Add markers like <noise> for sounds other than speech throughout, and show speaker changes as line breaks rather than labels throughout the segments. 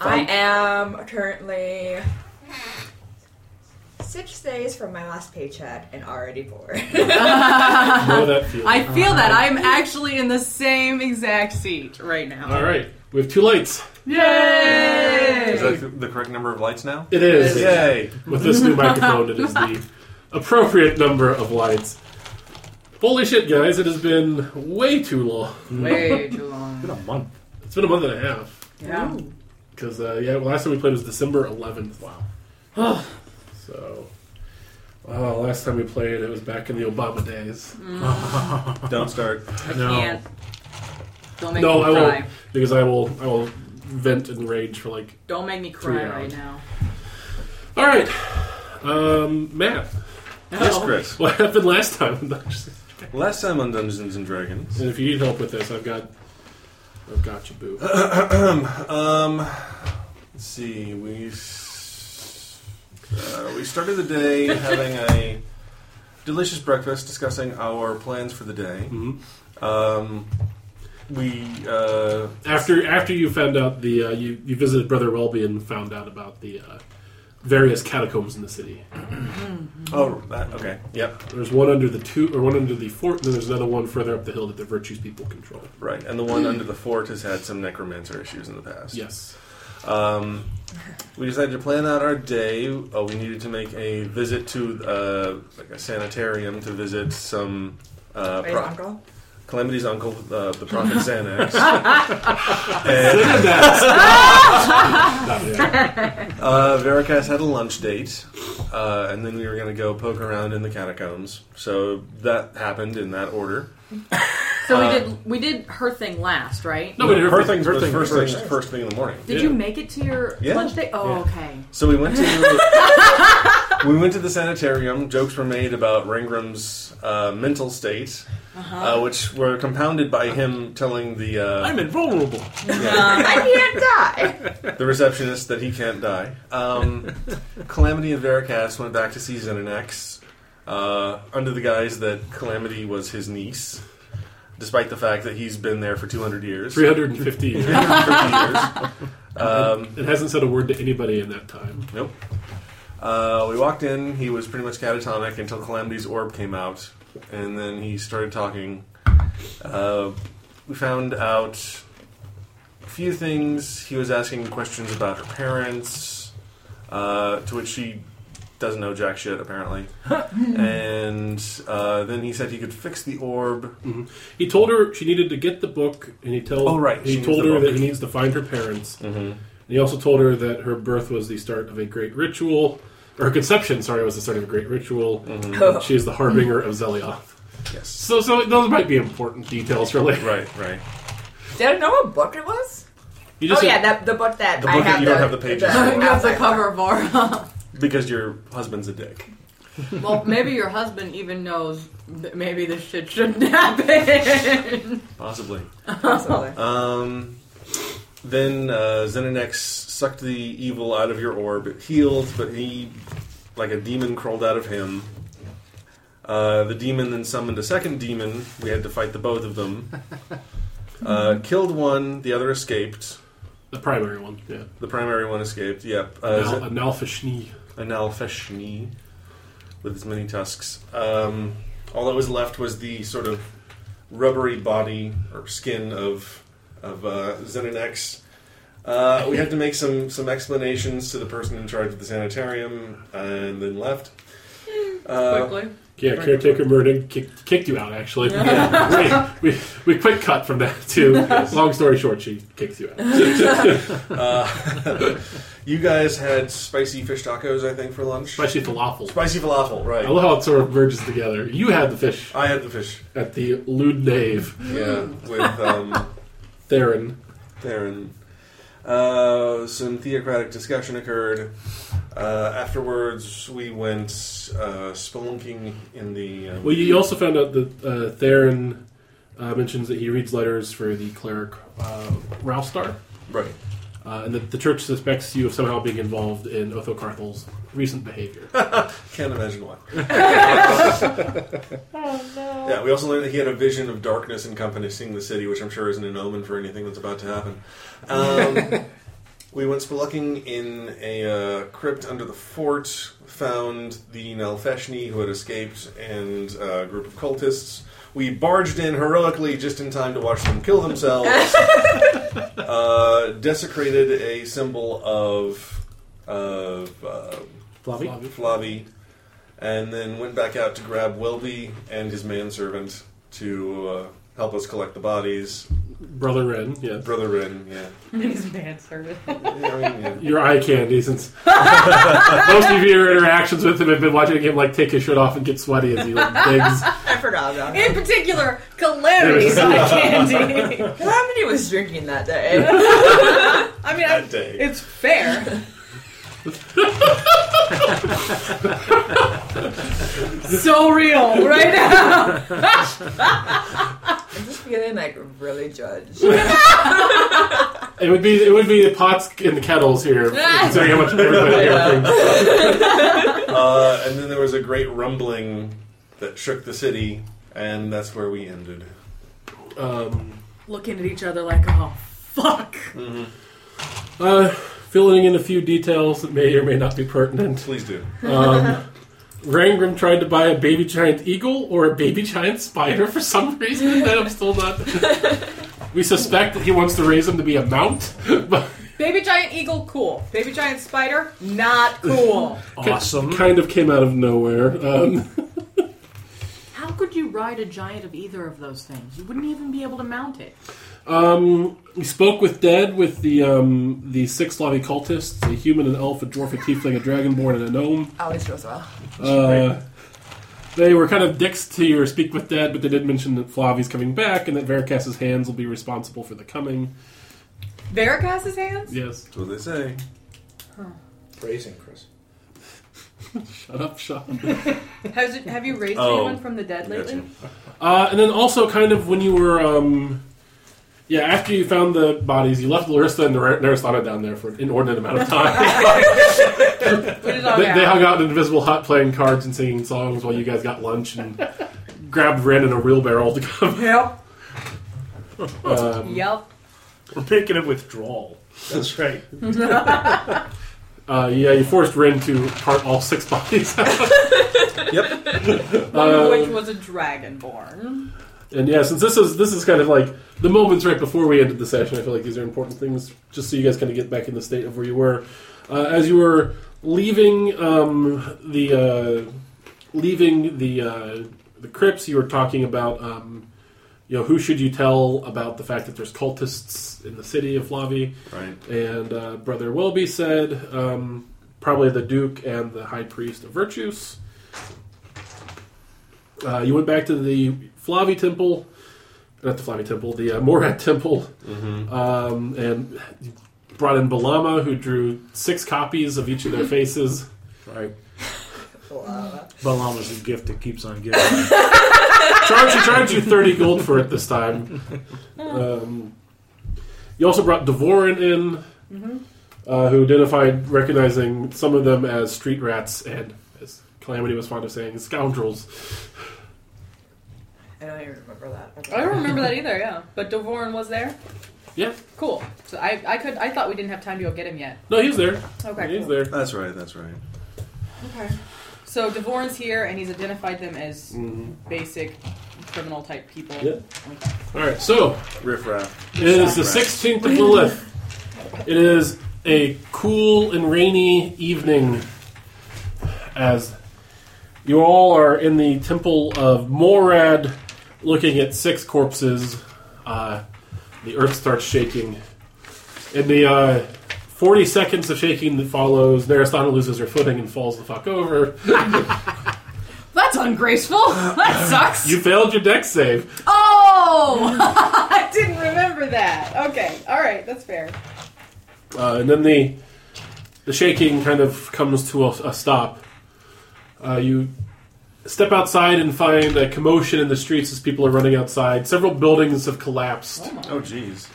I am currently six days from my last paycheck and already
<laughs>
bored.
Know that feeling.
I feel that I'm actually in the same exact seat right now.
All right, we have two lights.
Is
Yay!
that the- the correct number of lights now?
It is.
Yay!
With this new microphone, it is <laughs> the appropriate number of lights. Holy shit, guys! It has been way too long.
Way too long.
a month.
It's been a month and a half.
Yeah.
Because uh, yeah, last time we played was December 11th. Wow. <sighs> so, uh, last time we played, it was back in the Obama days.
Don't start.
I
No.
can't. Don't make
No,
me
I
cry.
won't, because I will. I will vent and rage for like.
Don't make me cry
Three
right
hours.
now.
All right, um, Matt,
Yes,
No.
Chris.
what happened last time? <laughs>
Last time on Dungeons and Dragons.
and if you need help with this, I've got. I've got you, boo.
Um, let's see. We s- uh, we started the day having a delicious breakfast, discussing our plans for the day.
Mhm.
Um, we uh,
After after you found out the uh, you you visited Brother Welby and found out about the uh, various catacombs in the city.
oh that okay yep
There's one under the two, or one under the fort, and then there's another one further up the hill that the virtues people control.
right and the one under the fort has had some necromancer issues in the past.
Yes.
Um, we decided to plan out our day. Uh, we needed to make a visit to uh, like a sanitarium to visit some uh,
Wait,
pro-
uncle?
Calamity's uncle, uh, the prophet Xanax. and
Not yet.
uh, Veracast had a lunch date, uh, and then we were going to go poke around in the catacombs. So that happened in that order.
So
Uh,
we did we did her thing last, right?
No, but her,
her
thing-
thing
her
was
thing
first,
first.
thing, first thing in the morning.
Did
yeah.
you make it to your
Yeah.
lunch day? Oh,
Yeah.
okay. <laughs>
So we went to we went to the sanitarium. Jokes were made about Ringram's uh, mental state, uh which were compounded by him telling the uh,
I'm invulnerable.
<laughs> I can't die.
the receptionist that he can't die. Um, Calamity and Veracast went back to see Xenonax uh, under the guise that Calamity was his niece, despite the fact that he's been there for 200 years.
350 years.
350 years. Um,
It hasn't said a word to anybody in that time.
Nope. Uh, we walked in. He was pretty much catatonic until Calamity's orb came out, and then he started talking. Uh, we found out a few things. He was asking questions about her parents, uh, to which she doesn't know jack shit apparently. and uh, then he said he could fix the orb.
He told her she needed to get the book, and he told
Oh, right, she
he
needs
told
the
her
book. Mm-hmm.
that he needs to find her parents. And he also told her that her birth was the start of a great ritual, or her conception, sorry, was the start of a great ritual.
Mm-hmm.
and She is the harbinger of Zelioth.
Yes.
So, so those might be important details for later.
Right. Right.
Did I know what book it was?
You
Oh
just
yeah,
said-
that the book that
The
I
book that
have
you
the,
don't have the pages for.
You have the
outside
cover for.
<laughs>
Because your husband's a dick.
well, maybe your husband even knows that maybe this shit shouldn't <laughs> happen.
Possibly.
Possibly.
Um, then uh, Xenonex sucked the evil out of your orb. It healed, but he, like a demon, crawled out of him. Uh, the demon then summoned a second demon. We had to fight the both of them. Uh, killed one, the other escaped.
the primary one. Yeah.
The primary one escaped, yep. Uh,
Now,
Zen-
an Alphashni.
an alfeshni with its many tusks. Um, all that was left was the sort of rubbery body or skin of of uh, Xenonex. Uh, we had to make some some explanations to the person in charge of the sanitarium, and then left. Uh,
Quickly.
Yeah, caretaker murdered, kicked, kicked you out. Actually, yeah.
<laughs>
we, we we quick cut from that to long story short, she kicks you out.
uh, <laughs> you guys had spicy fish tacos, I think, for lunch.
Especially falafel.
Spicy falafel,
I
right?
love how it sort of merges together. You had the fish
I had the fish.
at the lewd knave
Yeah, with um,
Theron.
Theron. Uh, some theocratic discussion occurred. Uh, afterwards, we went uh, spelunking in the. Um,
Well, you also found out that uh, Theron uh, mentions that he reads letters for the cleric uh, Ralstar,
right.
uh, and that the church suspects you of somehow being involved in Othocarthal's recent behavior.
Can't imagine why. oh, no. Yeah, we also learned that he had a vision of darkness encompassing the city, which I'm sure isn't an omen for anything that's about to happen. Um, We went spelunking in a uh, crypt under the fort, found the Nalfeshni who had escaped, and a group of cultists. We barged in heroically just in time to watch them kill themselves. uh, desecrated a symbol of of uh,
Flavi?
Flavi, and then went back out to grab Welby and his manservant to uh, help us collect the bodies.
Brother Ren, yes.
Brother Rin, yeah.
His manservant.
Yeah, I mean, yeah.
Your eye candy, since <laughs> most of your interactions with him have been watching him like take his shirt off and get sweaty as he like digs.
I forgot about
In
it.
<laughs> particular,
<laughs>
calamity's eye candy.
Calamity was drinking that
<laughs>
day.
I mean, I,
That day.
it's fair. so real right now.
I'm just feeling like really judged.
It would be it would be the pots and the kettles here, considering how much everybody here thinks.
Uh, and then there was a great rumbling that shook the city, and that's where we ended.
Um,
Looking at each other like, oh, fuck.
uh, filling in a few details that may or may not be pertinent.
Please do.
Um, Rangrim tried to buy a baby giant eagle or a baby giant spider for some reason that I'm still not. we suspect that he wants to raise him to be a mount, <laughs> but
<laughs> Baby giant eagle, cool. Baby giant spider, not cool.
<laughs>
Awesome.
kind of came out of nowhere. Um,
How could you ride a giant of either of those things? You wouldn't even be able to mount it.
Um, we spoke with Dead, with the um, the six lobby cultists, a human, an elf, a dwarf, a tiefling, a dragonborn, and a gnome.
Always goes well.
Uh, they were kind of dicks to your speak with Dead, but they did mention that Flavi's coming back and that Veracast's hands will be responsible for the coming.
Veracast's hands?
Yes.
That's what they say.
Praising Chris.
Shut up, shut up.
<laughs>
Has it, have you raised
Oh.
anyone from the dead lately?
Gotcha.
Uh, and then also, kind of when you were, um, yeah, after you found the bodies, you left Larissa and Nar- Narasana down there for an inordinate amount of time.
We
Oh,
did
<laughs>
all
they,
that.
they hung out in an invisible hut playing cards and singing songs while you guys got lunch
<laughs>
and grabbed Ren in a wheelbarrow to come.
Yep.
Um,
Yep.
<laughs> We're making a withdrawal. That's right.
uh, yeah, you forced Ren to part all six bodies out.
Yep.
One
Uh,
of which was a dragonborn.
and yeah, since this is this is kind of like the moments right before we ended the session, I feel like these are important things just so you guys kind of get back in the state of where you were uh, as you were leaving um, the uh, leaving the uh, the crypts. You were talking about. Um, you know, who should you tell about the fact that there's cultists in the city of Flavi?
Right.
And uh, Brother Wilby said, um, probably the Duke and the High Priest of Virtues. Uh, you went back to the Flavi Temple, not the Flavi Temple, the uh, Morat Temple,
Mm-hmm.
um, and brought in Balama, who drew six copies of each of their faces.
Right.
Blah.
Balama's a gift that keeps on giving.
charge you charge you 30 gold for it this time um, you also brought Devorin in uh, who identified recognizing some of them as street rats and as Calamity was fond of saying scoundrels
I don't even remember that. Okay.
I don't remember that either, yeah. But Devorin was there?
yeah
Cool. So I, I could I thought we didn't have time to go get him yet.
no he's there
Okay.
he's
cool.
there
That's right. That's right.
Okay.
So Devorin's here and he's identified them as basic criminal type people.
Mm-hmm. Yeah. alright so
Riff raff.
it is the 16th of Lilith it is a cool and rainy evening as you all are in the temple of Morad, looking at six corpses. Uh, the earth starts shaking. In the uh, 40 seconds of shaking that follows, Narasana loses her footing and falls the fuck over.
That's ungraceful. <laughs> That sucks.
You failed your deck save.
Oh! <laughs> I didn't remember that. Okay. All right. That's fair.
Uh, and then the the shaking kind of comes to a, a stop. Uh, you step outside and find a commotion in the streets as people are running outside. Several buildings have collapsed.
Oh, jeez.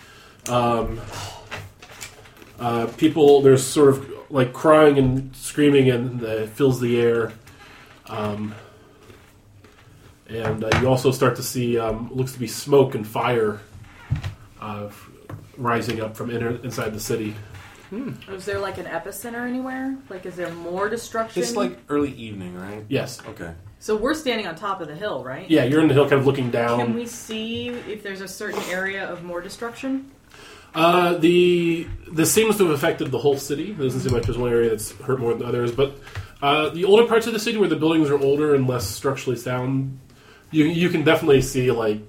Uh, people, there's sort of like crying and screaming, and uh, it fills the air. Um, and uh, you also start to see um, looks to be smoke and fire uh, f- rising up from inner, inside the city.
Is there like an epicenter anywhere? Like, is there more destruction?
It's like early evening, right?
Yes.
Okay.
so we're standing on top of the hill, right?
Yeah, you're in the hill, kind of looking
Can
down.
we see if there's a certain area of more destruction?
Uh, the this seems to have affected the whole city. There doesn't seem like there's one area that's hurt more than others, but uh, the older parts of the city where the buildings are older and less structurally sound, you you can definitely see like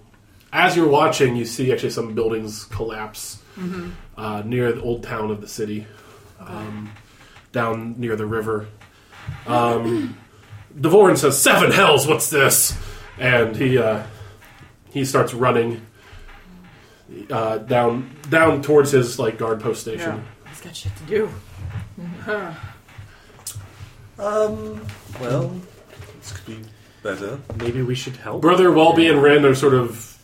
as you're watching, you see actually some buildings collapse uh, near the old town of the city, um, down near the river. Um, <clears throat> Devorin says, Seven hells! What's this?" And he uh, he starts running uh, down down towards his like guard post station.
He's got shit to do. Huh.
Um. Well, this could be better.
Maybe we should help.
Brother Welby and Rand are sort of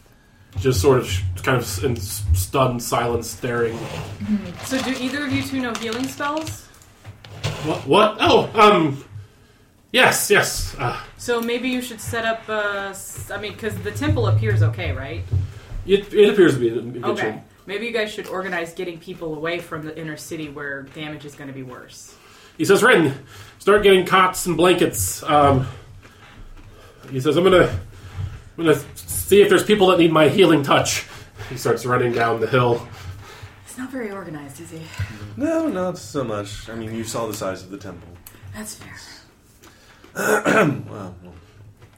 just sort of sh- kind of s- in s- stunned silence, staring.
So, do either of you two know healing spells?
What? What? Oh, um, yes, yes. Uh,
So maybe you should set up. Uh, s- I mean, because the temple appears okay, right?
it, it appears to be in good shape.
Okay. Maybe you guys should organize getting people away from the inner city where damage is going to be worse.
He says, Ren, start getting cots and blankets. Um, he says, I'm gonna, I'm gonna see if there's people that need my healing touch. He starts running down the hill.
It's not very organized, is he?
No, not so much. I mean, you saw the size of the temple.
That's fair.
Wow. Well,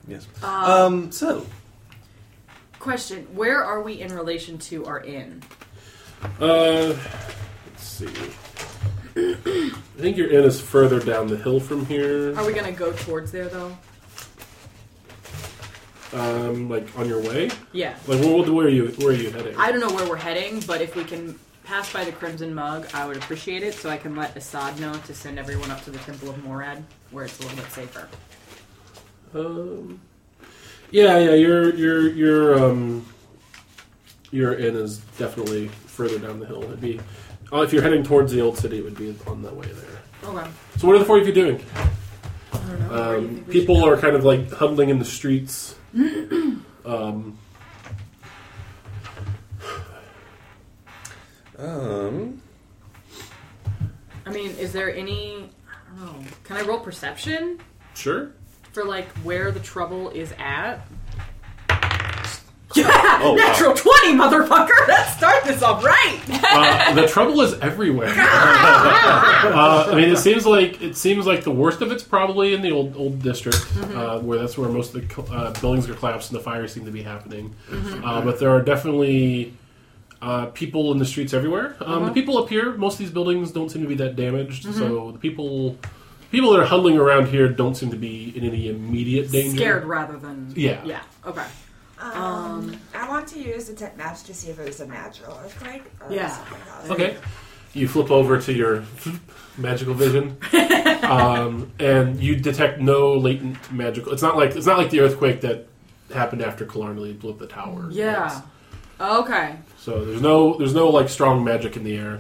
yes.
Uh,
Um. So.
question: Where are we in relation to our inn?
Uh, let's see. I think your inn is further down the hill from here.
Are we going to go towards there though?
Um, like on your way.
Yeah.
Like where, where are you? Where are you heading?
I don't know where we're heading, but if we can pass by the Crimson Mug, I would appreciate it, so I can let Assad know to send everyone up to the Temple of Morad, where it's a little bit safer.
Um, yeah, yeah. Your your your um your inn is definitely further down the hill. It'd be uh, if you're heading towards the old city, it would be on that way there.
Okay.
So what are the four of you doing?
I don't know. where do
Um,
you think we should
people
go?
are kind of like huddling in the streets. um,
Um.
I mean, is there any? I don't know. Can I roll perception
sure.
for like where the trouble is at? <laughs>
Oh, wow.
natural twenty, motherfucker. <laughs> Let's start this off right.
Uh, the trouble is everywhere. uh, I mean, it seems like it seems like the worst of it's probably in the old old district, uh, where that's where most of the co- uh, buildings are collapsed and the fires seem to be happening. Uh, but there are definitely uh, people in the streets everywhere. Um, The people up here, most of these buildings don't seem to be that damaged, so the people people that are huddling around here don't seem to be in any immediate danger.
Scared rather than
Yeah.
Yeah. Okay.
Um, I want to use the tech match to see if it was a natural earthquake or
Yeah.
something else.
Okay. You flip over to your magical vision, um, and you detect no latent magical. It's not like it's not like the earthquake that happened after Killarney blew up the tower.
Yeah.
It's-
Okay.
so there's no there's no like strong magic in the air.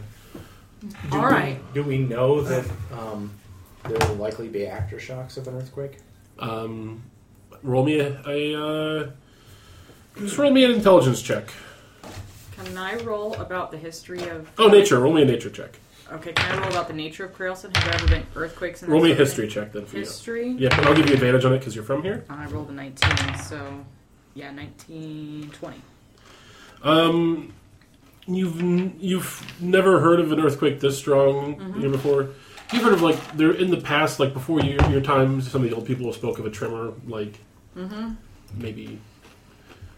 Do
All
we-
right.
Do we know that um, there will likely be aftershocks of an earthquake?
Um, roll me a, a uh, just roll me an intelligence check.
Can I roll about the history of?
Oh, nature. Roll me a nature check.
Okay. Can I roll about the nature of Krailson? Have there ever been earthquakes in
Roll me a
this area?
history check then for you.
History.
Yeah, but I'll give you advantage on it because you're from here.
I rolled a nineteen, so yeah, nineteen twenty.
Um, you've n- you've never heard of an earthquake this strong here before. You've heard of like there in the past, like before your your times, some of the old people spoke of a tremor, like maybe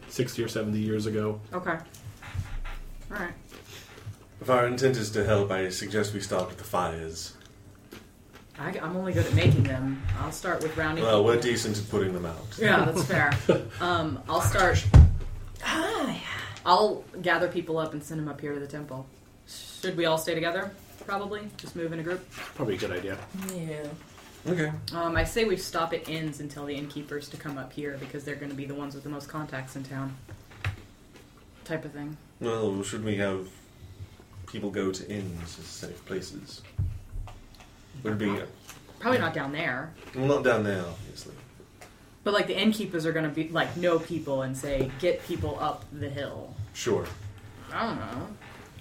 sixty or seventy years ago.
Okay. All right.
If our intent is to help, I suggest we start with the fires.
I, am only good at making them. I'll start with rounding.
Well, we're decent at putting them out.
<laughs> Yeah, that's fair. um, I'll start.
Hi.
I'll gather people up and send them up here to the temple. Should we all stay together? Probably. Just move in a group.
Probably a good idea.
Yeah.
Okay.
Um, I say we stop at inns and tell the innkeepers to come up here because they're going to be the ones with the most contacts in town. Type of thing.
Well, should we have people go to inns as safe places? Would it be well,
Probably not down there,
not down there, obviously.
but like the innkeepers are going to be like know people and say get people up the hill.
Sure.
I don't know.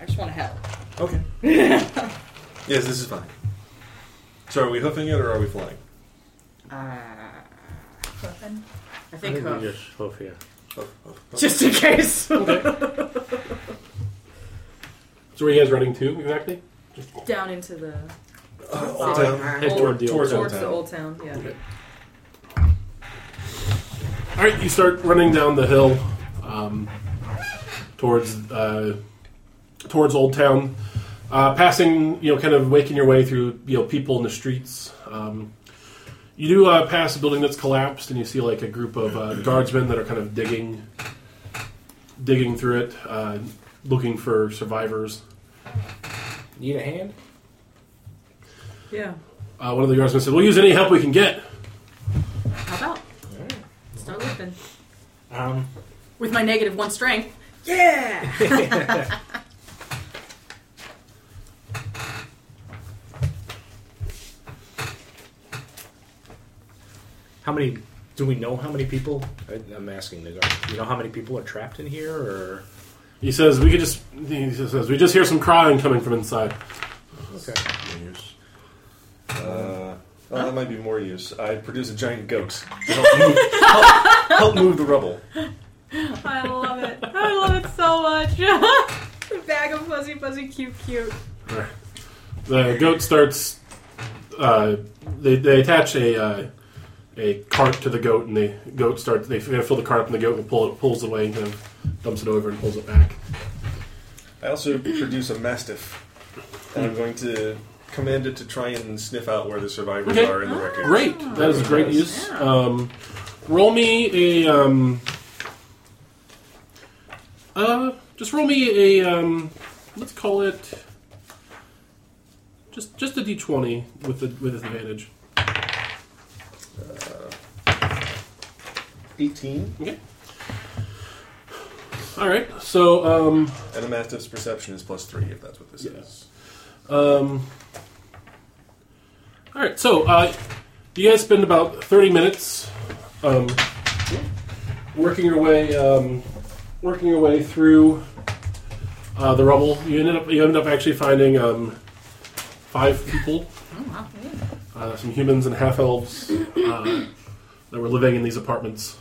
I just want to help.
Okay. <laughs> Yes, this is fine. So are we hoofing it or are we flying?
Uh,
Flippin'.
I think
we
hoof.
just hoof, yeah.
Hoof, hoof, hoof.
Just in case.
So where are you guys running to exactly?
<laughs> Down into the
Uh, Old Town.
Head toward the
Towards
old
Old
towards the
Town.
old town. Yeah.
Okay. All right, you start running down the hill um, towards uh, towards Old Town, uh, passing you know, kind of waking your way through you know people in the streets. Um, you do uh, pass a building that's collapsed, and you see like a group of uh, guardsmen that are kind of digging digging through it, uh, looking for survivors.
Need a hand?
Yeah.
Uh, one of the guardsmen said, "We'll use any help we can get."
How about start lifting
Um,
with my negative one strength?
Yeah.
how many? Do we know how many people? I, I'm asking the guard. Do you know how many people are trapped in here, or
He says, "We could just," he says, "We just hear some crying coming from inside."
okay?
Use. Uh, well, that might be more use. I produce a giant goat to <laughs> help move, help, help move the rubble.
I love it. I love it so <laughs> much. Bag of fuzzy fuzzy cute cute.
The goat starts. Uh, they, they attach a uh, a cart to the goat, and the goat starts. They fill the cart up, and the goat will pull it, pulls it away, and kind of dumps it over and pulls it back.
I also produce a mastiff, and I'm going to command it to try and sniff out where the survivors
Okay.
are in the wreckage.
Great, that is a great use. Um, roll me a. Um, uh, just roll me a. Um, let's call it. Just just a d twenty with the with advantage.
18,
Okay. All right. So um,
and a mastiff's perception is plus three if that's what this
Yeah.
is.
um, all right. So uh, you guys spend about thirty minutes um, working your way um, working your way through uh, the rubble. You ended up you ended up actually finding um, five people,
Oh wow.
uh, some humans and half elves uh, that were living in these apartments.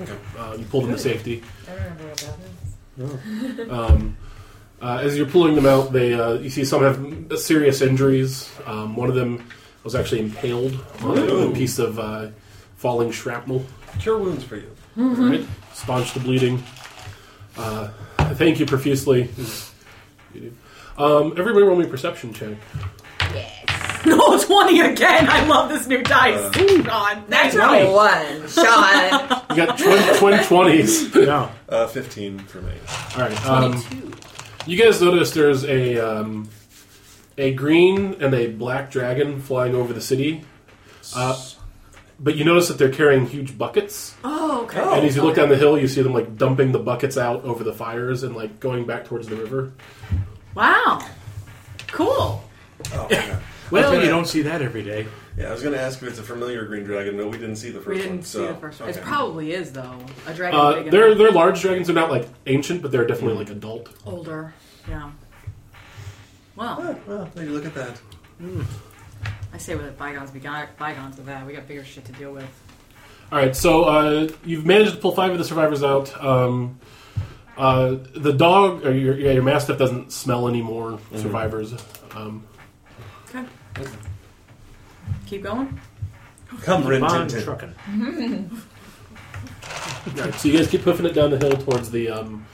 Okay.
Uh, you pulled them to safety.
I remember what that is.
Um, uh, as you're pulling them out, they uh, you see some have serious injuries. Um, one of them was actually impaled on a
Ooh.
piece of uh, falling shrapnel.
Cure wounds for you.
Right, staunch the bleeding. Uh, thank you profusely. You do. Um, everybody, roll me a perception check.
<laughs> No, 20 again. I love this new dice. God,
That's
that's
not
Nice.
one, <laughs> Sean.
You got <laughs> twin, twin twenties.
No. <laughs>
Uh, 15 for me.
All right. Um, you guys notice there's a um, a green and a black dragon flying over the city, uh, but you notice that they're carrying huge buckets.
Oh, okay.
and as you look down the hill, you see them like dumping the buckets out over the fires and like going back towards the river.
Wow. Cool.
<laughs> Oh, yeah.
Well,
Okay.
you don't see that every day.
yeah, I was going to ask if it's a familiar green dragon, but we didn't see the first
We didn't
one.
see
so-
the first one. It
okay.
probably is, though. A dragon
Uh,
big
they're
enough.
they're large dragons. They're not like ancient, but they're definitely like adult.
older. Yeah. Well,
Oh, well, maybe look at that.
I say with bygones be gy- bygones with that. We got bigger shit to deal with.
All right, so uh, you've managed to pull five of the survivors out. Um, uh, the dog, or your, yeah, your mastiff doesn't smell anymore. Survivors. Um,
Okay. Keep going.
Come, Rin Tin
Bond
Tin.
trucking.
all right, so you guys keep hoofing it down the hill towards the um,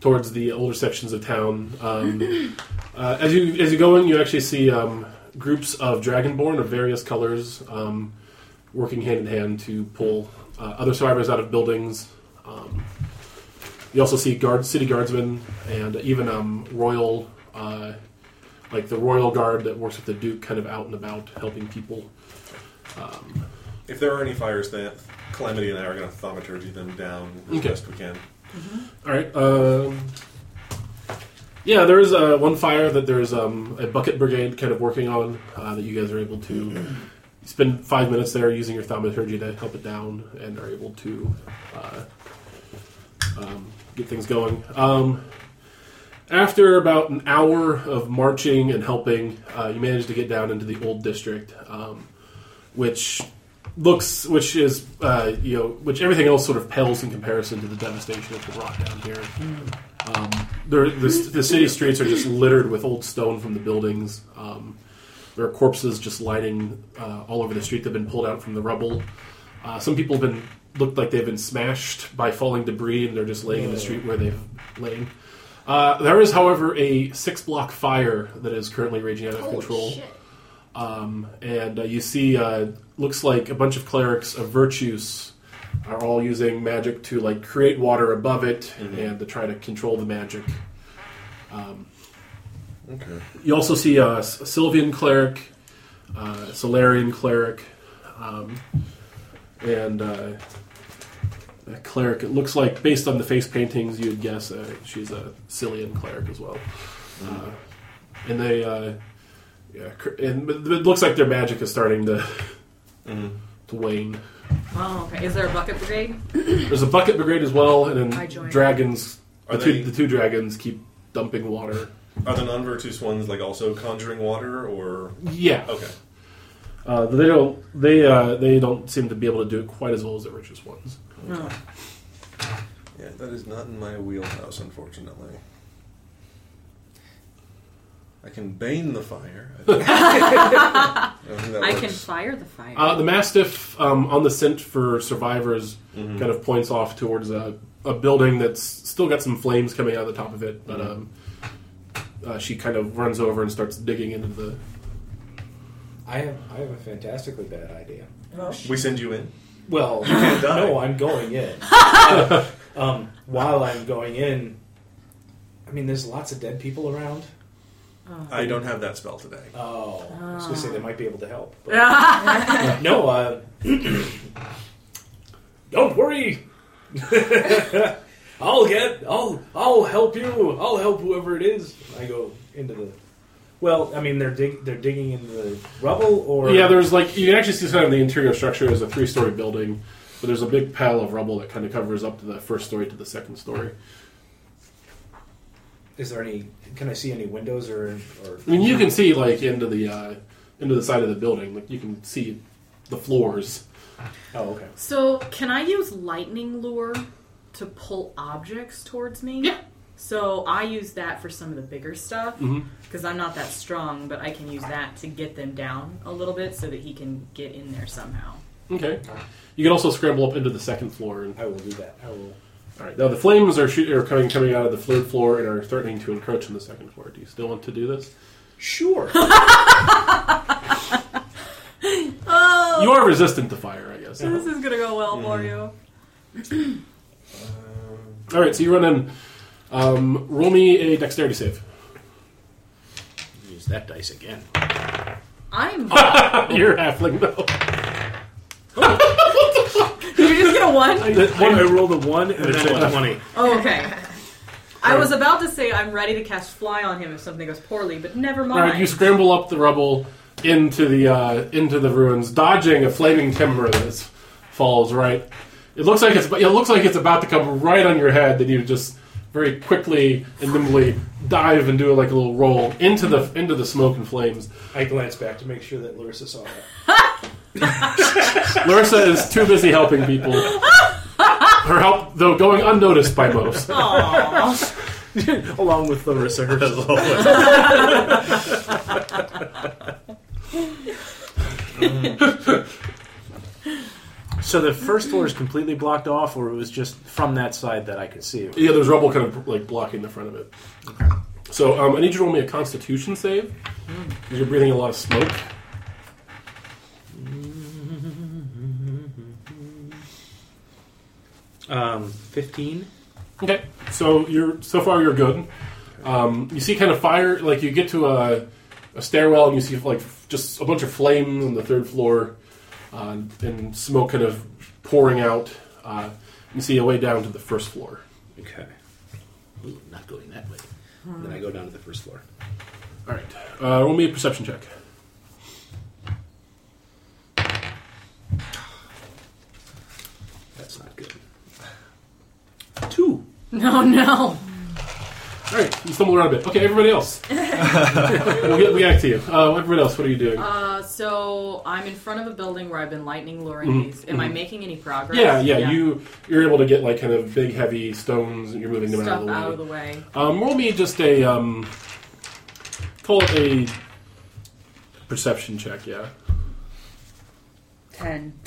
towards the older sections of town. Um, uh, as you as you go in, you actually see um, groups of dragonborn of various colors um, working hand in hand to pull uh, other survivors out of buildings. Um, you also see guard city guardsmen and even um, royal, uh, like the royal guard that works with the duke, kind of out and about helping people.
If there are any fires, that Calamity and I are going to thaumaturgy them down as
Okay.
best we can.
All right. Um, yeah, there is uh, one fire that there's um, a bucket brigade kind of working on uh, that you guys are able to spend five minutes there using your thaumaturgy to help it down and are able to uh, um, get things going. Um, After about an hour of marching and helping, uh, you manage to get down into the old district, um, which looks, which is, uh, you know, which everything else sort of pales in comparison to the devastation of the rock down here. Um, there, the, the city streets are just littered with old stone from the buildings. Um, there are corpses just lining uh, all over the street. They've been pulled out from the rubble. Uh, some people have been looked like they've been smashed by falling debris, and they're just laying in the street where they've lain. Uh, there is, however, a six-block fire that is currently raging out of
Holy
control,
shit.
um, and uh, you see, uh, looks like a bunch of clerics of virtues are all using magic to like create water above it and to try to control the magic. Um,
Okay.
you also see uh, a Sylvian cleric, uh, Solarian cleric, um, and uh, a cleric. It looks like, based on the face paintings, you'd guess uh, she's a Cillian cleric as well. Uh, and they, uh, yeah, cr- and but- but it looks like their magic is starting to to wane.
Oh, okay. Is there a bucket brigade?
There's a bucket brigade as well, and
I
then
joined.
dragons.
Are
the, two,
they-
the two dragons keep dumping water.
Are the non-virtuous ones like also conjuring water or?
Yeah.
Okay.
Uh, they don't. They uh, they don't seem to be able to do it quite as well as the richest ones.
No.
Yeah, that is not in my wheelhouse, unfortunately. I can bane the fire. I don't- <laughs> I don't think that
I can
works.
fire the fire.
Uh, the mastiff um, on the scent for survivors
Mm-hmm.
kind of points off towards a, a building that's still got some flames coming out of the top of it,
Mm-hmm.
but um, uh, she kind of runs over and starts digging into the.
I have I have a fantastically bad idea.
Well,
We send you in.
<laughs> Well,
can't die.
no, I'm
<laughs>
going in. um, while I'm going in, I mean, there's lots of dead people around.
I don't have that spell today.
Oh, I was gonna say they might be able to help. but-
Ah.
no, uh, <clears throat> don't worry. <laughs> I'll get. I'll. I'll help you. I'll help whoever it is. I go into the. Well, I mean, they're dig. They're digging in the rubble, or
Yeah, there's like you can actually see kind of the interior structure as a three-story building, but there's a big pile of rubble that kind of covers up to the first story to the second story.
Is there any? Can I see any windows or? or
I mean, you can see like into the uh, into the side of the building, like you can see the floors.
Oh, okay.
so, can I use lightning lure to pull objects towards me?
Yeah.
So I use that for some of the bigger stuff because
Mhm.
I'm not that strong, but I can use that to get them down a little bit so that he can get in there somehow.
Okay. You can also scramble up into the second floor. And,
I will do that. I will.
all right. Now the flames are shoot, are coming coming out of the third floor and are threatening to encroach on the second floor. Do you still want to do this?
Sure.
Oh,
You are resistant to fire, I guess.
this is gonna go well
Mm-hmm.
for you.
All right. So you run in. Um, roll me a dexterity save.
<laughs> Use that dice again.
I'm. <laughs>
<laughs> You're halfling though.
Did you just get a one?
I rolled a one and then a twenty.
Oh, okay. I was about to say I'm ready to cast fly on him if something goes poorly, but never
All right. You
mind.
scramble up the rubble into the uh, into the ruins, dodging a flaming timber that is- falls right. It looks like it's it looks like it's about to come right on your head. Then you just very quickly and nimbly dive and do like a little roll into the into the smoke and flames.
I glance back to make sure that Larissa saw that.
Larissa is too busy helping people. Her help, though, going unnoticed by most. <laughs>
Aw.
Along with Larissa herself. so the first floor is completely blocked off, or it was just from that side that I could see it.
Yeah, there's rubble kind of like blocking the front of it. So um, I need you to roll me a Constitution save because you're breathing a lot of smoke.
Um, fifteen.
Okay, so you're so far you're good. Um, you see kind of fire, like you get to a, a stairwell and you see like f- just a bunch of flames on the third floor, uh, and smoke kind of pouring out. Uh, you see a way down to the first floor.
Okay. Ooh, not going that way. Then I go down to the first floor.
All right, uh, roll me a perception check.
That's not good. Two.
no, no.
All right, you stumble around a bit. Okay, everybody else. <laughs> we'll get back to you. Uh, everybody else, what are you doing?
Uh, so I'm in front of a building where I've been lightning luring
Mhm,
these. Am I making any progress?
yeah, yeah, You you're able to get like kind of big, heavy stones, and you're moving them
stuff
out of the way.
way.
Um, roll me just a um, call it a perception check. Yeah.
Ten.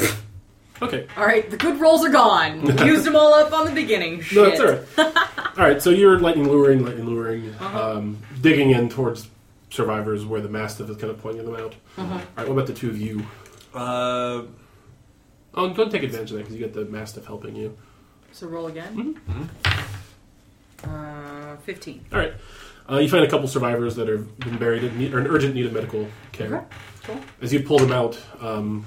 Okay.
All right, the good rolls
<laughs>
are gone. Used them all up on the beginning. Shit.
No, it's all right.
<laughs>
all right. So you're lightning luring, lightning luring,
Uh-huh.
um, digging in towards survivors where the mastiff is kind of pointing them out.
Uh-huh.
All right. What about the two of you?
Uh,
Oh, and don't take advantage of that because you got the mastiff helping you.
So roll again.
Mm-hmm.
Uh, Fifteen.
All right. Uh, you find a couple survivors that have been buried in need, or in urgent need of medical care.
Okay, cool.
As you pull them out, um,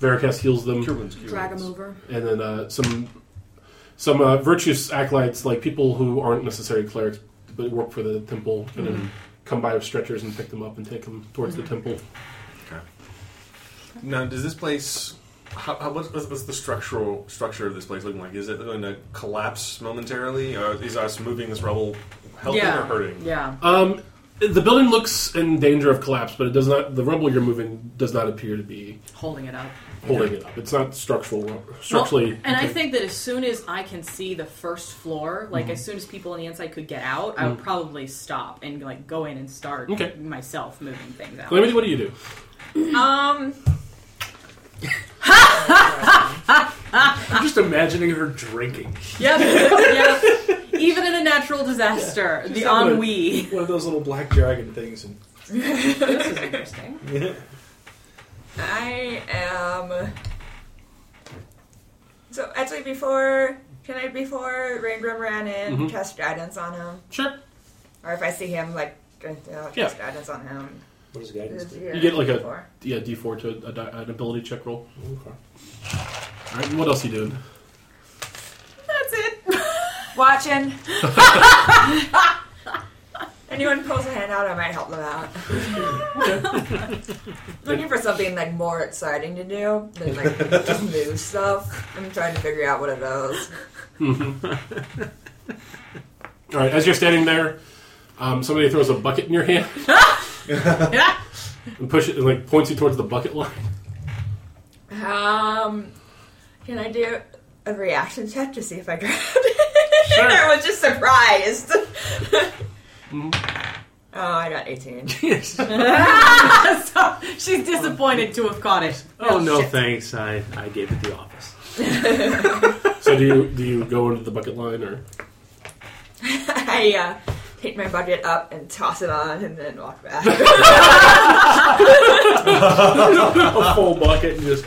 Veracast heals them,
cure wounds, cure
Drag them
wounds.
over.
and then uh, some some uh, virtuous acolytes, like people who aren't necessarily clerics but work for the temple, kind
Mm-hmm.
of come by with stretchers and pick them up and take them towards the temple.
Now, does this place? How, how, what's, what's what's the structural structure of this place looking like? Is it going to collapse momentarily? Or is us moving this rubble helping
yeah.
or hurting?
Yeah.
Um, the building looks in danger of collapse, but it does not. The rubble you're moving does not appear to be
Holding it up.
holding it up. It's not structural. uh, Structurally,
Well, and I think that as soon as I can see the first floor, like as soon as people on the inside could get out, I would probably stop and like go in and start
Okay.
myself moving things out.
Calamity, what do you do?
Um,
I'm just imagining her drinking.
<laughs> yep, yep. Even in a natural disaster, the
Just have a-
ennui.
One of those little black dragon things. <laughs> And
<laughs> this is <laughs> interesting.
I am. So actually, before can I before Rangrim ran in
Mhm.
cast guidance on him,
Sure.
or if I see him like drink, uh, cast
Yeah.
guidance on him?
what does guidance do?
Yeah,
You get, like, a-
before.
Yeah, D4 to a di- an ability check roll.
Okay.
All right, what else you doing?
<laughs>
That's it.
watching. Anyone pulls a hand out, I might help them out. <laughs> Looking for something like more exciting to do than like just <laughs> move stuff. I'm trying to figure out what it is.
All right, as you're standing there, um, somebody throws a bucket in your
<laughs>
hand
Yeah.
and push it and like points you towards the bucket line.
Um, can I do a reaction check to see if I grabbed it?
Sure.
<laughs> I was just <laughs> surprised.
Mhm.
Oh, I got 18.
so she's disappointed to have caught it.
Oh no, thanks. I, I gave it the office.
So do you do you go into the bucket line or?
<laughs> I uh, take my bucket up and toss it on and then walk back.
<laughs> A full bucket and just.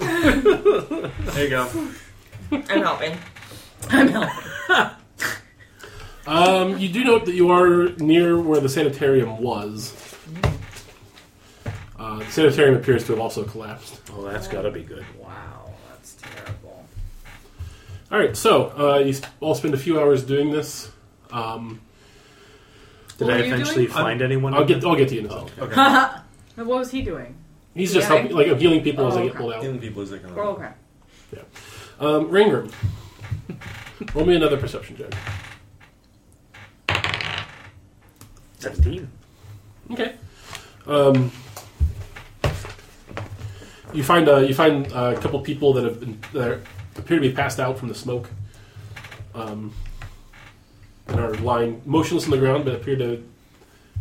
There you go.
I'm helping.
I'm helping.
Um, you do note that you are near where the sanitarium was. Uh, the sanitarium appears to have also collapsed.
Oh, that's gotta be good.
Wow, that's terrible.
All right, so uh, you sp- all spend a few hours doing this. Um,
Did
What
I
were you
eventually
doing?
find anyone?
I'll get I'll get to you in a second.
Okay.
Okay.
What was he doing?
He's just
Yeah.
helping, like healing people as
Oh,
they get
okay.
pulled out.
Healing people as they come.
Oh, okay. <laughs>
Um, Rangram. Roll me another perception check.
Seventeen.
Okay. Um, you find uh, you find uh, a couple people that have been that are, appear to be passed out from the smoke, um, and are lying motionless on the ground, but appear to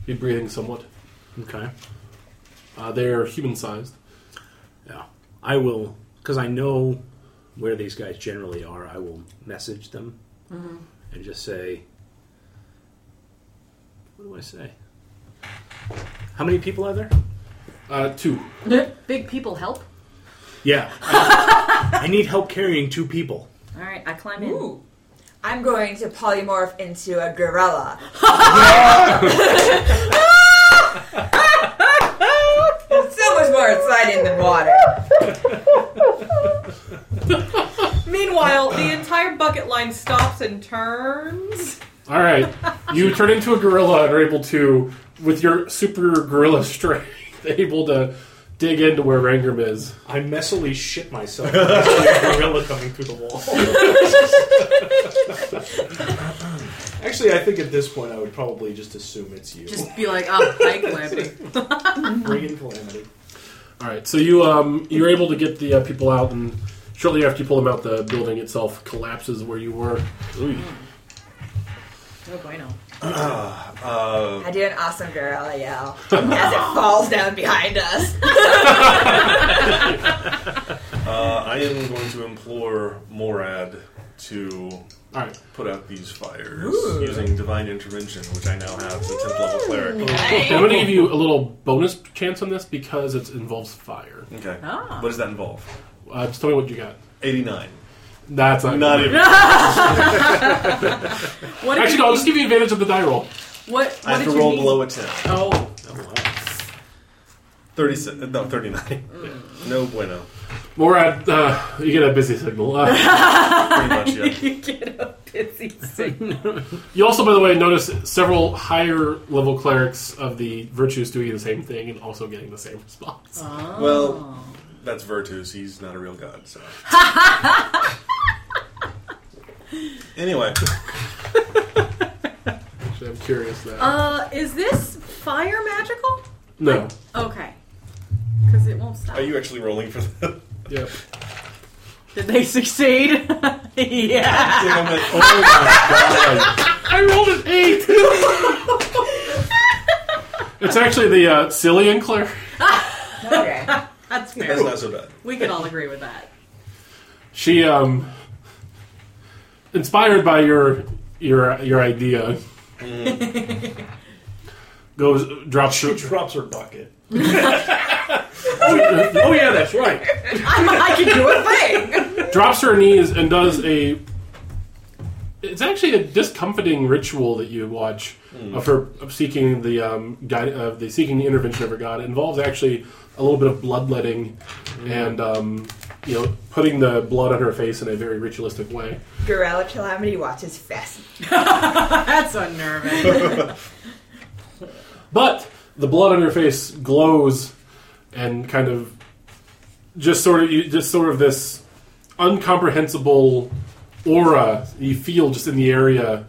be breathing somewhat.
Okay.
Uh, they are human sized.
Yeah. I will, because I know where these guys generally are. I will message them and just say, "What do I say? How many people are there?"
Uh, two.
Big people help.
Yeah. I need help carrying two people.
All right, I climb in.
Ooh. I'm going to polymorph into a <laughs> gorilla. it's so much more exciting than water.
Meanwhile, the entire bucket line stops and turns.
All right. You turn <laughs> into a gorilla and are able to, with your super gorilla strength, able to dig into where Rangram is.
I messily shit myself. <laughs> when I saw a gorilla coming through the wall. <laughs> Actually, I think at this point I would probably just assume it's you.
Just be like, oh, hi, Calamity.
bring in calamity.
All right, so you um, you're able to get the uh, people out, and shortly after you pull them out, the building itself collapses where you were.
Oh, bueno.
Uh,
I do an awesome gorilla yell as it falls down behind us.
uh, I am going to implore Morad to
All right,
put out these fires using divine intervention, which I now have as a tenth level cleric.
I'm going to give you a little bonus chance on this because it involves fire.
Okay.
Ah.
What does that involve?
Uh, just tell me what you got.
Eighty-nine.
That's not,
Not
good.
even.
What did
Actually,
you
no. I'll
need-
just give you advantage of the die roll.
What, what <laughs>
I have
did
to
you
roll
need?
below a ten.
Oh,
Thirty-six. No, thirty-nine.
Mm.
<laughs> No bueno.
Morad, uh, you get a busy signal. Uh,
Pretty much. Yeah.
<laughs> you get a
<laughs>
busy signal.
you also, by the way, notice several higher level clerics of the virtues doing the same thing and also getting the same response.
Well, that's Virtus. He's not a real god, <laughs> so. anyway,
Actually, I'm curious now.
Uh, is this fire magical?
no.
Okay. Because it won't stop.
are you actually rolling for that? <laughs>
Yeah.
Did they succeed? <laughs> yeah.
I'm like, oh,
I rolled an eight. it's actually the uh, Cillian cleric.
Okay.
That's fair.
that's not so bad.
We can all agree with that.
She, um, inspired by your your your idea, goes drops
She
her,
drops her
<laughs>
bucket.
oh yeah, that's right.
I'm, I can do a thing.
drops her knees and does a. It's actually a discomforting ritual that you watch of her of seeking the um, guide, of the seeking the intervention of her god. It involves actually a little bit of bloodletting and um, you know putting the blood on her face in a very ritualistic way.
Gorilla Calamity watches fast.
That's unnerving.
But the blood on her face glows and kind of just sort of you just sort of this uncomprehensible aura you feel just in the area.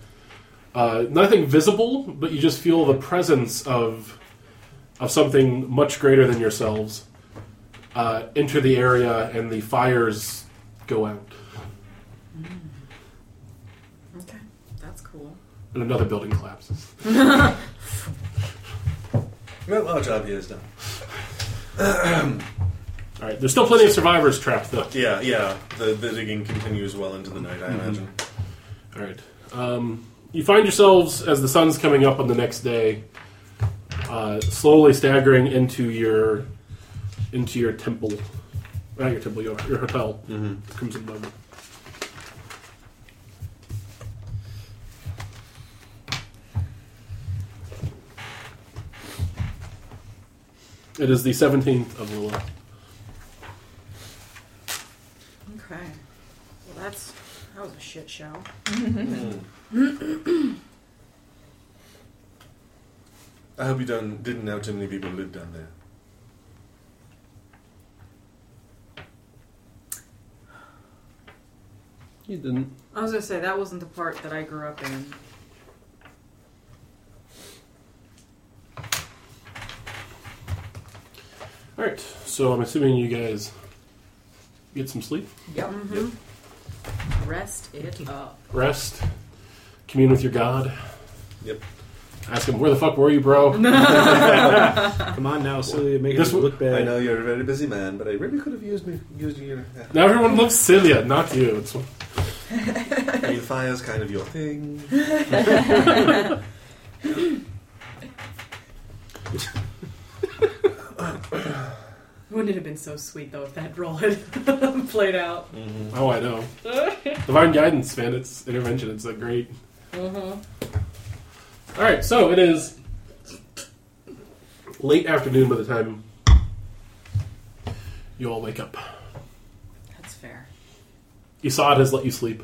Uh, nothing visible, but you just feel the presence of of something much greater than yourselves uh, enter the area, and the fires go out,
okay, that's cool.
and another building collapses.
No, our job here oh, is done.
All right, there's still plenty of survivors trapped, though.
Yeah, yeah. The, the digging continues well into the night, I imagine.
All right. Um, you find yourselves as the sun's coming up on the next day, uh, slowly staggering into your into your temple, not your temple, your, your hotel, Crimson Bubble. It is the seventeenth of Lula.
Okay. Well, that's that was a shit show.
I hope you don't, didn't know too many people lived down there.
You didn't.
I was gonna say that wasn't the part that I grew up in.
All right. So I'm assuming you guys get some sleep.
Yep.
Rest it up.
rest, commune with your God.
Yep.
Ask him, where the fuck were you, bro?
Come on now, Celia, make
This
us
w-
look bad.
I know you're a very busy man, but I really could have used me, used your.
now everyone loves Celia, not you. It's,
<laughs> I mean, fire's kind of uh, your <laughs> thing.
Wouldn't it have been so sweet though if that role had <laughs> played out?
oh, I know. Divine guidance, man. It's intervention. It's a great. All right, so it is late afternoon by the time you all wake up.
That's fair.
Isad has let you sleep.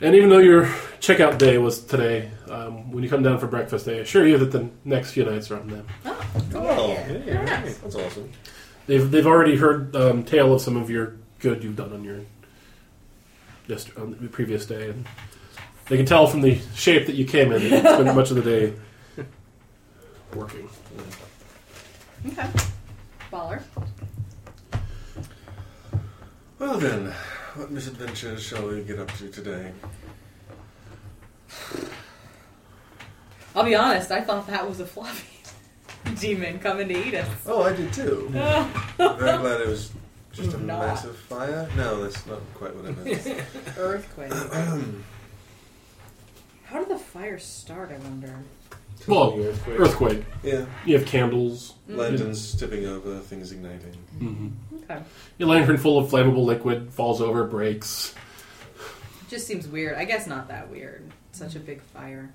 And even though your checkout day was today, um, when you come down for breakfast, I assure you that the next few nights are on them.
Oh,
Yeah.
that's awesome.
They've they've already heard um, tale of some of your good you've done on your just on the previous day, and they can tell from the shape that you came in that you spent much of the day working.
Okay. Baller.
Well then, what misadventures shall we get up to today?
I'll be honest, I thought that was a fluffy <laughs> demon coming to eat us.
Oh, I did too.
Uh,
Very glad it was just a
Nah.
massive fire. No, that's not quite what I
<laughs>
meant.
Earthquake. How did the fire start, I wonder?
Well,
earthquake.
earthquake.
yeah,
You have candles.
Mm.
lanterns tipping over, things igniting.
hmm
Okay.
Your lantern full of flammable liquid falls over, breaks.
Just seems weird. I guess not that weird. Such a big fire.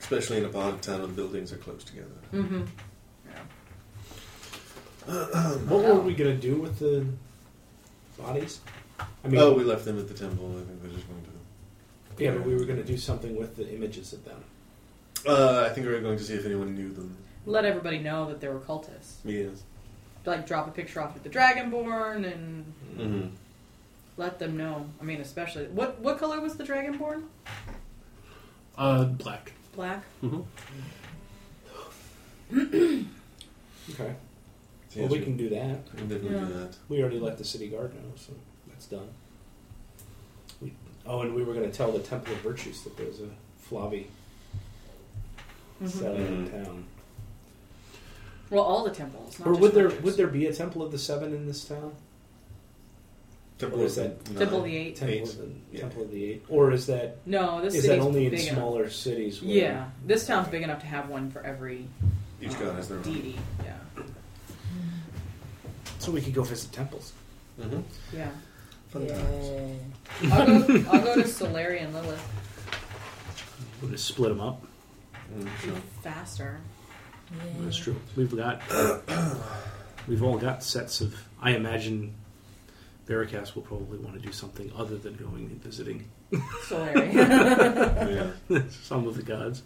Especially in a part of town where buildings are close together.
Mm-hmm.
What were we gonna do with the bodies? I mean,
oh, we left them at the temple. I think they're just going to.
yeah, but we were gonna do something with the images of them.
Uh, I think we were going to see if anyone knew them.
Let everybody know that there were cultists.
Yes.
Like, drop a picture off with the Dragonborn and
Mm-hmm.
let them know. I mean, especially. What, what color was the Dragonborn?
Uh, black.
Black?
Okay. Well, we can do that.
we can definitely do
Yeah.
that.
We already let the city guard know, so that's done. We, oh, and we were going to tell the Temple of Virtues that there's a Flavi
Mm-hmm.
seven in
Mm-hmm.
town.
Well, all the temples. Not
Or
just
would there
Rangers.
would there be a Temple of the Seven in this town?
Temple
What
of
is that?
the
Temple of
Nine.
the Eight?
Temple
Eight.
of the
Yeah.
Temple of the Eight, or is that
No, this
is that
city's
only in
big enough.
smaller cities? Where,
Yeah, this town's big enough to have one for every
Each
um,
god has their own.
deity. Yeah,
So we could go visit temples.
Mm-hmm.
yeah.
Fun times.
I'll <laughs> go, I'll go to Solari and Lilith
We'll just split them up.
Mm,
<laughs>
sure.
faster.
That's true. We've got, <coughs> we've all got sets of. I imagine, Veracast will probably want to do something other than going and visiting <laughs>
Solari.
yeah.
some of the gods.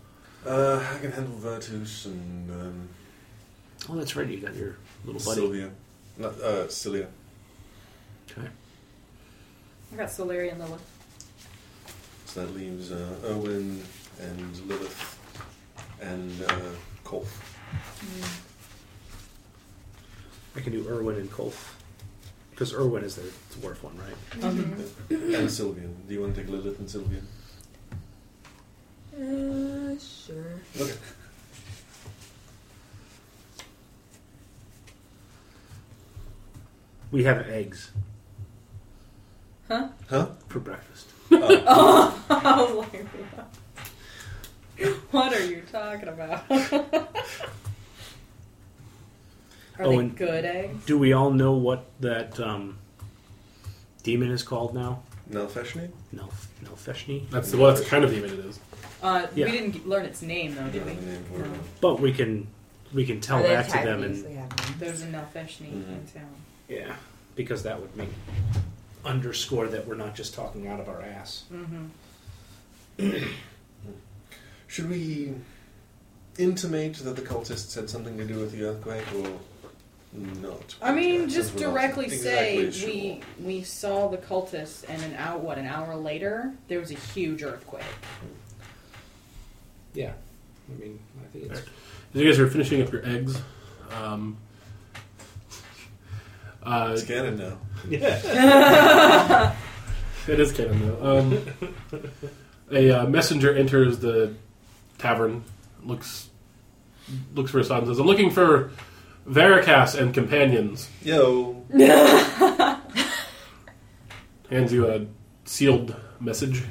Uh, I can handle Virtus and um,
Oh, that's right. You got your little buddy.
Sylvia. Not, uh, Cilia.
Okay.
<laughs> I got Solari and Lilith. <laughs>
So that leaves uh, Owen and Lilith and uh, Kolf.
I can do Irwin and Kolf. Because Irwin is the dwarf one, right?
and Sylvia. Do you want to take Lilith and Sylvia?
Uh, sure.
Okay.
We have eggs
Huh?
Huh?
for breakfast.
Oh,
I was like, what are you talking about? <laughs> Are
Oh,
they
and-
good eh? eggs?
Do we all know what that um, demon is called now?
Nalfeshni?
Nelf- Nelfeshni?
That's well. That's kind of even it is.
Uh,
Yeah.
We didn't g- learn its name though,
I
did
don't
we?
have a name for it.
No.
But we can we can tell
Are Oh, they
that to them
Taiwanese?
and
They have them.
There's an Elfeshni in
Mhm.
town.
yeah,
because that would make underscore that we're not just talking out of our ass.
Mm-hmm.
Should we intimate that the cultists had something to do with the earthquake or not?
I mean,
Since
just
we're not
directly say
exactly sure.
we we saw the cultists, and an hour what an hour later there was a huge earthquake.
Yeah, I mean, I think
<laughs>
it's
As you guys are finishing up your eggs, um, uh,
It's canon now.
It is canon though. Um, a uh, messenger enters the tavern, looks looks for Hassan, and says, "I'm looking for Veracast and companions."
Yo.
Hands you a sealed message.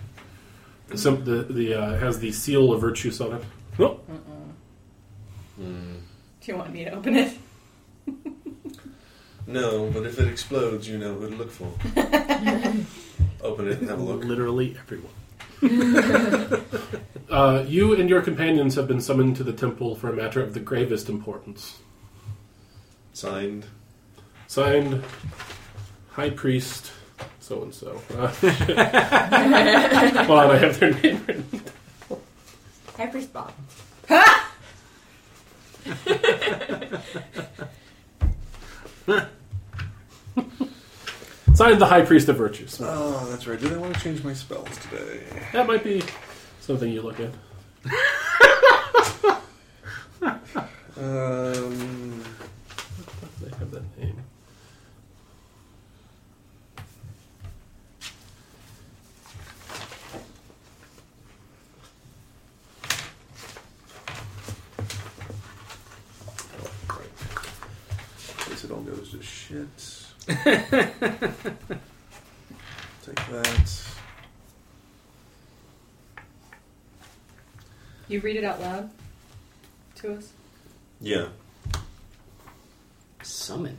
Some, the the uh, has the seal of virtues on it. Oh,
Do you want me to open it?
No, but if it explodes, you know who to look
<laughs>
for. Open it and have a look.
literally everyone.
Uh, you and your companions have been summoned to the temple for a matter of the gravest importance.
Signed.
Signed, High Priest, so and so. Hold on, I have their name written.
High priest Bob.
Sign of the High Priest of Virtues.
Oh, that's right. Did I want to change my spells today?
That might be something you look at.
Um,
They have that name.
guess it all goes to shit. <laughs> Take that.
You read it out loud to us?
Yeah.
Summoned.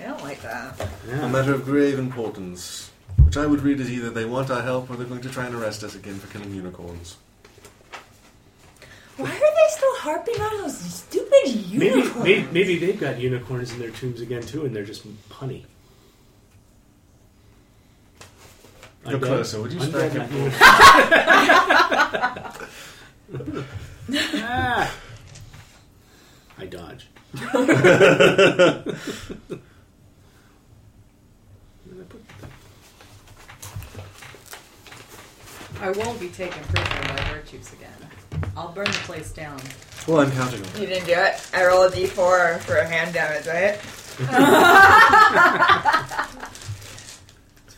I don't like that.
A
Yeah.
matter of grave importance, which I would read as either they want our help or they're going to try and arrest us again for killing <laughs> unicorns.
Why are they still harping on those stupid
Maybe,
unicorns?
maybe maybe they've got unicorns in their tombs again too, and they're just punny.
Go
Undead-
closer, would you
undead,
smack
not
it? <laughs>
unicorn. Ah. I dodge. And I put-
I won't be taken prisoner by virtues again. I'll burn the place down.
Well, I'm counting on
You didn't do it. I roll a d4 for a hand damage, right?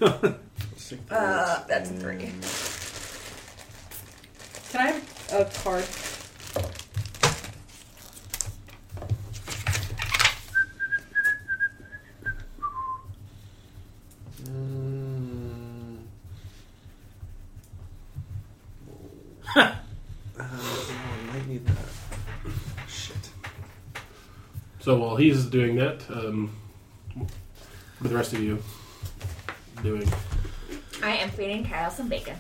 it.
Uh, that's a
<laughs>
three.
Can I have a card?
Mm. uh, I might need that. Shit.
So while he's doing that, um, what are the rest of you doing?
I am feeding Kyle some bacon.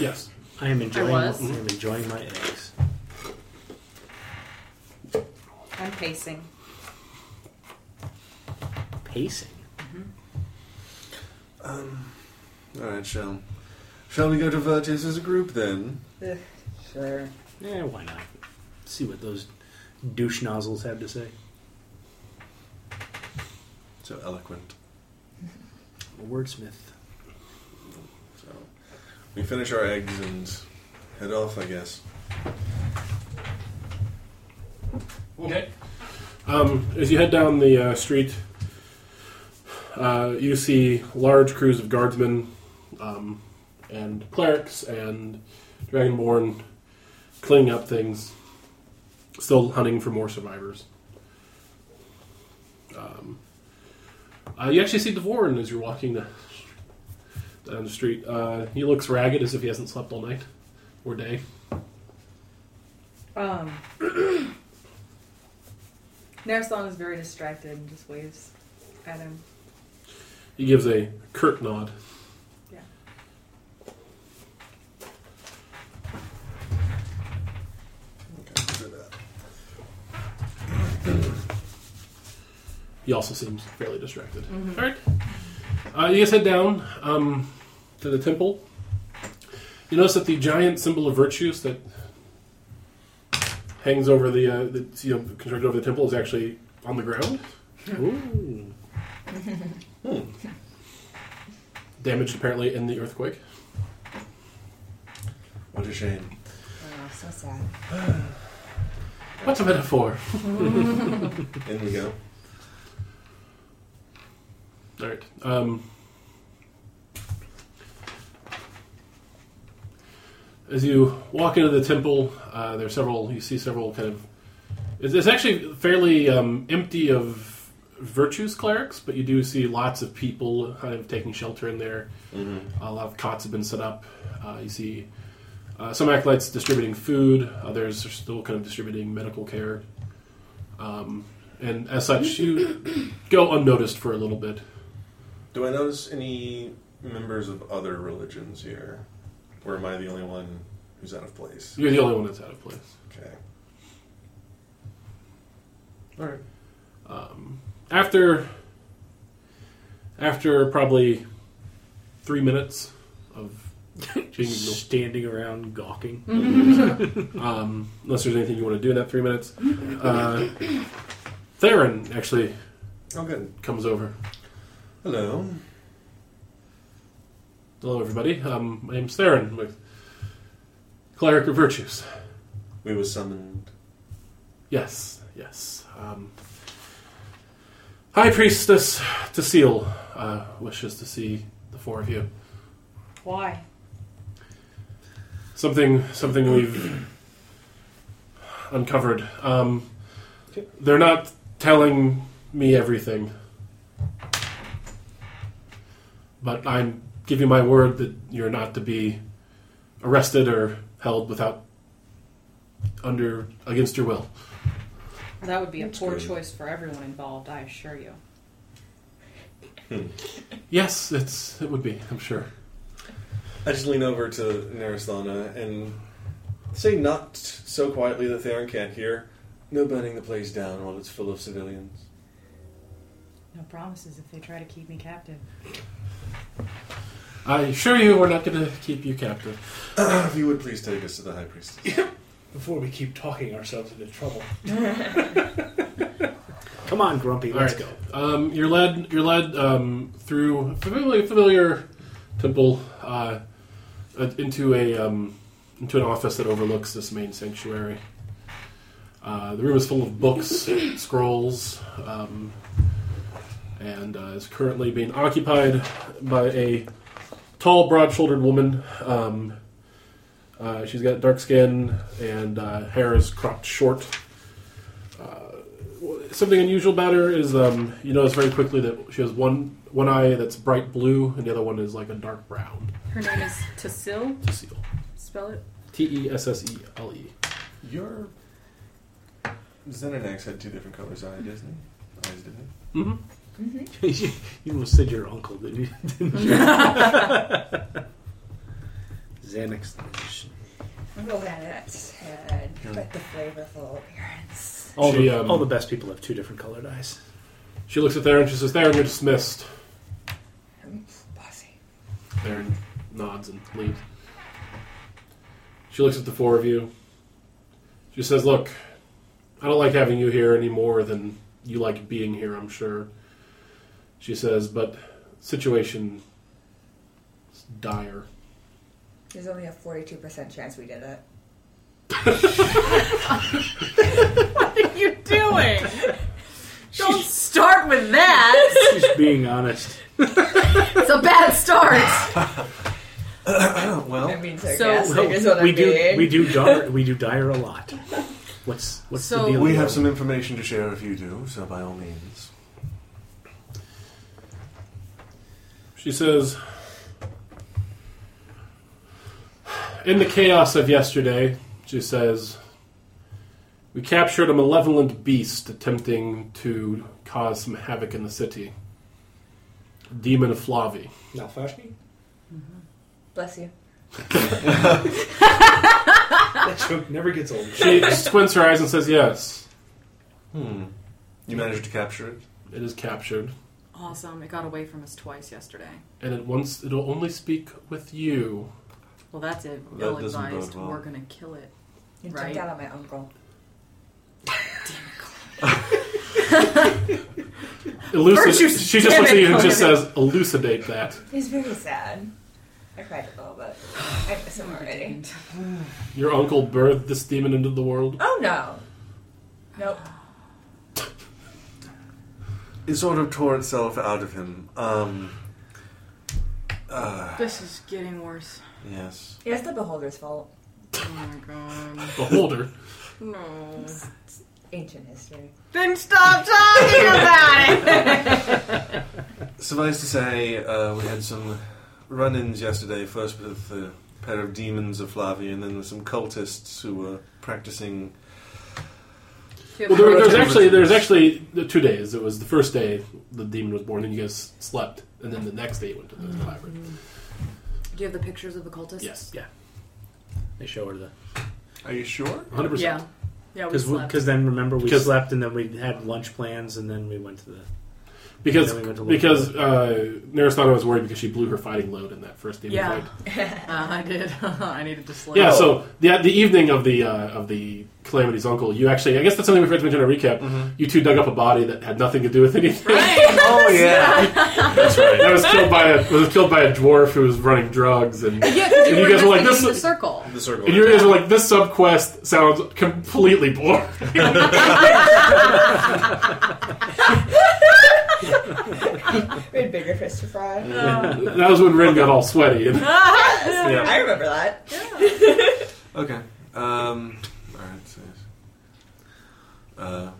Yes.
I am enjoying. I,
was.
am enjoying my eggs.
I'm pacing.
Pacing.
Alright, shall. Shall we go to Virtus as a group then?
Sure.
Yeah, Eh, why not? See what those douche nozzles have to say.
So eloquent.
I'm a wordsmith.
So we finish our eggs and head off, I guess.
Okay. Um, as you head down the uh, street, uh, you see large crews of guardsmen um, and clerics and dragonborn cleaning up things, still hunting for more survivors. Um, uh, you actually see Dvorin as you're walking the, down the street. Uh, he looks ragged as if he hasn't slept all night or day.
Um. <clears throat> Naraslan is very distracted and just waves at him.
He gives a curt nod.
Yeah.
Okay, we'll do that.
He also seems fairly distracted. All right. Uh, you guys head down um, to the temple. You notice that the giant symbol of virtues that hangs over the, uh, the you know, constructed over the temple is actually on the ground, Hmm.
Ooh.
damaged apparently in the earthquake.
What a shame.
Oh, so sad.
What's a metaphor?
In we go.
All right. Um, as you walk into the temple, uh, there are several. You see several kind of. It's, it's actually fairly um, empty of virtues clerics, but you do see lots of people kind of taking shelter in there. A lot of cots have been set up. Uh, you see uh, some acolytes distributing food. Others are still kind of distributing medical care. Um, and as such, you go unnoticed for a little bit.
Do I notice any members of other religions here? Or am I the only one who's out of place?
You're the only one that's out of place.
Okay.
Um, after after probably three minutes of being ignored,
Standing around gawking.
<laughs> um, unless there's anything you want to do in that three minutes, uh, Theron actually
Oh, good.
comes over.
Hello.
Hello, everybody. Um, my name's Theron with Cleric of Virtues.
We were summoned.
Yes, yes. Um, High Priestess Tassil uh, wishes to see the four of you.
Why?
Something, something we've uncovered. Um, they're not telling me everything, but I give you my word that you're not to be arrested or held without under against your will.
That would be a poor
good.
choice for everyone involved, I assure you.
Yes, it's it would be. I'm sure.
I just lean over to Narasthana and say, not so quietly that Theron can't hear, no burning the place down while it's full of civilians.
No promises if they try to keep me captive.
I assure you, we're not going to keep you captive.
if you would please take us to the High Priestess.
Before we keep talking ourselves into trouble.
<laughs> Come on, Grumpy,
All
let's
right.
go.
Um, you're led you're led um, through a familiar, familiar temple uh, uh, into a um, into an office that overlooks this main sanctuary. Uh, the room is full of books, <coughs> scrolls, um, and uh, is currently being occupied by a tall, broad-shouldered woman. Um, uh, she's got dark skin and uh, hair is cropped short something unusual about her is um, you notice very quickly that she has one one eye that's bright blue and the other one is like a dark brown
Her name is Tassil.
to seal.
Spell it.
T E S S E L E.
Your Xenonax had two different colors eyes, didn't he? Eyes, didn't he?
Mm-hmm.
<laughs> you almost said your uncle, didn't you? <laughs> Didn't
<laughs>
you? Xanax. the magician.
Look at it. Head. But the flavorful appearance.
All,
She,
the,
um,
all the best people have two different colored eyes.
She looks at Theron. She says, "Theron, you're dismissed."
Bossy.
Theron nods and leaves. She looks at the four of you. She says, Look, I don't like having you here any more than you like being here, I'm sure. She says, But situation is dire.
There's only a 42% chance we did it.
What are you doing? Don't start with that.
She's being honest.
It's a bad start.
I
<clears throat> well,
mean,
<laughs> So-
sarcastic
Well,
is what I'm
we do
being.
we do dire we do dire a
<laughs>
lot. What's what's
So-
the deal?
we
here? <laughs>
have some information to share if you do, so by all means.
She says, In the chaos of yesterday, she says, we captured a malevolent beast attempting to cause some havoc in the city. Demon of Flavi.
Now, Fashmi?
Bless you.
That joke never gets old. <laughs>
<laughs>
She squints her eyes and says, Yes,
Hmm. You managed to capture it?
it is captured.
Awesome. It got away from us twice yesterday.
And it wants it'll only speak with you.
Well, that's it.
That
Ill
doesn't bode
advised.
well.
We're gonna kill it.
You
Right.
jumped out on my uncle.
Elucidate.
Virtues,
She just
damn
looks at
it,
you and just
Conan.
says, Elucidate that.
He's very sad. I cried a little bit. I miss him already.
Your uncle birthed this demon into the world.
Oh no. Nope.
It sort of tore itself out of him. Um. uh,
This is getting worse.
Yes.
Yeah, it's the beholder's fault.
Oh my god.
Beholder.
No.
Ancient history.
Then stop talking <laughs> about it.
Suffice to say, uh, we had some run ins yesterday, first with a pair of demons of Flavi, and then with some cultists who were practicing.
Well, there, there's actually there's actually the two days. It was the first day the demon was born, and you guys slept, and then the next day you went to the library.
Mm. Do you have the pictures of the cultists?
Yes, yeah,
They show her the
Are you sure?
hundred
Yeah.
percent.
Yeah. We
because
slept.
because then remember we
Because-
slept and then we had lunch plans and then we went to the
Because
Yeah, we went to look.
because uh, Narasana was worried because she blew her fighting load in that first demon
Yeah.
fight.
Uh, I did. <laughs> I needed to slow.
Yeah. So the the evening of the uh, of the Calamity's uncle, you actually I guess that's something we forgot to mention in a recap.
Mm-hmm.
You two dug up a body that had nothing to do with anything.
Right.
<laughs> Oh <laughs> yeah, that's right.
<laughs> That was killed by a was killed by a dwarf who was running drugs and
Yeah, because
And
you,
you
were
guys were like,
investigating
this-
the circle.
The circle.
And you guys are like, this subquest sounds completely
<laughs>
boring.
We had bigger fish to fry.
<laughs> that was when Rin got all sweaty. <laughs> And
Yeah.
Oh. I remember that.
Okay. Um. All right. So, yes. uh,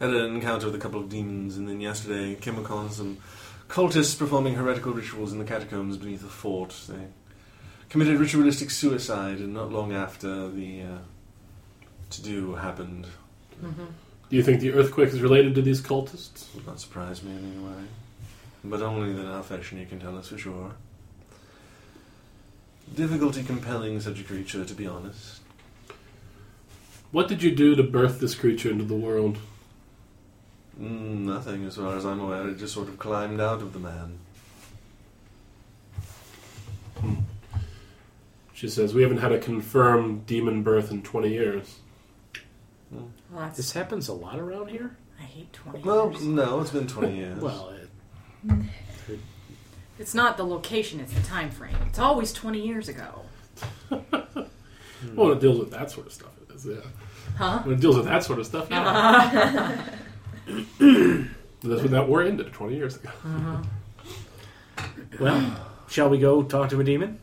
had an encounter with a couple of demons, and then yesterday came upon some cultists performing heretical rituals in the catacombs beneath the fort. They committed ritualistic suicide, and not long after the uh, to-do happened.
Mm-hmm.
Do you think the earthquake is related to these cultists?
Would not surprise me in any way, but only that our you can tell us for sure. Difficulty compelling such a creature, to be honest.
What did you do to birth this creature into the world?
Mm, nothing, as far as I'm aware. It just sort of climbed out of the man.
She says, We haven't had a confirmed demon birth in 20 years.
Well, that's-
This happens a lot around here.
I hate twenty.
Well,
years.
no, it's been 20 years.
Well, it,
It's not the location; it's the time frame. It's always twenty years ago.
Well, when it deals with that sort of stuff, it is, yeah.
Huh?
When it deals with that sort of stuff, yeah. That's when that war ended 20 years ago.
well, shall we go talk to a demon?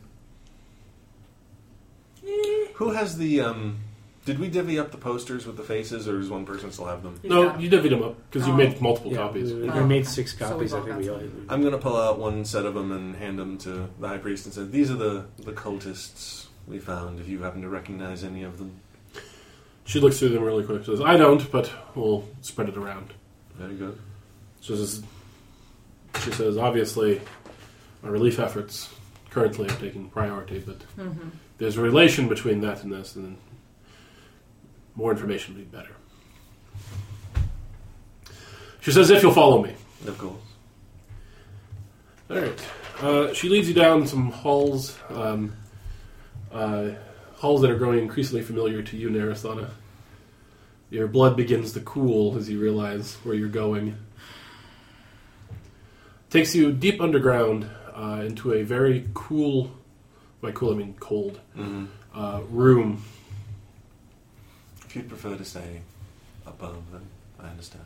Who has the, um... Did we divvy up the posters with the faces, or does one person still have them?
He's
no,
got-
you divvied them up because you
Oh.
made multiple
Yeah,
copies.
We, we
Oh,
made
okay.
six
So we've
copies.
all
I think
got
we all.
some.
I'm going to pull out one set of them and hand them to the high priest and say, These are the, the cultists we found, if you happen to recognize any of them.
She looks through them really quick. She says, I don't, but we'll spread it around.
Very good.
She says, she says, obviously, our relief efforts currently have taken priority, but there's a relation between that and this, and more information would be better. She says, if you'll follow me.
Of course.
All right. Uh, she leads you down some halls, um, uh, halls that are growing increasingly familiar to you, Narasana. Your blood begins to cool as you realize where you're going. Takes you deep underground uh, into a very cool, by cool I mean cold,
hmm
uh, room.
If you'd prefer to stay above them, I understand.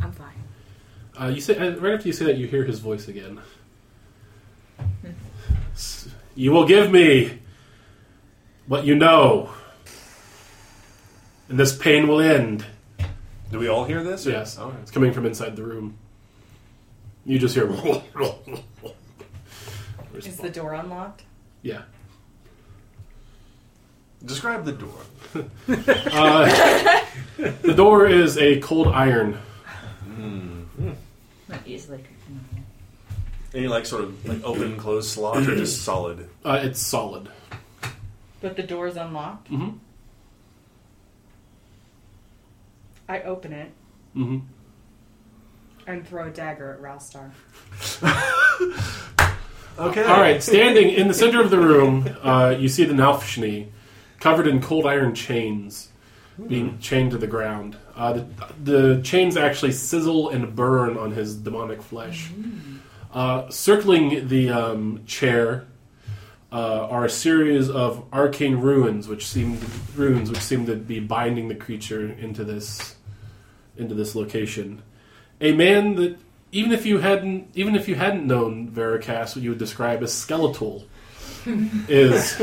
I'm fine.
Uh, you say uh, right after you say that, you hear his voice again. S- You will give me what you know, and this pain will end.
Do we all hear this? or-
Yes,
All right.
it's coming from inside the room. You just hear. <laughs>
Is the door unlocked?
yeah.
Describe the door.
Uh, <laughs> the door is a cold iron.
Not easily.
Any, like, sort of like open, closed slot, or just solid?
Uh, it's solid.
But the door is unlocked.
Mhm.
I open it
hmm
and throw a dagger at Ralstar.
Okay.
All right, standing in the center of the room, uh, you see the Nalfshni, covered in cold iron chains, being chained to the ground. Uh, the, the chains actually sizzle and burn on his demonic flesh. Uh, circling the um, chair uh, are a series of arcane runes, which seem runes which seem to be binding the creature into this into this location. A man that even if you hadn't even if you hadn't known Veracast, what you would describe as skeletal is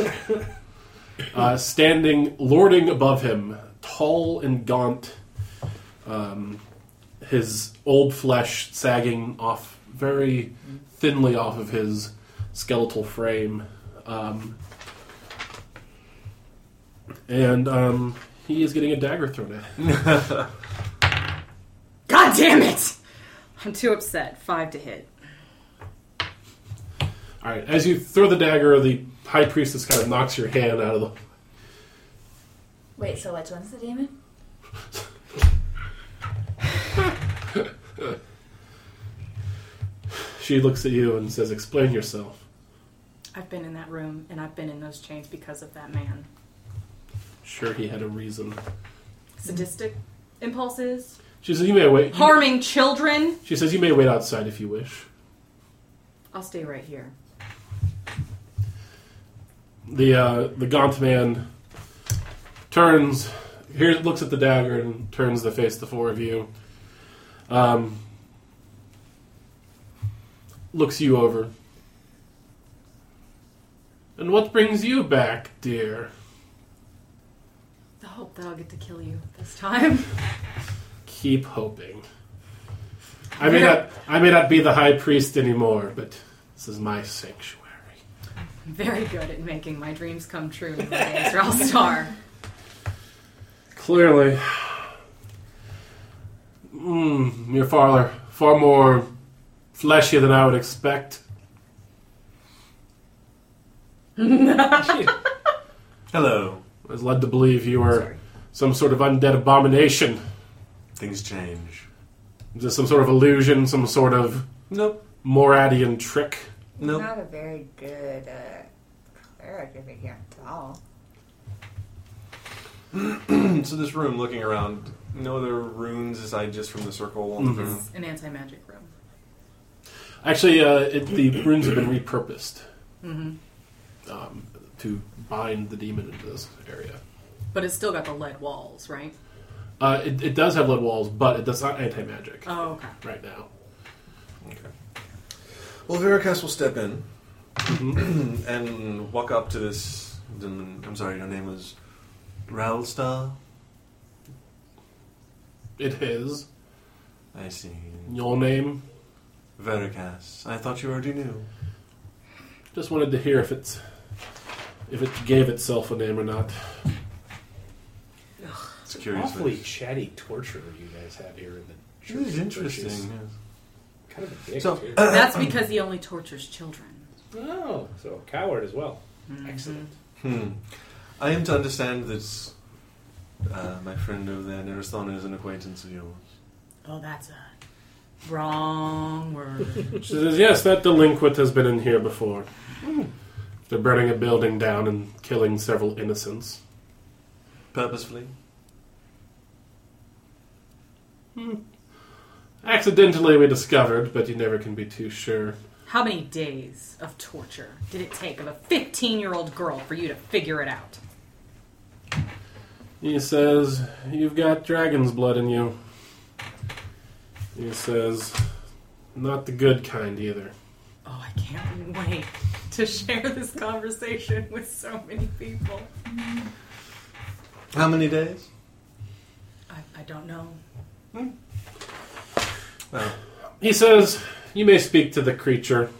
uh, standing lording above him, tall and gaunt, um, his old flesh sagging off very thinly off of his skeletal frame. Um, and um, he is getting a dagger thrown at him.
God damn it! I'm too upset. Five to hit.
All right. As you throw the dagger, the high priestess kind of knocks your hand out of the.
Wait, so which one's the demon?
She looks at you and says, "Explain yourself."
I've been in that room and I've been in those chains because of that man.
Sure, he had a reason.
Sadistic impulses,
She says, "You may wait."
harming children.
She says, "You may wait outside if you wish."
I'll stay right here.
The uh, the gaunt man turns, here looks at the dagger and turns to face the four of you. Um, looks you over. And what brings you back, dear?
The hope that I'll get to kill you this time. <laughs>
Keep hoping. I may not I may not be the high priest anymore, but this is my sanctuary.
I'm very good at making my dreams come true, my Azrael Star.
Clearly. Mm, you're far, far more fleshy than I would expect.
Hello.
I was led to believe you were some sort of undead abomination.
Things change.
Is this some sort of illusion, some sort of
Nope. <clears throat>
Moradian trick?
I'm
Nope.
not a very good uh, cleric if you can't tell.
so this room, looking around, no other runes aside just from the circle on the
Mhm.
room.
An anti magic room.
Actually, uh, it, the runes have been repurposed Mm-hmm.
hmm
um, to bind the demon into this area.
But it's still got the lead walls, right?
Uh, it, it does have lead walls, but it does not anti-magic <clears throat>
Oh, okay.
right now.
Well, Veracast will step in
Mhm.
Mm-hmm. <clears throat> and walk up to this. I'm sorry, your name was Ralstar?
It is.
I see.
Your name?
Veracast. I thought you already knew.
Just wanted to hear if it's if it gave itself a name or not.
It's a curious.
Awfully
face.
chatty torturer you guys have here in the church.
This is interesting.
which is
yes.
Kind of a dick,
So- uh,
too.
That's because he only tortures children.
oh, so a coward as well. Excellent.
Hmm. I am to understand that uh, my friend over there, Neristhon, is an acquaintance of yours.
Oh, that's a wrong word.
She says, "Yes, that delinquent has been in here before. They're burning a building down and killing several innocents.
Purposefully?
Accidentally, we discovered, but you never can be too sure.
<laughs> How many days of torture did it take of a 15 year old girl for you to figure it out?
He says, "You've got dragon's blood in you." He says, "Not the good kind either."
Oh, I can't wait to share this conversation with so many people.
How many days?
I, I don't know.
Well,
He says, "You may speak to the creature."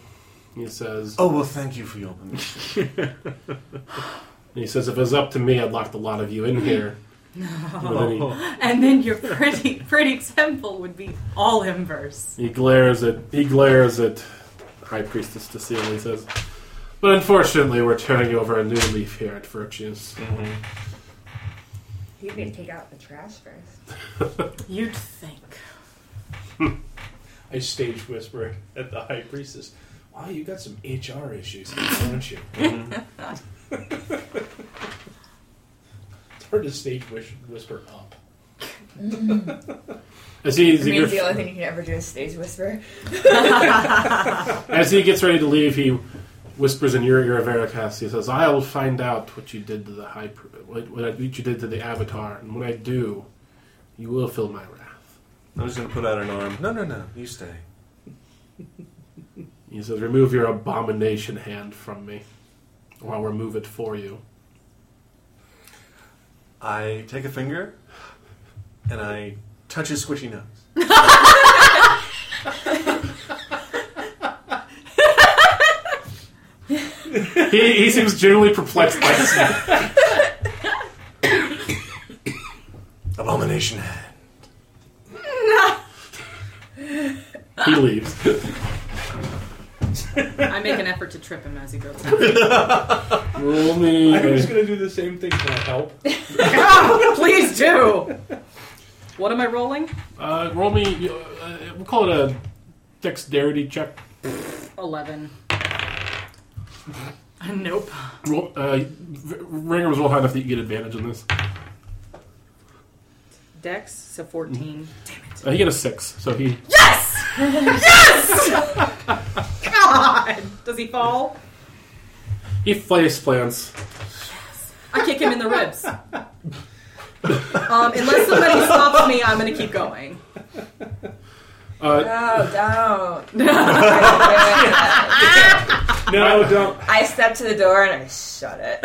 He says,
oh, well, thank you for your permission.
"He says if it was up to me, I'd locked a lot of you in here." With any-
<laughs> And then your pretty, pretty temple would be all inverse.
He glares at he glares at High Priestess Cecile and he says, But unfortunately we're turning over a new leaf here at Virtues.
You can take out the trash first.
You'd think.
I stage whispered <laughs> at the high priestess. Wow, you got some HR issues, <laughs> don't you? it's hard to stage whis- whisper up.
As he,
I
as, he
mean, the
gets,
only thing you can ever do is stage
<laughs>
whisper.
as he gets ready to leave, he whispers in your ear of Ericas, he says, I'll find out what you did to the high Pri- what, what you did to the Avatar, and when I do, you will feel my wrath.
I'm just going to put out an arm. No, no, no. You stay.
He says, Remove your abomination hand from me. Or I'll remove it for you.
I take a finger and I touch his squishy nose.
He, he seems genuinely perplexed by this.
Abomination hand.
He leaves.
I make an effort to trip him as he goes down.
Roll me.
I'm just gonna do the same thing for help.
<laughs> Please do! What am I rolling?
Uh, roll me. Uh, we'll call it a dexterity check.
Eleven. nope.
Roll, uh, v- Ringer was roll high enough that you get advantage on this. Uh,
Dex, so fourteen.
Uh, he got a six, so he
<laughs> God, does he fall?
he face plants.
I kick him in the ribs. Um, unless somebody stops me, I'm gonna keep going.
Uh,
No,
<laughs>
don't. I
<laughs> No, don't.
step to the door and I shut it.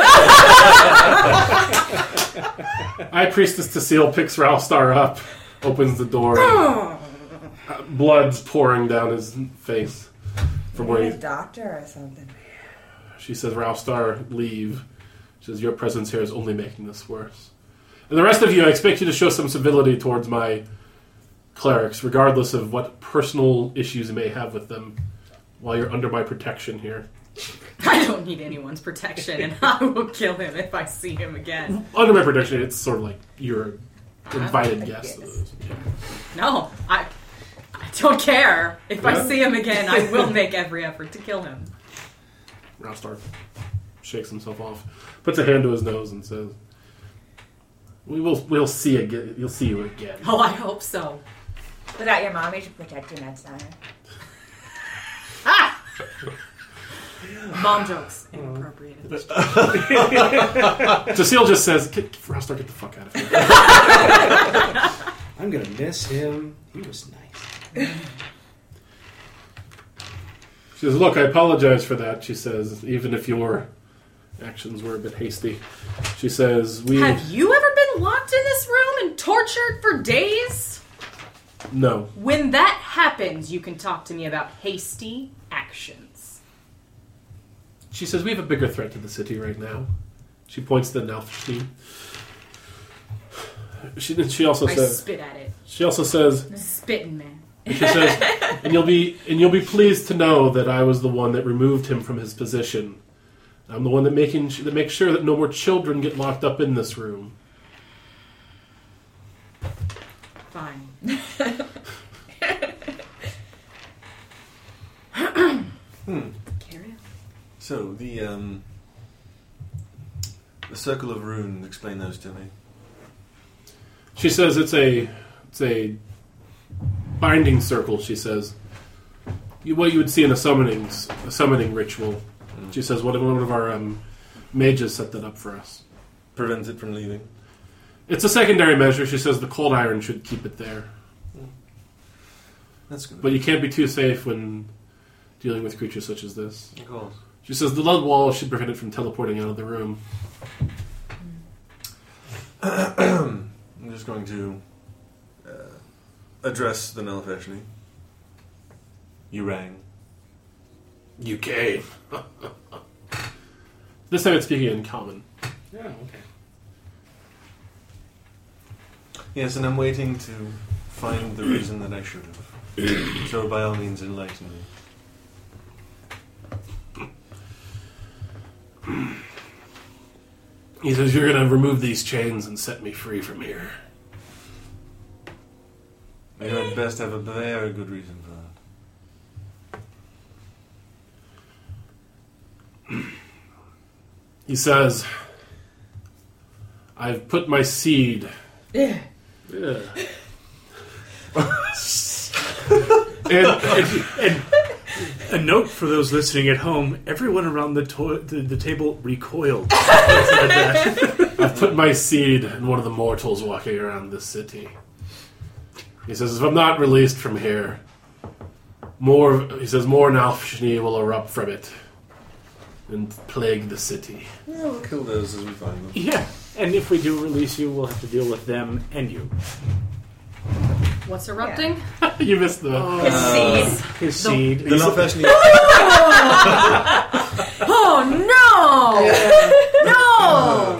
High Priestess Tassil picks Ralstar up, opens the door. and, uh, blood's pouring down his face from where
Need
he
a doctor or something.
She says, Ralph Star, leave. She says, Your presence here is only making this worse. And the rest of you, I expect you to show some civility towards my clerics, regardless of what personal issues you may have with them, while you're under my protection here.
I don't need anyone's protection, and I will kill him if I see him again.
Under my protection, it's sort of like you're an invited guest.
Yes.
No, I, I don't care. If I
Yeah.
see him again, I will make every effort to kill him.
Ralph Star shakes himself off, puts a hand to his nose, and says, "We will, we'll see again. You'll see you again."
Oh, I hope so.
Without your mommy to protect you next time.
Mom jokes inappropriate. at this time.
Cecile just says, get, "Ralph Star, get the fuck out of here."
I'm gonna miss him. He was nice.
She says, Look, I apologize for that, she says, even if your actions were a bit hasty. She says, We.
Have you ever been locked in this room and tortured for days?
No.
When that happens, you can talk to me about hasty actions.
She says, We have a bigger threat to the city right now. She points to the Nalfstein. She, then she also
I
says,
spit at it.
She also says,
Spitting man.
She says, and you'll be and you'll be pleased to know that I was the one that removed him from his position. I'm the one that making that makes sure that no more children get locked up in this room.
Fine. Carry on.
So the um, the circle of runes. Explain those to me.
She says it's a it's a binding circle. She says you, what you would see in a summoning a summoning ritual. She says one of, one of our um, mages set that up for us.
Prevents it from leaving.
It's a secondary measure. She says the cold iron should keep it there,
That's good.
but you can't be too safe when dealing with creatures such as this.
of course.
She says the lead wall should prevent it from teleporting out of the room.
I'm just going to uh, address the Nalfeshni. You rang.
You came. this time it's speaking in common.
Yeah, okay.
Yes, and I'm waiting to find the reason that I should have. <clears throat> so by all means, enlighten me.
He says you're going to remove these chains and set me free from here.
You at best have a very good reason for that.
He says, I've put my seed. Yeah. <laughs>
And, and, and a note for those listening at home: everyone around the, to- the, the table recoiled.
I've put my seed in one of the mortals walking around this city. He says, if I'm not released from here, more, he says, more Nalfshni will erupt from it and plague the city. <laughs>
Yeah, we'll kill those as we find them.
Yeah, and if we do release you, we'll have to deal with them and you.
What's erupting?
you missed the.
Uh,
Seeds.
His seed.
The Nalfeshni. <laughs>
<laughs> Oh no!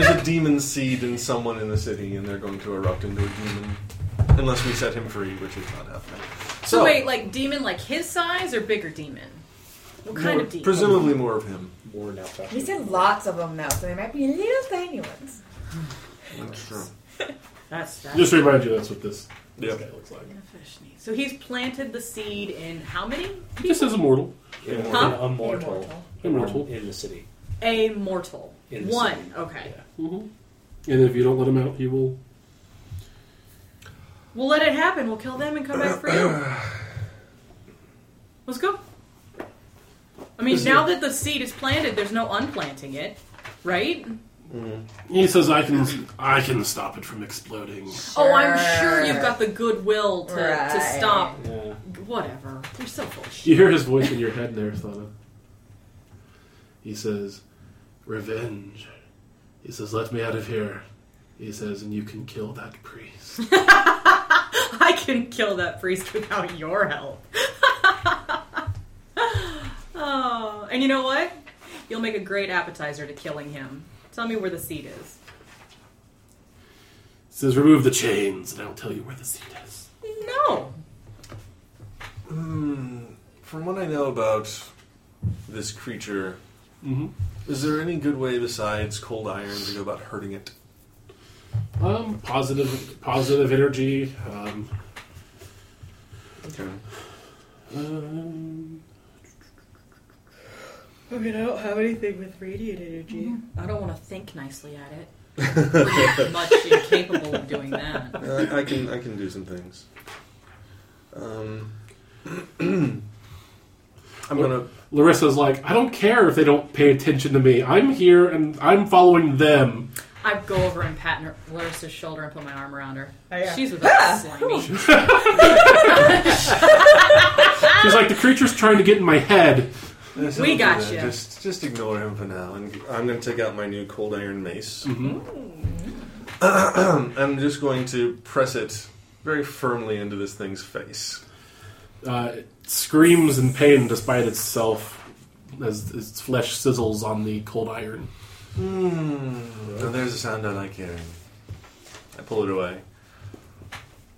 There's a demon seed in someone in the city, and they're going to erupt into a demon. Unless we set him free, which is not happening.
So, wait, like demon like his size or bigger demon? What kind
more-
of demon?
Presumably more of him.
More now.
He said lots of them though, so they might be little tiny ones.
That's true.
That's that's
Just to remind you, that's what this, this
Yep.
guy looks like.
the fish need. So he's planted the seed in how many?
He just is immortal.
Immortal.
Huh?
Immortal.
Immortal.
In the city.
A mortal.
In the
One.
city.
Okay.
Yeah.
hmm And if you don't let him out, he will.
We'll let it happen. We'll kill them and come back for
<clears throat>
you. Let's go. I mean,
Is
now that the seed is planted, there's no unplanting it, right?
He says, "I can, I can stop it from exploding."
Oh, I'm sure you've got the goodwill to, to
Right.
stop.
Yeah.
Whatever. You're so full of shit.
You hear his voice in your head there, Thana. He says, Revenge. He says, Let me out of here. He says, And you can kill that priest.
<laughs> I can kill that priest without your help. <laughs> oh, and you know what? You'll make a great appetizer to killing him. Tell me where the seed is.
He says, Remove the chains, and I'll tell you where the seed is.
No.
Hmm. From what I know about this creature, Mm-hmm.
hmm
is there any good way besides cold iron to go about hurting it?
Um, positive, positive energy. Um,
Okay.
um,
I mean, I don't have anything with radiant energy.
I don't want to think nicely at it. We're much incapable of doing that.
Uh, I, I can I can do some things. Um. <clears throat> I'm gonna.
Larissa's like, I don't care if they don't pay attention to me. I'm here and I'm following them.
I go over and pat her, Larissa's shoulder and put my arm around her.
Oh, yeah.
She's with
Ah.
us, slimy.
She's like, the creature's trying to get in my head.
We got you.
Just just ignore him for now, and Mm-hmm. I'm gonna take out my new cold iron mace.
Mhm.
<clears throat> I'm just going to press it very firmly into this thing's face.
Uh, it screams in pain despite itself as its flesh sizzles on the cold iron.
Mm. Now there's a sound I like hearing. I pull it away.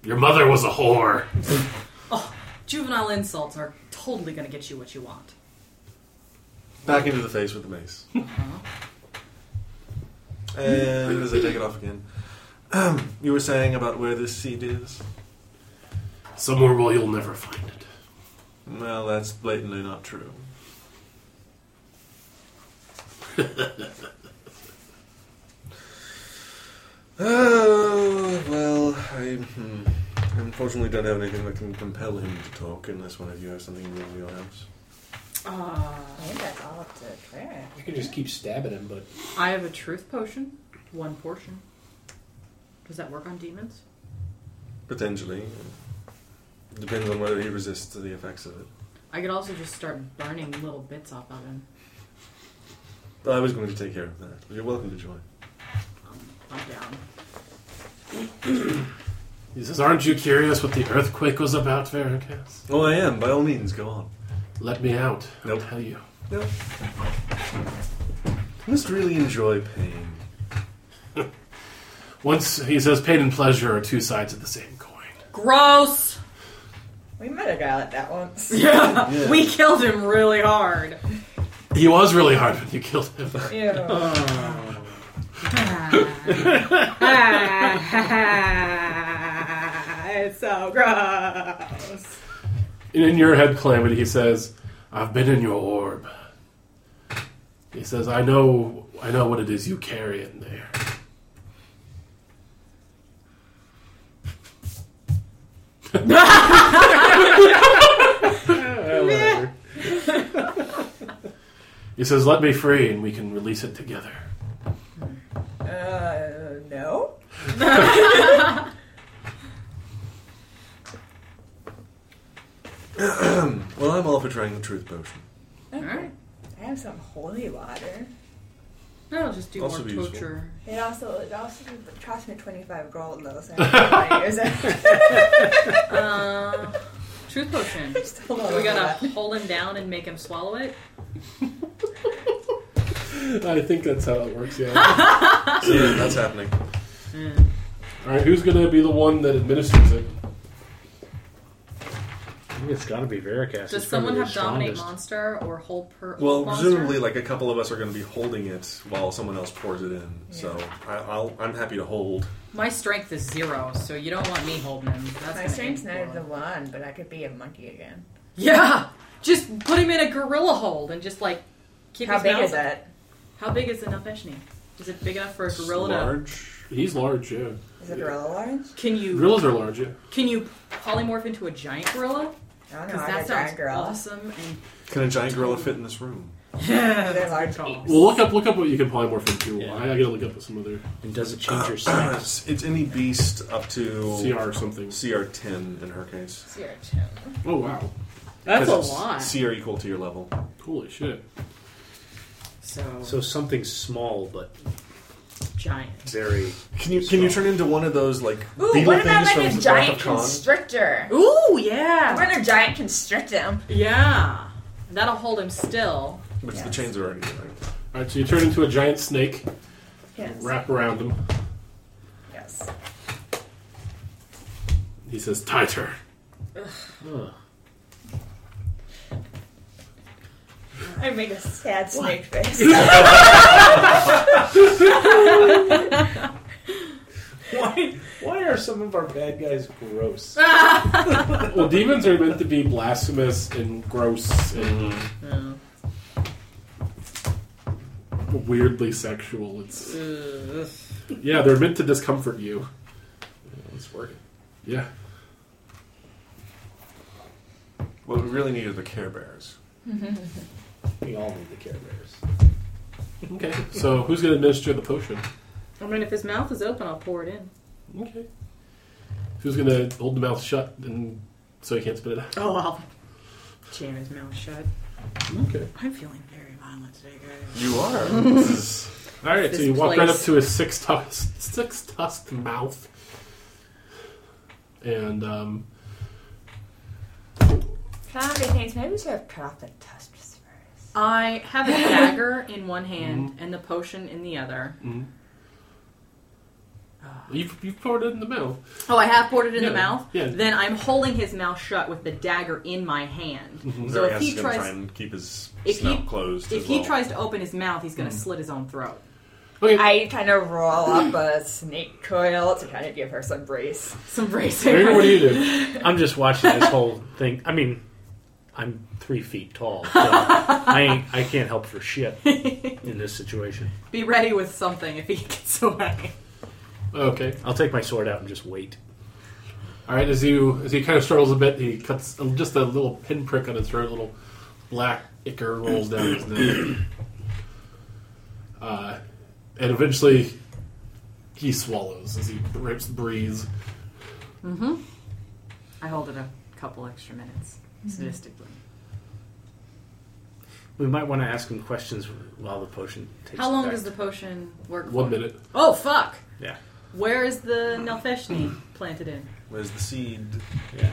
Your mother was a whore.
Juvenile insults are totally going to get you what you want.
Back into the face with the mace.
Uh-huh.
And as I take it off again, <clears throat> you were saying about where this seed is?
Somewhere where you'll never find it.
Well, that's blatantly not <laughs> true. Oh, well, I hmm, unfortunately don't have anything that can compel him to talk unless one of you has something new in your house.
Ah.
I think that's all up to Claire.
You can just keep stabbing him, but
I have a truth potion, one portion. Does that work on demons?
Potentially. Depends on whether he resists the effects of it.
I could also just start burning little bits off of him.
I was going to take care of that. You're welcome to join.
Um, I'm down.
He says, Aren't you curious what the earthquake was about, Veracast?
Oh, I am. By all means, go on.
Let me out. I'll
Nope.
tell you.
No. Must really enjoy pain.
Once he says pain and pleasure are two sides of the same coin.
Gross! <laughs>
We met a guy like
<laughs>
that once.
Yeah.
Yeah.
We killed him really hard.
He was really hard when you killed him.
Ew.
<laughs>
Uh,
it's so gross.
And in your head, Calamity, he says, I've been in your orb. He says, I know I know what it is you carry in there. He says, Let me free and we can release it together.
Uh, no.
Well, I'm all for trying the truth potion.
Alright.
I have some holy water.
I'll just do
Also be
more
useful.
torture.
It also it also cost me twenty five gold
<laughs>
though, so I have to use it. <laughs>
Uh, truth potion.
Still don't
So we
know
gotta hold him down and make him swallow it?
I think that's how it works, yeah.
So yeah, that's happening.
Alright, who's gonna be the one that administers it?
think it's got to be Veracast.
Does someone have dominate monster or hold per
Well,
hold monster?
presumably, like a couple of us are going to be holding it while someone else pours it in. So I, I'll, I'm happy to hold.
My strength is zero, so you don't want me holding him. That's
My
gonna
strength's not
end
the
poorly.
one, but I could be a monkey again.
Yeah, just put him in a gorilla hold and just like keep
How
his
big
mouth
is it?
How big is an Alpeshni? Is it big enough for a
It's
gorilla? To,
Large.
He's large, yeah.
Is it gorilla large?
can you
Gorillas are large, yeah.
can you polymorph into a giant gorilla?
I don't know.
Because
I
that
got giant
sounds
gorilla.
awesome. <laughs> And
Can a giant gorilla fit in this room?
yeah,
They're large
Well, look up look up what you can polymorph into.
Yeah.
I, I gotta look up some other
And does it change your size?
it's, it's any beast up to
CR or something.
CR 10 in her case.
Oh wow,
That's a
'Cause it's
lot.
CR equal to your level.
holy shit!
So,
So something small but
giant.
<laughs> very.
Can you can you turn into one of those like
Ooh,
beetle
what about
things
like
from
a
Wrath of
giant
Khan?
constrictor?
Ooh,
We're
yeah,
gonna giant constrict him.
yeah. That'll hold him still.
Which the
Yes.
chains are already doing.
All right, so you turn into a giant snake,
Yes.
wrap around him.
Yes.
He says, "Tighter."
I make a sad
<laughs>
snake face.
Why? Why are some of our bad guys gross?
<laughs>
Ah.
Well, demons are meant to be blasphemous and gross and
Oh.
Mm-hmm. weirdly sexual. It's
Ugh.
yeah, they're meant to discomfort you.
It's working.
Yeah.
What we really need are the Care Bears.
We all need the Care Bears.
Okay. So who's gonna administer the potion?
I mean, if his mouth is open, I'll pour it in.
Okay. Who's gonna hold the mouth shut and so he can't spit it out?
Oh, I'll jam his mouth shut.
Okay.
I'm feeling very violent today, guys.
You are.
<laughs>
this is
All right. so
This
you walk right
place.
up to his six tusked six tusked mouth, and um,
Probably things. Maybe we should have cut off the tusks first.
I have
<laughs>
a dagger in one hand
Mm-hmm.
and the potion in the other.
you've you've poured it in the mouth.
Oh, I have poured it in
Yeah,
the mouth.
yeah.
Then I'm holding his mouth shut with the dagger in my hand.
Mm-hmm.
So if
Zarias
he
is going to try
tries,
and keep his
if he-
snout closed.
if
as
he
well.
tries to open his mouth, he's going
Mm-hmm.
to slit his
<laughs>
own throat.
Okay.
I kind of roll up a snake coil to kind of give her some brace.
Some
Rainer,
bracing.
what do you
<laughs>
do?
I'm just watching this <laughs> whole thing. I mean, I'm three feet tall. So I ain't, I can't help for shit in this situation.
Be ready with something if he <laughs> gets away.
Okay.
I'll take my sword out and just wait.
All right. As you as he kind of struggles a bit, he cuts a- just a little pinprick on his throat. A little black ichor rolls down his neck, <coughs> uh, and eventually he swallows as he rips breathes.
I hold it a couple extra minutes, sadistically.
We might want to ask him questions while the potion takes
How long
effect.
does the potion work for?
One minute.
Oh, fuck!
Yeah.
Where is the
<clears throat>
Nelfeshni planted in?
Where's the seed?
Yeah.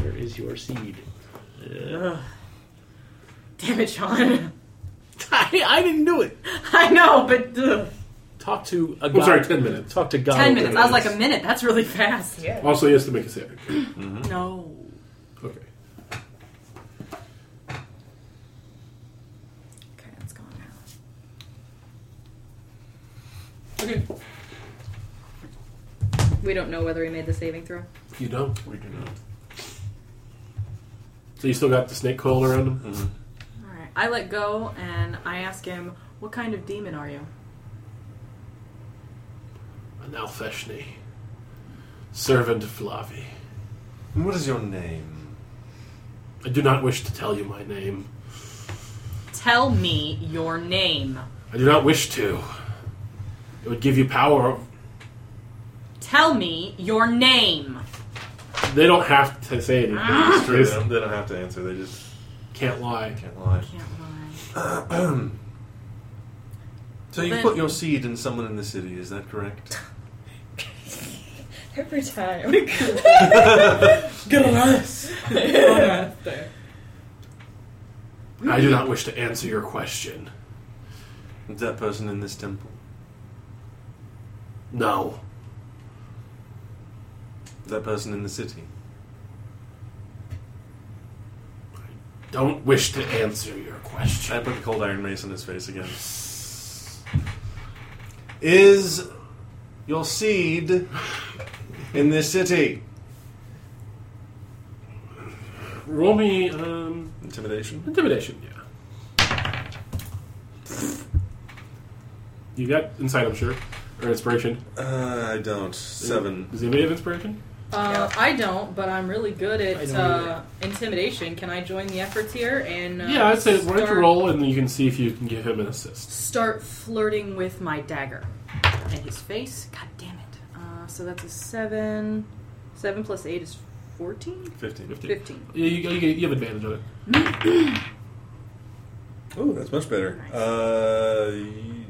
Where is your seed? Uh,
Damn it, Sean.
<laughs>
<laughs>
I, I didn't do it.
I know, but ugh.
Talk to a
I'm
god.
sorry. Ten minutes.
Talk to God.
ten
Oh,
over
minutes. I was like
this.
a minute. That's really fast.
Yeah.
Also, he has to make a saving. throw.
No.
<coughs> Okay.
Okay, it's gone now.
Okay.
We don't know whether he made the saving throw.
You don't.
We do not.
So you still got the snake coiled around him.
Mm-hmm.
All right. I let go and I ask him, "What kind of demon are you?"
An Alfeshni. Servant of Flavi.
And what is your name?
I do not wish to tell you my name.
Tell me your name.
I do not wish to. It would give you power.
Tell me your name.
They don't have to say anything.
It's true,
They
They don't, they don't have to answer. They just
can't lie.
can't lie.
Can't lie.
So you
Then-
put your seed in someone in the city, is that correct?
<laughs> Every <laughs> time.
Get on
<laughs>
us.
I do not wish to answer your question.
Is that person in this temple?
No.
Is that person in the city?
don't wish to answer your question.
I put the cold iron mace in his face again. Is your seed in this city?
Roll me um,
Intimidation.
intimidation. Yeah. You got insight, I'm sure, or inspiration.
Uh, I don't. Seven.
Does anybody have inspiration?
Uh, I don't, but I'm really good
I
at
don't
uh, intimidation. Can I join the efforts here and uh,
yeah, I'd say why don't you
start-
roll and then you can see if you can give him an assist.
start flirting with my dagger and his face. God damn it. Uh, so that's a 7. 7 plus 8 is 14?
Fifteen.
15.
Yeah, you, you, you have advantage on it. <laughs>
Oh, that's much better. Uh, you-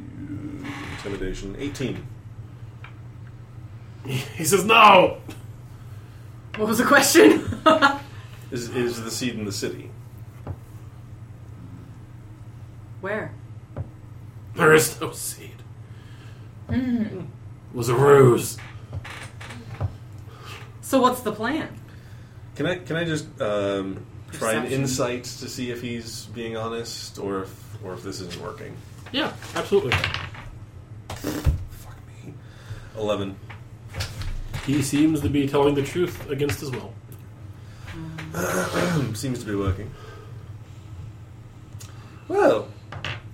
intimidation. Eighteen.
He says no.
What was the question?
Is is the seed in the city?
<laughs> Where?
There is no oh, seed. It was a ruse.
So what's the plan?
Can I can I just um, try an
Perception.
insight to see if he's being honest or if or if this isn't working?
Yeah, absolutely.
Fuck me. Eleven. <clears throat>
He seems to be telling the truth against his will.
Uh,
Seems to be working. Well,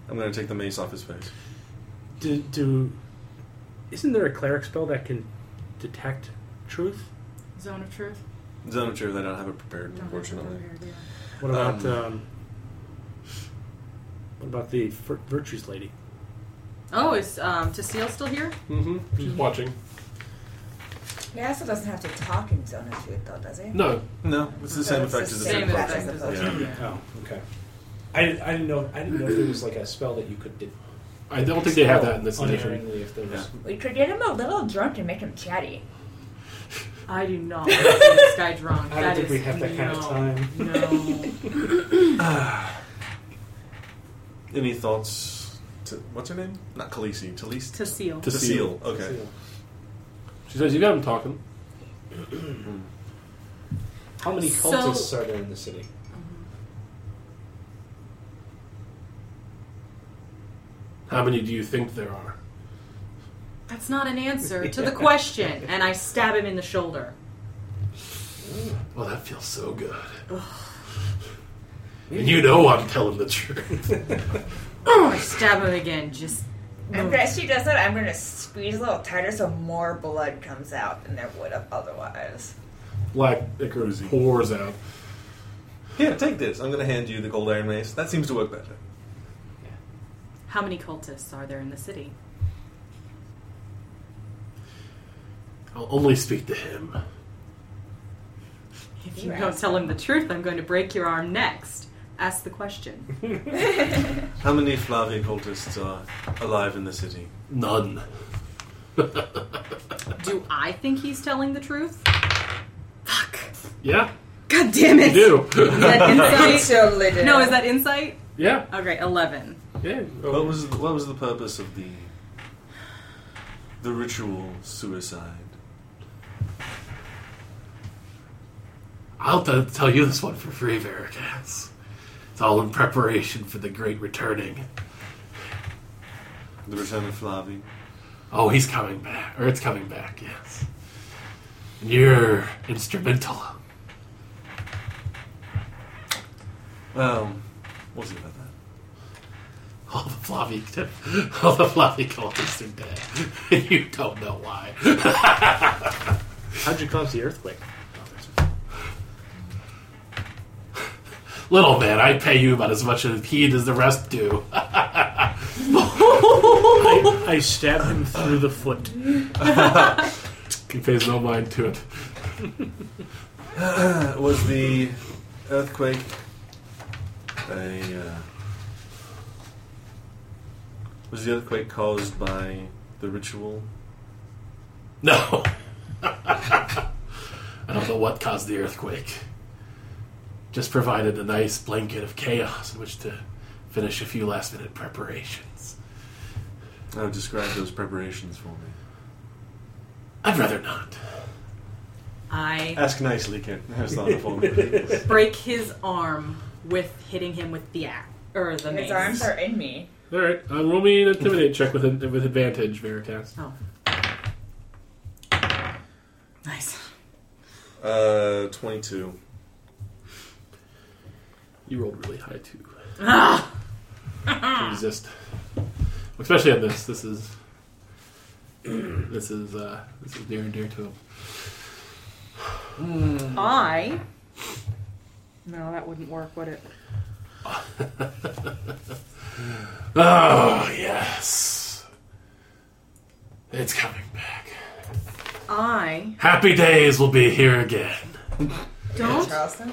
I'm going to take the mace off his face.
Do, do isn't there a cleric spell that can detect truth?
Zone of truth?
Zone of truth. I don't have it prepared,
Don't have-
unfortunately.
don't have idea.
What about
Um,
um, what about the vir- virtues lady?
Oh, is um, Tassil still here?
Mm-hmm. He's watching.
Yasa doesn't have to talk in Zone of Truth, though, does he?
No,
No, it's the
Okay,
same
it's the
effect as the
Same
same
effect
effect.
as the
Yeah.
first one.
Oh,
Okay. I, didn't- I didn't know. I didn't know if there was like a spell that you could. De-
I don't think they have that in this
Oh,
edition.
unerringly If there was.
Yeah.
We could get him a little drunk and make him chatty.
I do not want to see this guy drunk.
I don't
That
think
is-
we have that kind of
no,
time.
No.
Any thoughts? To, what's her name? Not Khaleesi. Talise.
Tassil.
To seal.
Tassil. Okay.
She says, You got him talking.
How many
So-
cultists are there in the city?
How many do you think there are?
That's not an
<laughs>
answer to the question. And I stab him in the shoulder.
Well, that feels so good. and you know I'm telling the truth.
Oh, I stab him again. Just.
And as she does that, I'm gonna squeeze a little tighter so more blood comes out than there would have otherwise.
<laughs>
<laughs>
Black ichor pours out.
Here, take this. I'm going to hand you the gold iron mace. That seems to work better.
How many cultists are there in the city?
I'll only speak to him.
If
You
you don't
ask.
tell him the truth, I'm going to break your arm next. Ask the question.
How many Flavia cultists are alive in the city?
None.
Do I think he's telling the truth? Fuck.
Yeah,
God damn
you
it.
do.
Is
<laughs>
<laughs>
that insight?
totally did.
no, is that insight?
yeah,
Okay, 11.
yeah.
What was what was the purpose of the the ritual suicide?
I'll t- tell you this one for free, Veracast. It's all in preparation for the great returning.
The return of Flavi.
Oh, he's coming back. Or it's coming back, yes. And you're instrumental.
Well, we'll see about that.
All the floppy, <laughs> all the floppy colonists are dead. And <laughs> you don't know why.
How'd you cause the earthquake?
Oh,
Little man, I pay you about as much as he does the rest do. <laughs>
I, I stabbed him through the foot.
He pays no mind to it.
Uh, was the earthquake a uh, was the earthquake caused by the ritual?
No. <laughs> I don't know what caused the earthquake. Just provided a nice blanket of chaos in which to finish a few last minute preparations.
Oh, describe those preparations for me.
I'd rather not.
I
<laughs> Ask nicely, Ken. That's not a form.
break his arm with hitting him with the axe or the mace.
His arms are in me.
All right, uh, roll me an intimidate check with an- with advantage, Veracast.
Nice.
<laughs> Uh, 22.
You rolled really high too.
Ah!
To resist, especially on this. This is this is uh, this is near and dear to him.
I. No, that wouldn't work, would it?
Oh yes, it's coming back.
I
Happy days will be here again.
don't.
Charleston?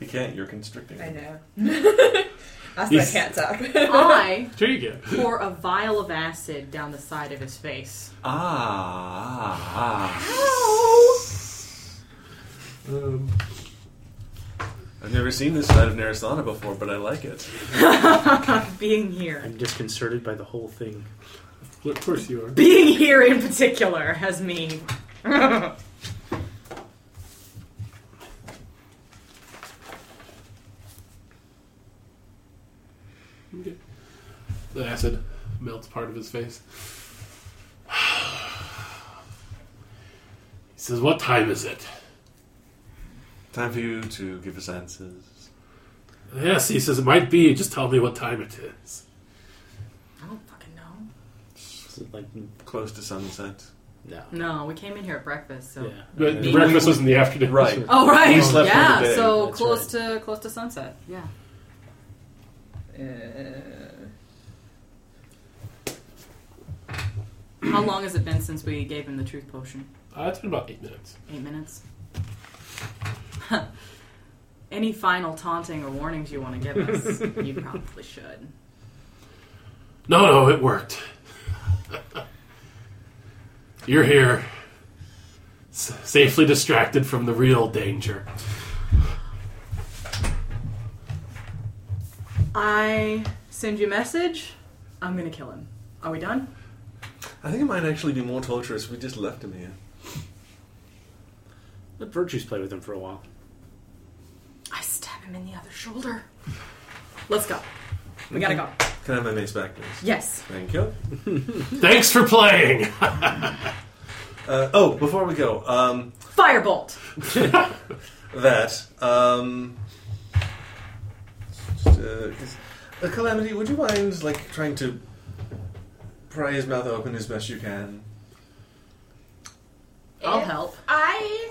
You can't, you're constricting.
I
him.
know. <laughs> That's
Yes.
why I can't talk.
<laughs> I
Here you go.
pour a vial of acid down the side of his face.
Ah, ah,
Um,
ah. I've never seen this side of Narasana before, but I like it.
Being here.
I'm disconcerted by the whole thing.
Of course you are.
Being here in particular has me. <laughs>
Okay. The acid melts part of his face. <sighs> He says, "What time is it?"
Time for you to give us answers.
Yes, he says, "It might be. Just tell me what time it is."
I don't fucking know.
Is it like
Close to sunset.
no?
No, we came in here at breakfast, so.
Yeah.
But the breakfast was in the afternoon,
Right.
<laughs> Oh right,
We slept through
yeah.
the day,
So
that's
close to close to sunset. Yeah. Uh, How long has it been since we gave him the truth potion?
Uh, it's been about eight minutes.
Eight minutes. <laughs> Any final taunting or warnings you want to give <laughs> us? you probably should.
No, no, it worked. <laughs> You're here, s- safely distracted from the real danger.
I send you a message. I'm gonna kill him. Are we done?
I think it might actually be more torturous if we just left him here.
Let virtues play with him for a while.
I stab him in the other shoulder. Let's go. We gotta go.
Can I have my mace back, please?
Yes.
Thank you.
Thanks for playing. <laughs>
Uh, oh, before we go, um,
Firebolt.
that, um, just, uh, is- uh, Calamity, would you mind, like, trying to pry his mouth open as best you can?
I'll
If
help
<laughs> I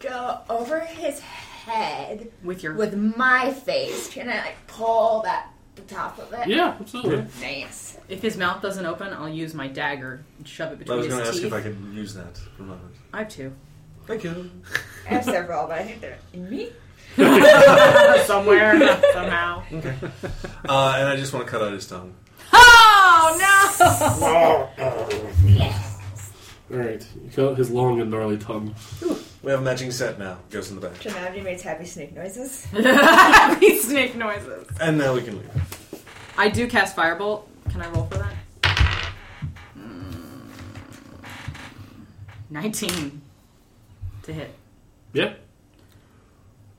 go over his head
with your
with my face. Can I like pull that the top of it?
yeah, absolutely.
Nice.
If his mouth doesn't open, I'll use my dagger and shove it
I
between
was going to
his
ask
teeth.
if I could use that for a moment.
I have two.
Thank you.
I have several, but I think they're in
<laughs>
me.
Somewhere, somehow.
<laughs> Uh, and I just want to cut out his tongue.
Oh no!
All right, you cut his long and gnarly tongue.
We have a matching set now. Goes in the back.
Calamity makes happy snake noises.
<laughs> Happy snake noises.
And now we can leave.
I do cast firebolt. Can I roll for that? Mm, Nineteen to hit.
Yeah.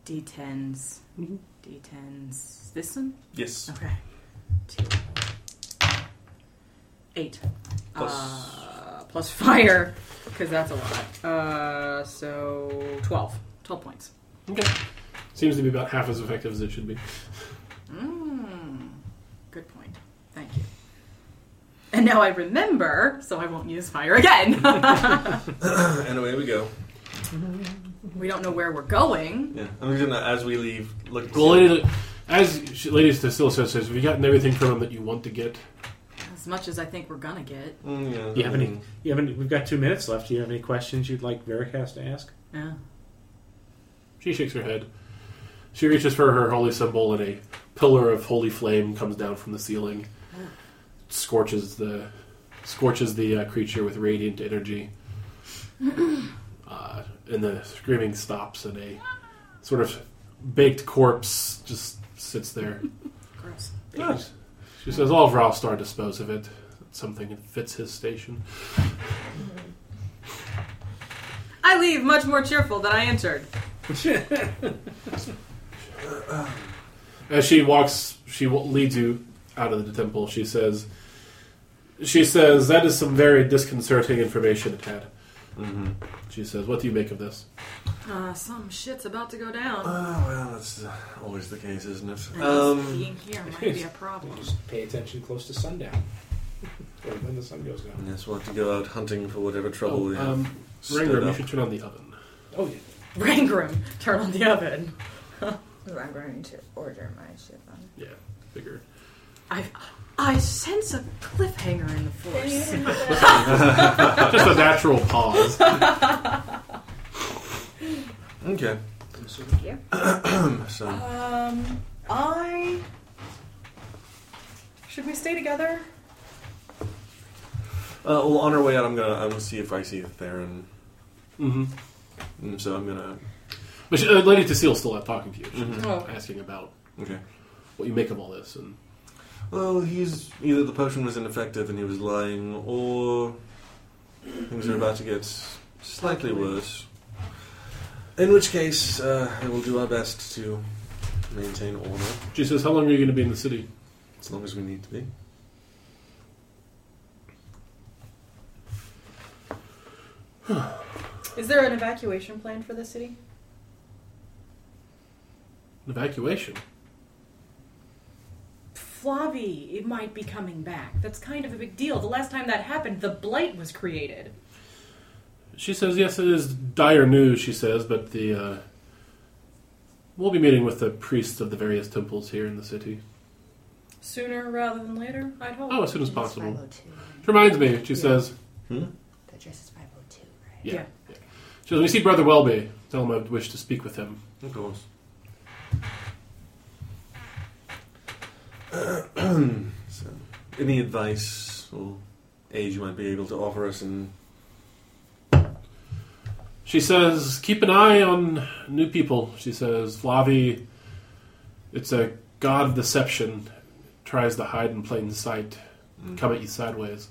D10s. D10s. This one.
Yes.
Okay. Two. Eight.
Plus-
Uh, plus fire, because that's a lot. Uh, so 12. 12 points.
Okay. Seems to be about half as effective as it should be.
Mm, good point. Thank you. And now I remember, so I won't use fire again.
<coughs>
<laughs>
And away we go.
we don't know where we're going.
Yeah. I'm just gonna, as we leave, look.
Well, lady, as she, ladies to still says, have you gotten everything from him that you want to get?
As much as I think we're gonna get.
Mm, yeah.
You have any? You have any? We've got two minutes left. Do you have any questions you'd like Veracast to ask?
Yeah.
She shakes her head. She reaches for her holy symbol, and a pillar of holy flame comes down from the ceiling, scorches the scorches the uh, creature with radiant energy, <clears throat> uh, and the screaming stops, and a sort of baked corpse just sits there.
Gross.
Nice.
She says, "All of Ralstar dispose of it. It's something that fits his station."
I leave much more cheerful than I entered.
As she walks, she w- leads you out of the temple. She says, "She says that is some very disconcerting information, Tad."
Mm-hmm.
She says, "What do you make of this?"
Uh, some shit's about to go
Oh,
down.
well, that's uh, always the case, isn't it?
and us
Um,
being here might be a problem.
Just pay attention close to sundown. Or when the sun goes down.
yes, we'll have to go out hunting for whatever trouble we
oh,
have.
um,
stood
Rangram, you
up.
should turn on the oven.
Oh yeah.
Rangram, turn on the oven.
I'm going to order my shit
<laughs>
on.
Yeah, bigger.
I I sense a cliffhanger in the force.
Just a natural pause.
Okay.
you.
so, uh,
um, I should we stay together?
Uh, well, on our way out, I'm gonna I'm gonna see if I see Theron.
hmm
Mm, So I'm gonna
But she, uh, Lady Tassil's still out talking to you, She's
Mm-hmm.
Mhm.
Oh.
asking about
okay.
what you make of all this. And
Well, he's either the potion was ineffective and he was lying, or things are about to get slightly worse. In which case, uh, I will do our best to maintain order
she says, "How long are you going to be in the city?"
as long as we need to be.
Is there an evacuation plan for the city?
An evacuation.
Flavi, it might be coming back. That's kind of a big deal. The last time that happened, the blight was created.
She says, "Yes, it is dire news." She says, "But the uh, we'll be meeting with the priests of the various temples here in the city.
Sooner rather than later, I'd hope.
Oh, as soon as
It's
possible."
502.
She reminds me. She
Yeah.
says,
The address is 502, right?
yeah,
Yeah.
yeah. She says, "We see Brother Welby. Tell him I wish to speak with him."
Of course. <clears throat> so, any advice or aid you might be able to offer us in
She says, "Keep an eye on new people." She says, "Flavi, it's a god of deception. Tries to hide in plain sight. Come at you sideways."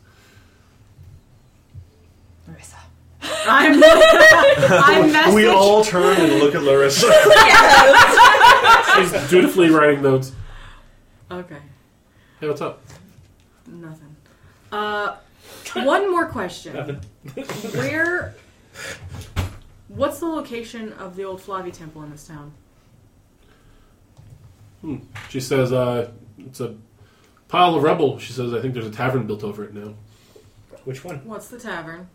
Marissa.
I'm, I'm
<laughs>
messaging.
We all turn and look at Larissa.
She's dutifully writing notes.
Okay,
Hey, what's up?
nothing. Uh, one more question.
Nothing.
Where? What's the location of the old Flavi temple in this town?
She says, uh, it's a pile of rubble. She says, I think there's a tavern built over it now.
Which one?
What's the tavern?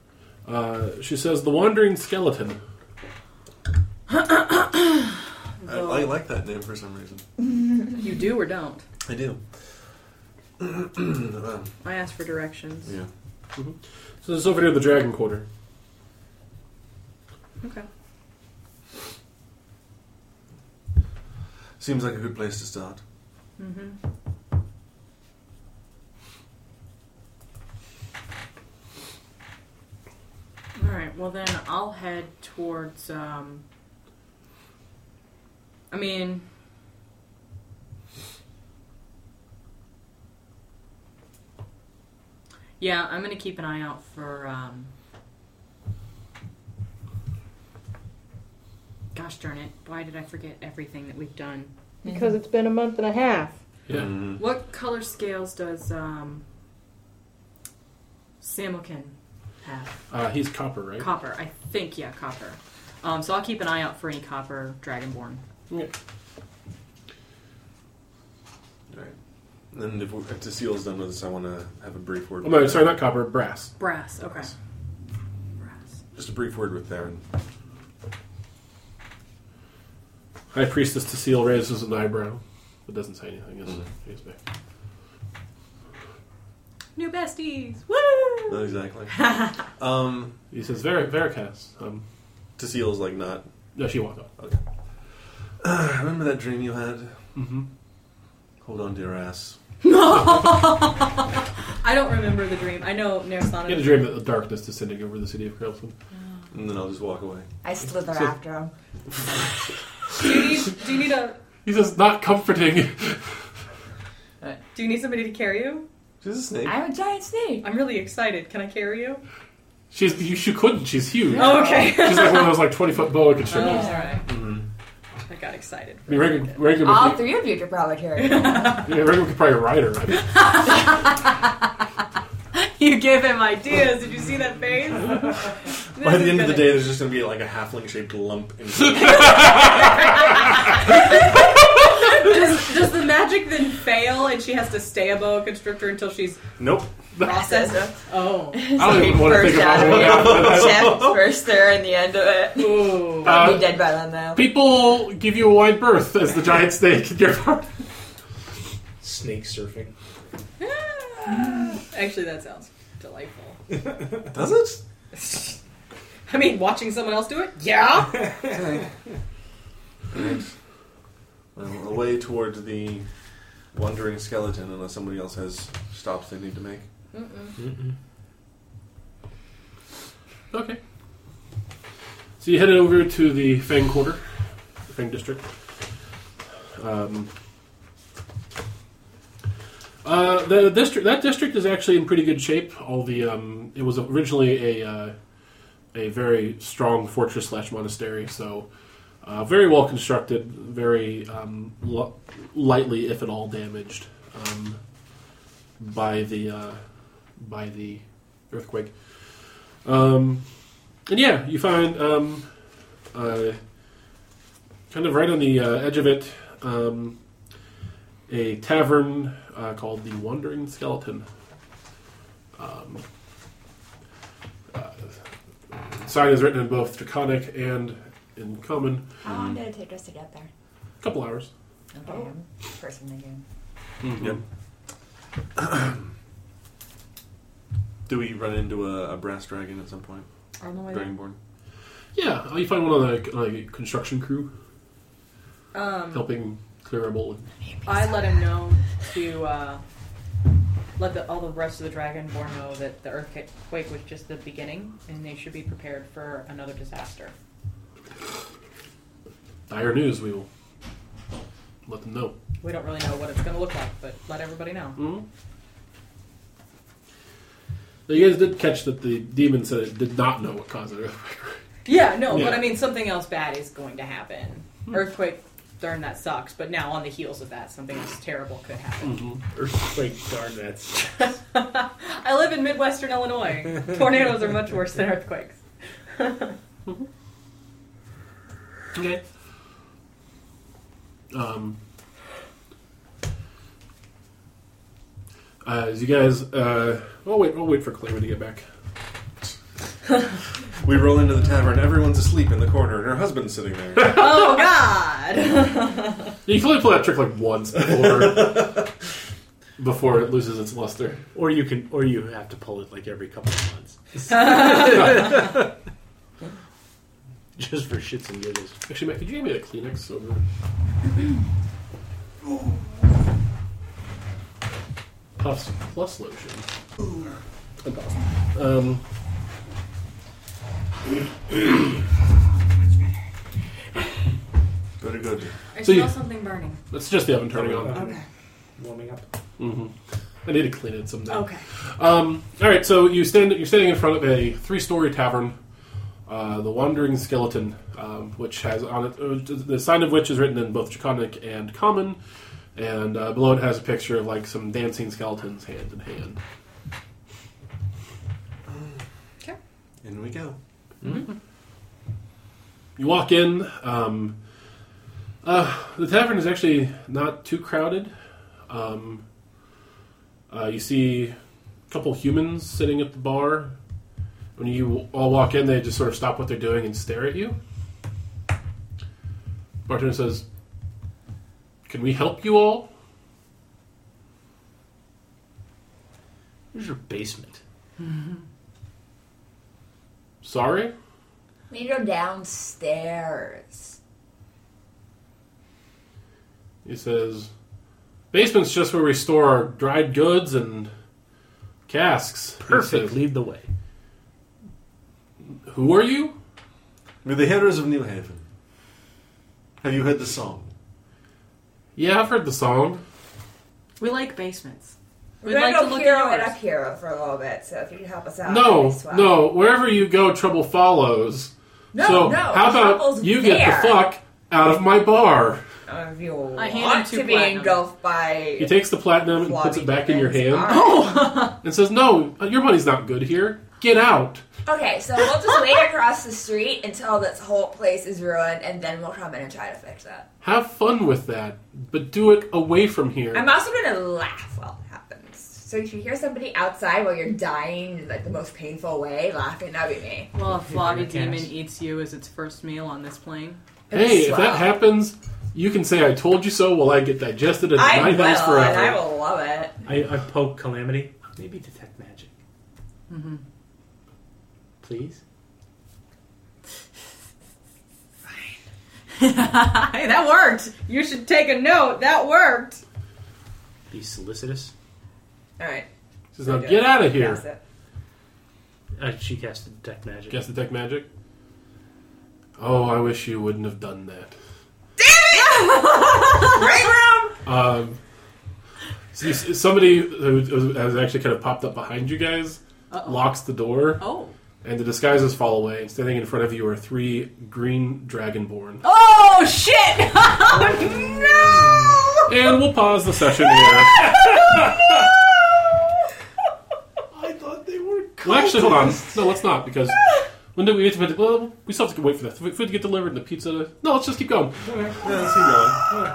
Uh, she says, the wandering skeleton.
I, I like that name for some reason.
You do or don't?
I do. Well,
I asked for directions.
yeah.
So it's over near the dragon quarter.
Okay.
Seems like a good place to start.
Mm-hmm. All right. Well, then I'll head towards. Um, I mean, yeah, I'm gonna keep an eye out for. Um, gosh darn it! Why did I forget everything that we've done? Because it's been a month and a half.
Yeah.
Mhm.
What color scales does um, Samuelkin have?
Uh, he's copper, right?
Copper, I think. Yeah, copper. Um, so I'll keep an eye out for any copper dragonborn.
Yeah.
Alright. And if, we, if the seal's done with this, I want to have a brief word.
Oh, no,
with
sorry,
Theron.
not copper, brass.
Brass. Okay. Brass.
Just a brief word with <laughs> Theron.
High Priestess Tassil raises an eyebrow, but doesn't say anything. Is it? Excuse me.
New besties. Woo! <laughs>
Not Oh, exactly. <laughs> um,
He says, Ver- Veracast. Um,
the seal's like not. <sighs>
no, she walked off.
remember that dream you had?
Mm-hmm.
Hold on to your ass.
I don't remember the dream. I know
He had a
Narasana.
dream that the darkness descending over the city of Carlson.
And then I'll just walk away.
I slither
So-
after him.
Do you need? Do you need a?
He says, not comforting. <laughs>
Do you need somebody to carry you?
She's a snake.
I'm a giant snake.
I'm really excited. Can I carry you?
She's, you, she couldn't. She's huge.
Okay. Uh,
She's like one of those like 20 foot boa constrictors.
all right.
Mhm.
Oh. I got excited.
Mm-hmm. I mean, regular, regular,
All
could-
three of you could probably carry it.
<laughs> yeah, regular could probably ride her. I mean,
<laughs> you give him ideas. Did you see that <laughs> face?
By the end of the
<laughs>
day, there's just going to be like a halfling shaped lump. <laughs> In
does, does the magic then fail and she has to stay a boa constrictor until she's
nope.
processed? oh.
I don't even want to
First
think
out
about
of
what
it.
happened.
<laughs>
<laughs>
Chap's first there in the end of it.
<laughs> Ooh. Ah.
I'll
Uh,
be dead by then, though.
People give you a wide berth as the giant snake. <laughs> in your park.
Snake surfing.
Actually, that sounds delightful.
Does it?
I mean, watching someone else do it? <laughs> Yeah.
Well, away towards the wandering skeleton, unless somebody else has stops they need to make.
Okay. So you headed over to the Fang Quarter, the Fang District. Um, uh, the district that district is actually in pretty good shape. All the um, it was originally a uh, a very strong fortress slash monastery, so uh, very well constructed, very um, lo- lightly, if at all, damaged um, by the uh, by the earthquake. Um, and yeah, you find um, uh, kind of right on the uh, edge of it um, a tavern uh, called the Wandering Skeleton. Um, uh, sign is written in both Draconic and in Common.
How long did it take us to get there?
A couple hours.
Okay, I'm first in the game.
Yep. Do we run into a, a brass dragon at some point?
On the way there.
Dragonborn.
Yeah, uh, you find one on the like, construction crew
Um,
helping clear a bowl.
I let him know to uh, let the, all the rest of the Dragonborn know that the earthquake was just the beginning and they should be prepared for another disaster.
Dire news, we will let them know.
We don't really know what it's going to look like, but let everybody know.
hmm You guys did catch that the demon said it did not know what caused it.
Yeah, no, but
Yeah.
I mean, something else bad is going to happen.
Hmm.
Earthquake, darn, that sucks. But now, on the heels of that, something else terrible could
Hmm.
happen.
Earthquake, darn that.
<laughs> I live in
<laughs>
Midwestern Illinois. Tornadoes are much worse than earthquakes.
<laughs>
okay. Um, uh, as you guys, uh, we'll wait. We'll wait for Clara to get back.
We roll into the tavern. Everyone's asleep in the corner, and her husband's sitting there.
oh, God!
You can only play that trick like once before before it loses its luster.
Or you can, or you have to pull it like every couple of
<laughs>
months, just for shits and giggles.
Actually, Matt, could you give me a Kleenex over? Puffs plus lotion. And Puffs. Um,
Better go. Jim.
I
<laughs> So you- smell
something burning.
that's just the oven turning on.
Okay. Warming up.
hmm I need to clean it someday.
Okay.
Um, all right, so you stand. You're standing in front of a three-story tavern, uh, the Wandering Skeleton, um, which has on it uh, the sign of which is written in both Draconic and Common, and uh, below it has a picture of like some dancing skeletons hand in hand.
In we go.
You walk in. Um, uh, the tavern is actually not too crowded. Um, uh, you see a couple humans sitting at the bar. When you all walk in, they just sort of stop what they're doing and stare at you. Bartender says, "Can we help you all?"
Where's your basement?
Sorry.
We need to go downstairs.
He says, "Basement's just where we store our dried goods and casks." He
Perfect.
says,
Lead the way.
Who are you?
We're the heroes of New Haven. Have you heard the song?
Yeah, I've heard the song.
We like basements.
We're
We'd
gonna
like
go
to look at
hero and
yours.
up hero for a little bit, so if you could help us out. that'd
No,
be swell.
no. Wherever you go, trouble follows.
No,
so
no,
how about
trouble's
you get the
there.
fuck out of my bar.
Uh, if you want
I hand him two
to be
platinum.
engulfed by
He takes the platinum and puts
Floppy
it back in your hand
diamonds. All
<laughs> and says, "No, uh, your money's not good here. Get out."
Okay, so we'll just wait across the street until this whole place is ruined, and then we'll come in and try to fix that.
Have fun with that, but do it away from here.
I'm also gonna laugh while it happens. So if you hear somebody outside while you're dying in like the most painful way, laughing, that'd be me.
<laughs>
Well, a flabby demon
cast.
eats you as its first meal on this
<laughs>
plane.
hey, if
Slap.
that happens, you can say I told you so while I get digested and
I
my
will,
house
and I
forever.
will love it.
I, I poke Calamity. Maybe detect magic. Mm-hmm. Please?
Hey, that worked. You should take a note. That worked.
Be solicitous.
All right,
She says, "Now
Okay.
get out of
that's
here."
it.
Uh, she cast detect magic.
Guess the tech magic. Oh, I wish you wouldn't have done that.
<laughs>
Right room.
Um, so you- somebody who who has actually kind of popped up behind you guys
Uh-oh.
locks the door,
Oh.
and the disguises fall away. And standing in front of you are three green dragonborn.
Oh
<laughs>
shit!
Oh,
no!
And we'll pause the session here.
I thought they were
Well, actually, hold on. No, let's not because when do we get to? Well, we still have to wait for the food to get delivered and the pizza. To, no, let's just keep going.
Yeah, let's keep going.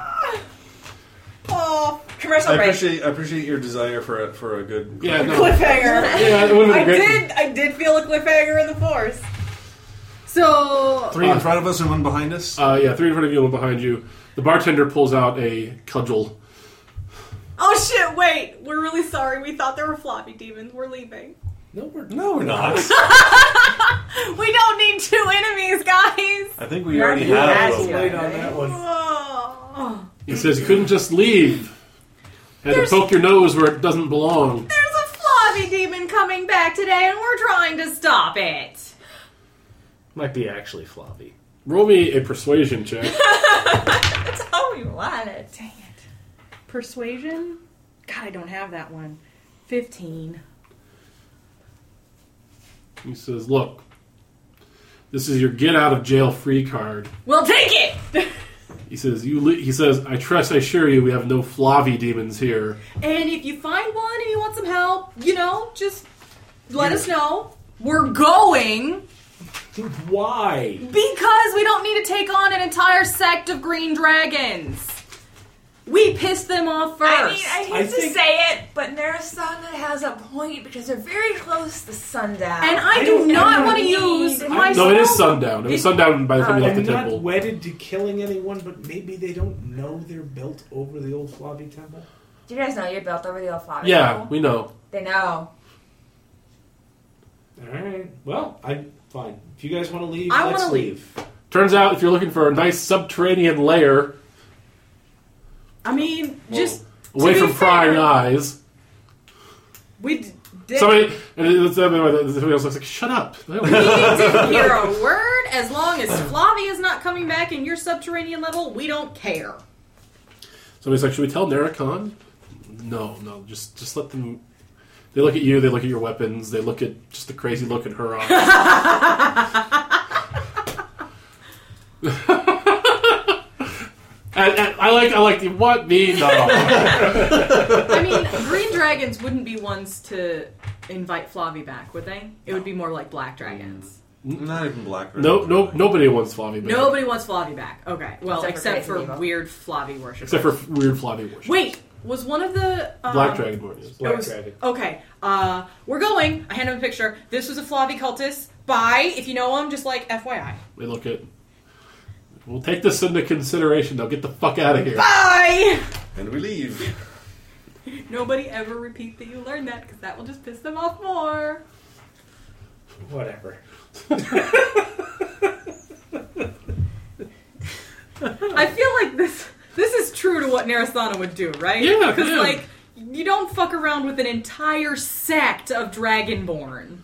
Oh, commercial
I
break.
appreciate I appreciate your desire for a for a good
Yeah, no.
Cliffhanger.
Yeah, it would have been great.
I did feel a cliffhanger in the force. So
Three
Uh,
in front of us and one behind us.
Uh, yeah, three in front of you and one behind you. The bartender pulls out a cudgel.
Oh shit, wait. We're really sorry. We thought there were floppy demons. We're leaving.
No, we're
no, we're not.
We don't need two enemies, guys.
I think we already
You're
have.
asking.
them.
late on that one.
Oh.
He says you couldn't just leave. Had to poke your nose where it doesn't belong.
There's a floppy demon coming back today and we're trying to stop it.
Might be actually floppy.
Roll me a persuasion check.
<laughs>
That's all we wanted.
Oh, Dang it. Persuasion? God, I don't have that one. 15.
He says, "Look, this is your get out of jail free card."
We'll take it! <laughs>
He says, "You." Li-, he says, "I trust. I assure you, we have no flavy demons here."
and if you find one and you want some help, you know, just let us know. We're going
Why?
because we don't need to take on an entire sect of green dragons. We pissed them off first.
I mean, I hate
I
to
think-
say it, but Narasana has a point because they're very close to sundown.
and I, do
I don't- I
not
don't
want to
need-
use
I-
my
No, it is
spell-
sundown. It was sundown by the time you left the
I'm not
temple.
wedded to killing anyone, but maybe they don't know they're built over the old floppy temple.
Do you guys know you're built over the old flower?
Yeah, we know.
They know.
All right. Well, I fine. If you guys want to leave,
I
let's
wanna
leave.
Turns out, if you're looking for a nice subterranean lair
I mean, just
away
To be
from prying
fair-
eyes,
we d- did.
somebody and it- it's- somebody else looks like, "Shut up."
We
<laughs>
didn't hear a word. As long as Flavia is not coming back in your subterranean level, we don't care.
Somebody's like, "Should we tell Naracon?" No, no. Just just let them. They look at you. They look at your weapons. They look at just the crazy look in her eyes. And, and I like I like the what me no
I mean, green dragons wouldn't be ones to invite Flavia back, would they? It would be more like black dragons.
Mm.
Not even black.
no no nobody wants Flavie back
Nobody wants Flavia back. Okay. Well,
Except for
except for,
Crazy Diva.
weird Flavia worship.
except for weird Flavie worship.
Wait, was one of the um,
Black Dragonborn is.
Black
was-
dragon.
Okay, uh, we're going. I hand him a picture. This was a Flavia cultist. Bye. If you know him, just like FYI.
They look at. We'll take this into consideration. They'll get the fuck out of here.
Bye. <laughs>
And we leave.
Nobody ever repeat that you learned that because that will just piss them off more.
Whatever.
I feel like this this is true to what Narasana would do, right?
Yeah,
because
yeah.
like you don't fuck around with an entire sect of Dragonborn.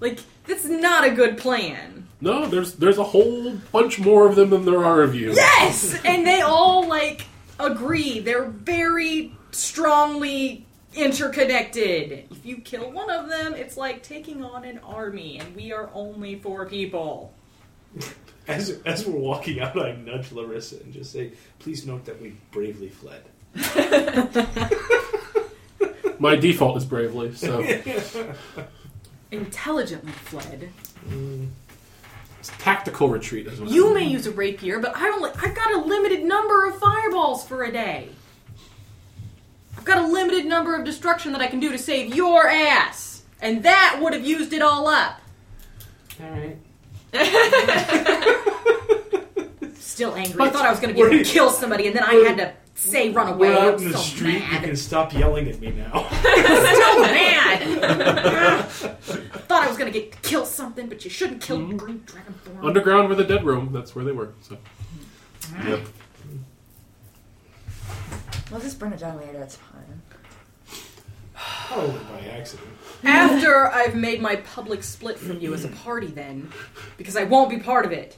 Like that's not a good plan.
No, there's there's a whole bunch more of them than there are of you.
Yes, <laughs> and they all like agree. They're very strongly interconnected. If you kill one of them, it's like taking on an army, and we are only four people.
As, as we're walking out, I nudge Larissa and just say, please note that we bravely fled.
My default is bravely, so
Intelligently fled.
it's tactical retreat. Is what
You
I'm-
may use a rapier, but I only I've got a limited number of fireballs for a day. I've got a limited number of destruction that I can do to save your ass, and that would have used it all up.
All right.
<laughs> Still angry. I
But-
thought I was going to be able to
wait.
kill somebody, and then I
Wait.
had to say run away.
We're out
I'm
in the
so
street. You
mad.
can stop yelling at me
<laughs>
now. <laughs>
so mad. thought I was going to get kill something, but you shouldn't kill green dragonborn.
underground with a dead room. That's where they were. So
Yep.
We'll just burn it down later. It's fine.
Probably by accident.
After I've made my public split from you as a party, then, because I won't be part of it.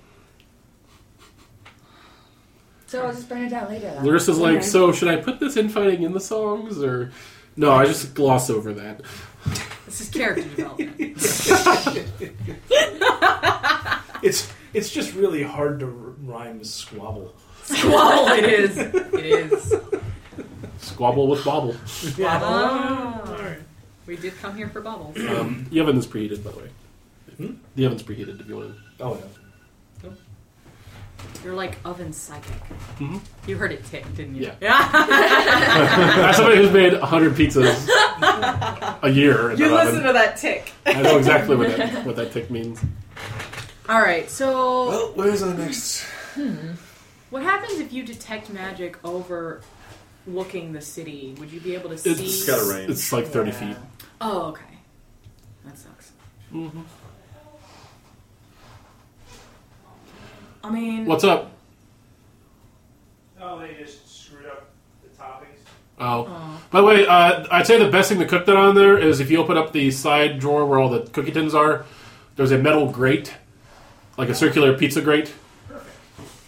So we'll just burn it down later. Then.
Larissa's like, so should I put this infighting in the songs or? No, I just gloss over that.
This is character development.
It's it's just really hard to r- rhyme squabble.
<laughs> Squabble it is. It is.
Squabble with bobble.
Ah. We did come here for bubbles.
Um, the oven is preheated, by the way. The oven's preheated if you want.
Oh,
You're like oven psychic.
Mhm.
You heard it tick, didn't you?
Yeah. <laughs>
Yeah. <laughs>
As somebody who's made hundred pizzas a year, in
you
that
listen
oven,
to that tick.
I
<laughs>
know exactly what that, what that tick means.
All right. So,
Well, where's our <laughs> next?
what happens if you detect magic overlooking the city? Would you be able to see?
It's
got a range.
It's like thirty feet.
Oh, okay. That sucks. I mean,
What's up?
Oh, they just screwed up the toppings.
Oh. By the way, uh, I'd say the best thing to cook that on there is if you open up the side drawer where all the cookie tins are, there's a metal grate, like a circular pizza grate.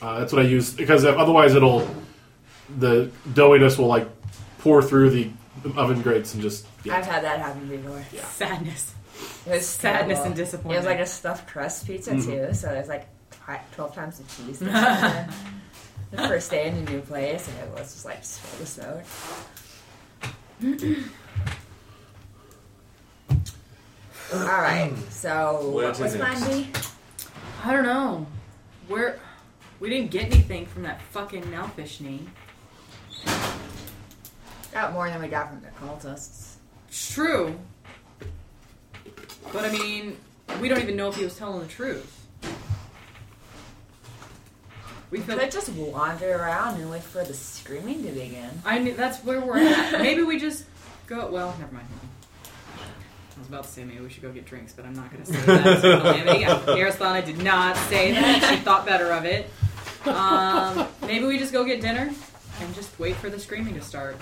Uh, that's what I use because if- otherwise it'll the doughiness will like pour through the oven grates and just yeah.
I've had that happen before.
sadness.
It was
Sadness
terrible.
and
It
disappointment.
was like a stuffed crust pizza
Mm-hmm.
too, so it was like twi- twelve times the
<laughs>
cheese. that was in there. the first day in a new place, and it was just like full of
<clears throat>
smoke. All right, so
Where
what
to
was
next?
plan B?
I don't know. We're we didn't get anything from that fucking Nelfish knee.
Got more than we got from the cultists.
It's true. But I mean, we don't even know if he was telling the truth. We
We
feel.
could just wander around and wait for the screaming to begin.
I mean, that's where we're at. Maybe we just go. Well, never mind. I was about to say maybe we should go get drinks, but I'm not going to say that. So Calamity, Aristotle did not say that. She thought better of it. Um, maybe we just go get dinner and just wait for the screaming to start.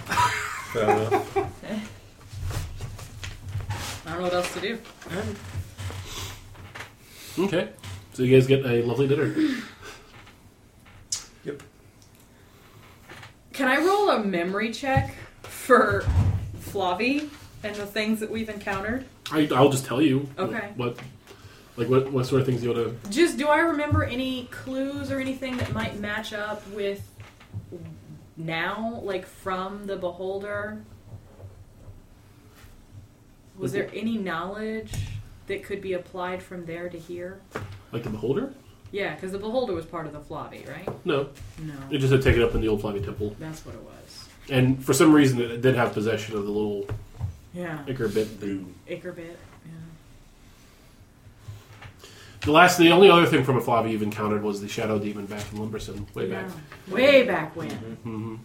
Fair enough.
I don't know what else to do.
Okay, so you guys get a lovely dinner.
Can I roll a memory check for Flavi and the things that we've encountered?
I, I'll just tell you.
Okay.
What, like what what sort of things you want to?
Just do I remember any clues or anything that might match up with now, like from the beholder? Was there any knowledge that could be applied from there to here?
Like the beholder?
Yeah, because the beholder was part of the Flavi, right?
No, it
No,
just had taken up in the old Flavi temple,
that's what it was.
and for some reason it did have possession of the little
Yeah,
ichor bit thing.
acre bit.
The last, the only other thing from a Flavi you've encountered was the shadow demon back in Lumberson, way
Yeah.
back, Mm-hmm.
Way back when.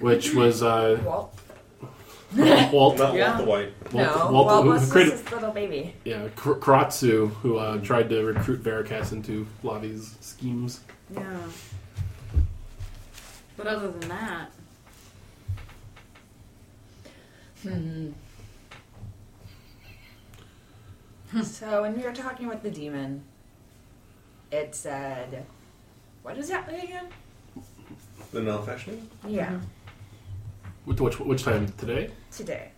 which
<laughs>
was uh,
Walt?
Walt,
Not
Yeah.
Walt the White.
no,
Walt,
Walt,
Walt who
was
created,
just his little baby.
yeah, Kr- Kratzu, who uh, tried to recruit Veracast into Flavi's schemes.
Yeah. But other than that,
so when we were talking with the demon, it said, "What is that thing again?"
The non-fashioning.
Yeah,
Which, which, which time today?
today.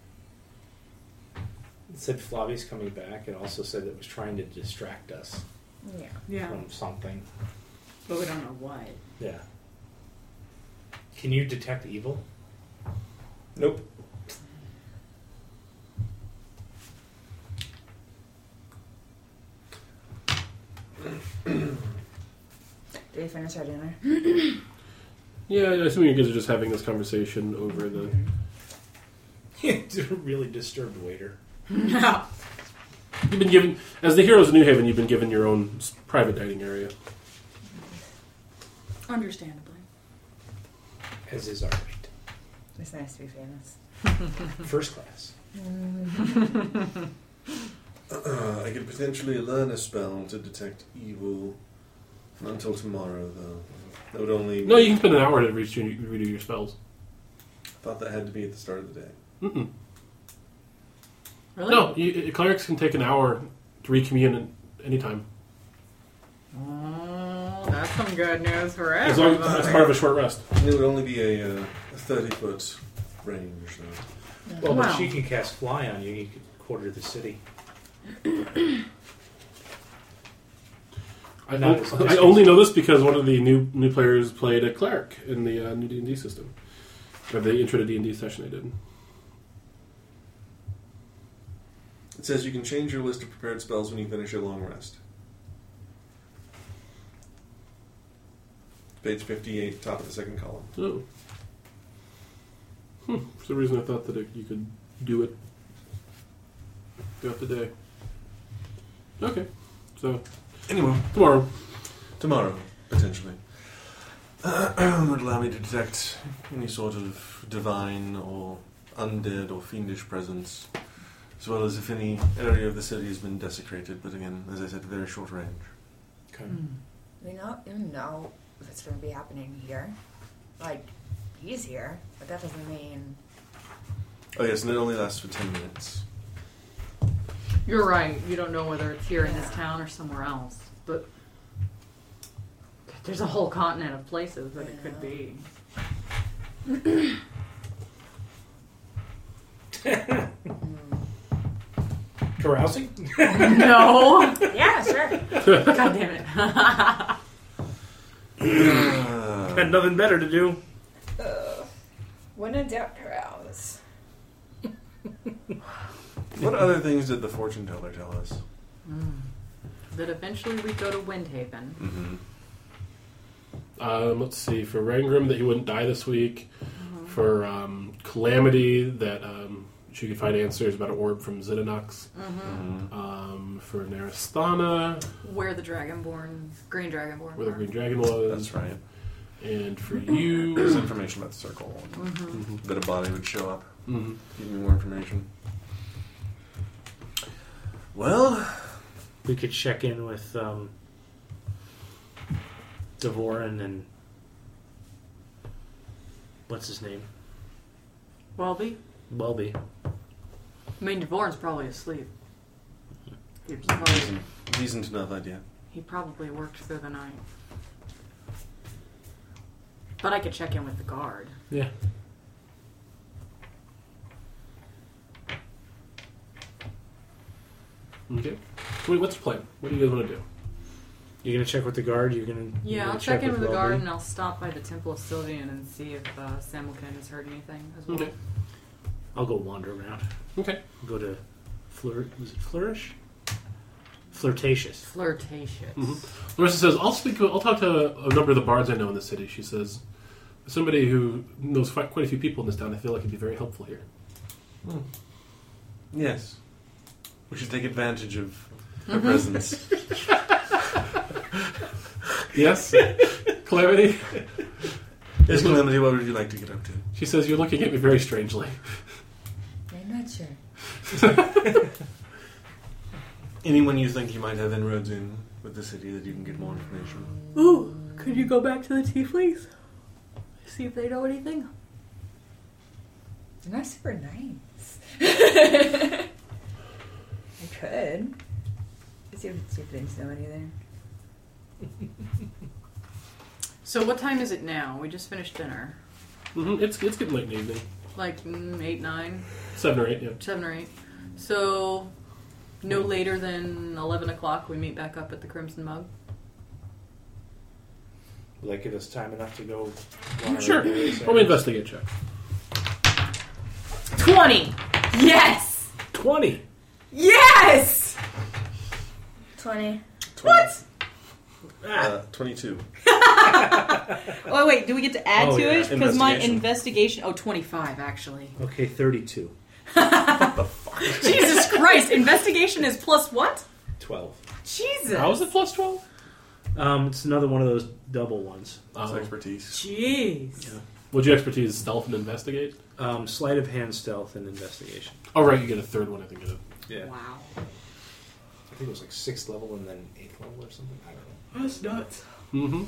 It said Flavi's coming back. It also said it was trying to distract us.
Yeah.
Yeah.
from something.
But we don't know what.
<laughs>
Yeah. Can you detect evil? <laughs>
Nope.
Did we finish our dinner?
Yeah, I assume you guys are just having this conversation over the.
It's a really disturbed waiter.
You've been given, as the heroes of New Haven, you've been given your own s- private dining area.
Understandably.
As is our right.
It's nice to be famous.
Mm-hmm.
First class.
Uh, <clears throat> I could potentially learn a spell to detect evil. Not until tomorrow, though. That would only.
No, you can spend an hour to redo, redo your spells.
Thought that had to be at the start of the day.
Mm-mm.
Really?
No, you, uh, clerics can take an hour to recommune at any time.
Oh, that's some good news for
As long
everyone.
uh,
as part of a short rest.
And it would only be a, uh, a 30 foot range, though.
Well,
Wow.
but she can cast fly on you. You could quarter the city.
I,
No,
o-
it's-
Oh, I only know this because one of the new new players played a cleric in the uh, new D and D system, or the intro to D and D session they did.
It says you can change your list of prepared spells when you finish your long rest. Page 58, top of the second column.
Oh. Hmm. For some reason, I thought that it, you could do it throughout the day. Okay. So
Anyway,
tomorrow.
tomorrow, potentially. <clears throat> would allow me to detect any sort of divine or undead or fiendish presence, as well as if any area of the city has been desecrated, but again, as I said, very short range.
Okay.
Hmm.
Hmm.
We don't even know if it's going to be happening here. Like, he's here, but that
<laughs>
doesn't mean.
Oh, yes, and it only lasts for 10 minutes.
You're right. You don't know whether it's here in this town or somewhere else. But there's a whole continent of places that it could be.
Carousing? <laughs>
<laughs> No.
Yeah, sure.
God damn it. <laughs>
Ah,
Got nothing better to do.
when in doubt, carouse.
what other things did the fortune teller tell us?
that eventually we go to Windhaven.
Mm-hmm.
Um, let's see. For Rangram, that he wouldn't die this week. For um, Calamity, that um, she could find answers about an orb from Zidanox.
Mm-hmm.
Um, for Narasthana,
Where the dragonborn, green dragonborn.
where the
are.
Green Dragon was.
That's right.
And for
There's
you.
information about the circle. That a body would show up.
Mhm.
Give me more information. Well,
We could check in with um, Devorin and what's his name?
Welby?
Welby.
I mean, Devorin's probably asleep. He was probably,
decent enough idea.
he probably worked through the night. But I could check in with the guard.
Yeah. Okay. So wait, what's the plan? What do you guys want to do?
You're gonna check with the guard. You're gonna you're
Yeah,
gonna
I'll check, in with the
Welby?
guard and I'll stop by the Temple of Sylvian and see if uh, Samuelkin has heard anything as well.
Okay.
I'll go wander around.
Okay.
Go to Fleur. Was it flourish? Flirtatious.
Flirtatious.
Larissa says, "I'll speak. I'll talk to a number of the bards I know in the city." She says, "As "Somebody who knows fi- quite a few people in this town. I feel like it'd be very helpful here."
Yes. We should take advantage of her presence.
Yes, <laughs> Calamity.
yes, Calamity, what would you like to get up to?
She says, "You're looking at me very strangely."
I'm not sure.
Anyone you think you might have inroads in with the city that you can get more information.
Ooh, could you go back to the Tieflings? See if they know anything?
They're not
<laughs>
super nice. I could. Let's see if, see if they know anything.
So, what time is it now? We just finished dinner.
hmm It's it's getting late in the evening,
Like mm, 8, 9,
seven or eight. Yeah.
7 or 8. So, No later than 11 o'clock, we meet back up at the Crimson Mug.
Will that give us time enough to go? on our
Sure.
days,
Let me
or-
investigate check.
20!
Yes!
Twenty.
Yes!
20.
What? Uh, 22.
Oh, wait, do we get to add
Oh,
to
yeah.
it? Because my
Investigation.
investigation. Oh, 25, actually.
Okay, thirty-two.
Jesus Christ! Investigation is plus what?
Twelve.
Jesus!
How is it plus twelve?
Um, it's another one of those double ones.
It's
Um,
expertise.
Jeez.
would you expertise stealth and investigate?
Um, sleight of hand, stealth, and investigation.
Oh right, you get a third one. I think. It is.
Yeah.
Wow.
I think it was like sixth level and then eighth level or something. I don't know.
That's nuts.
Mm-hmm.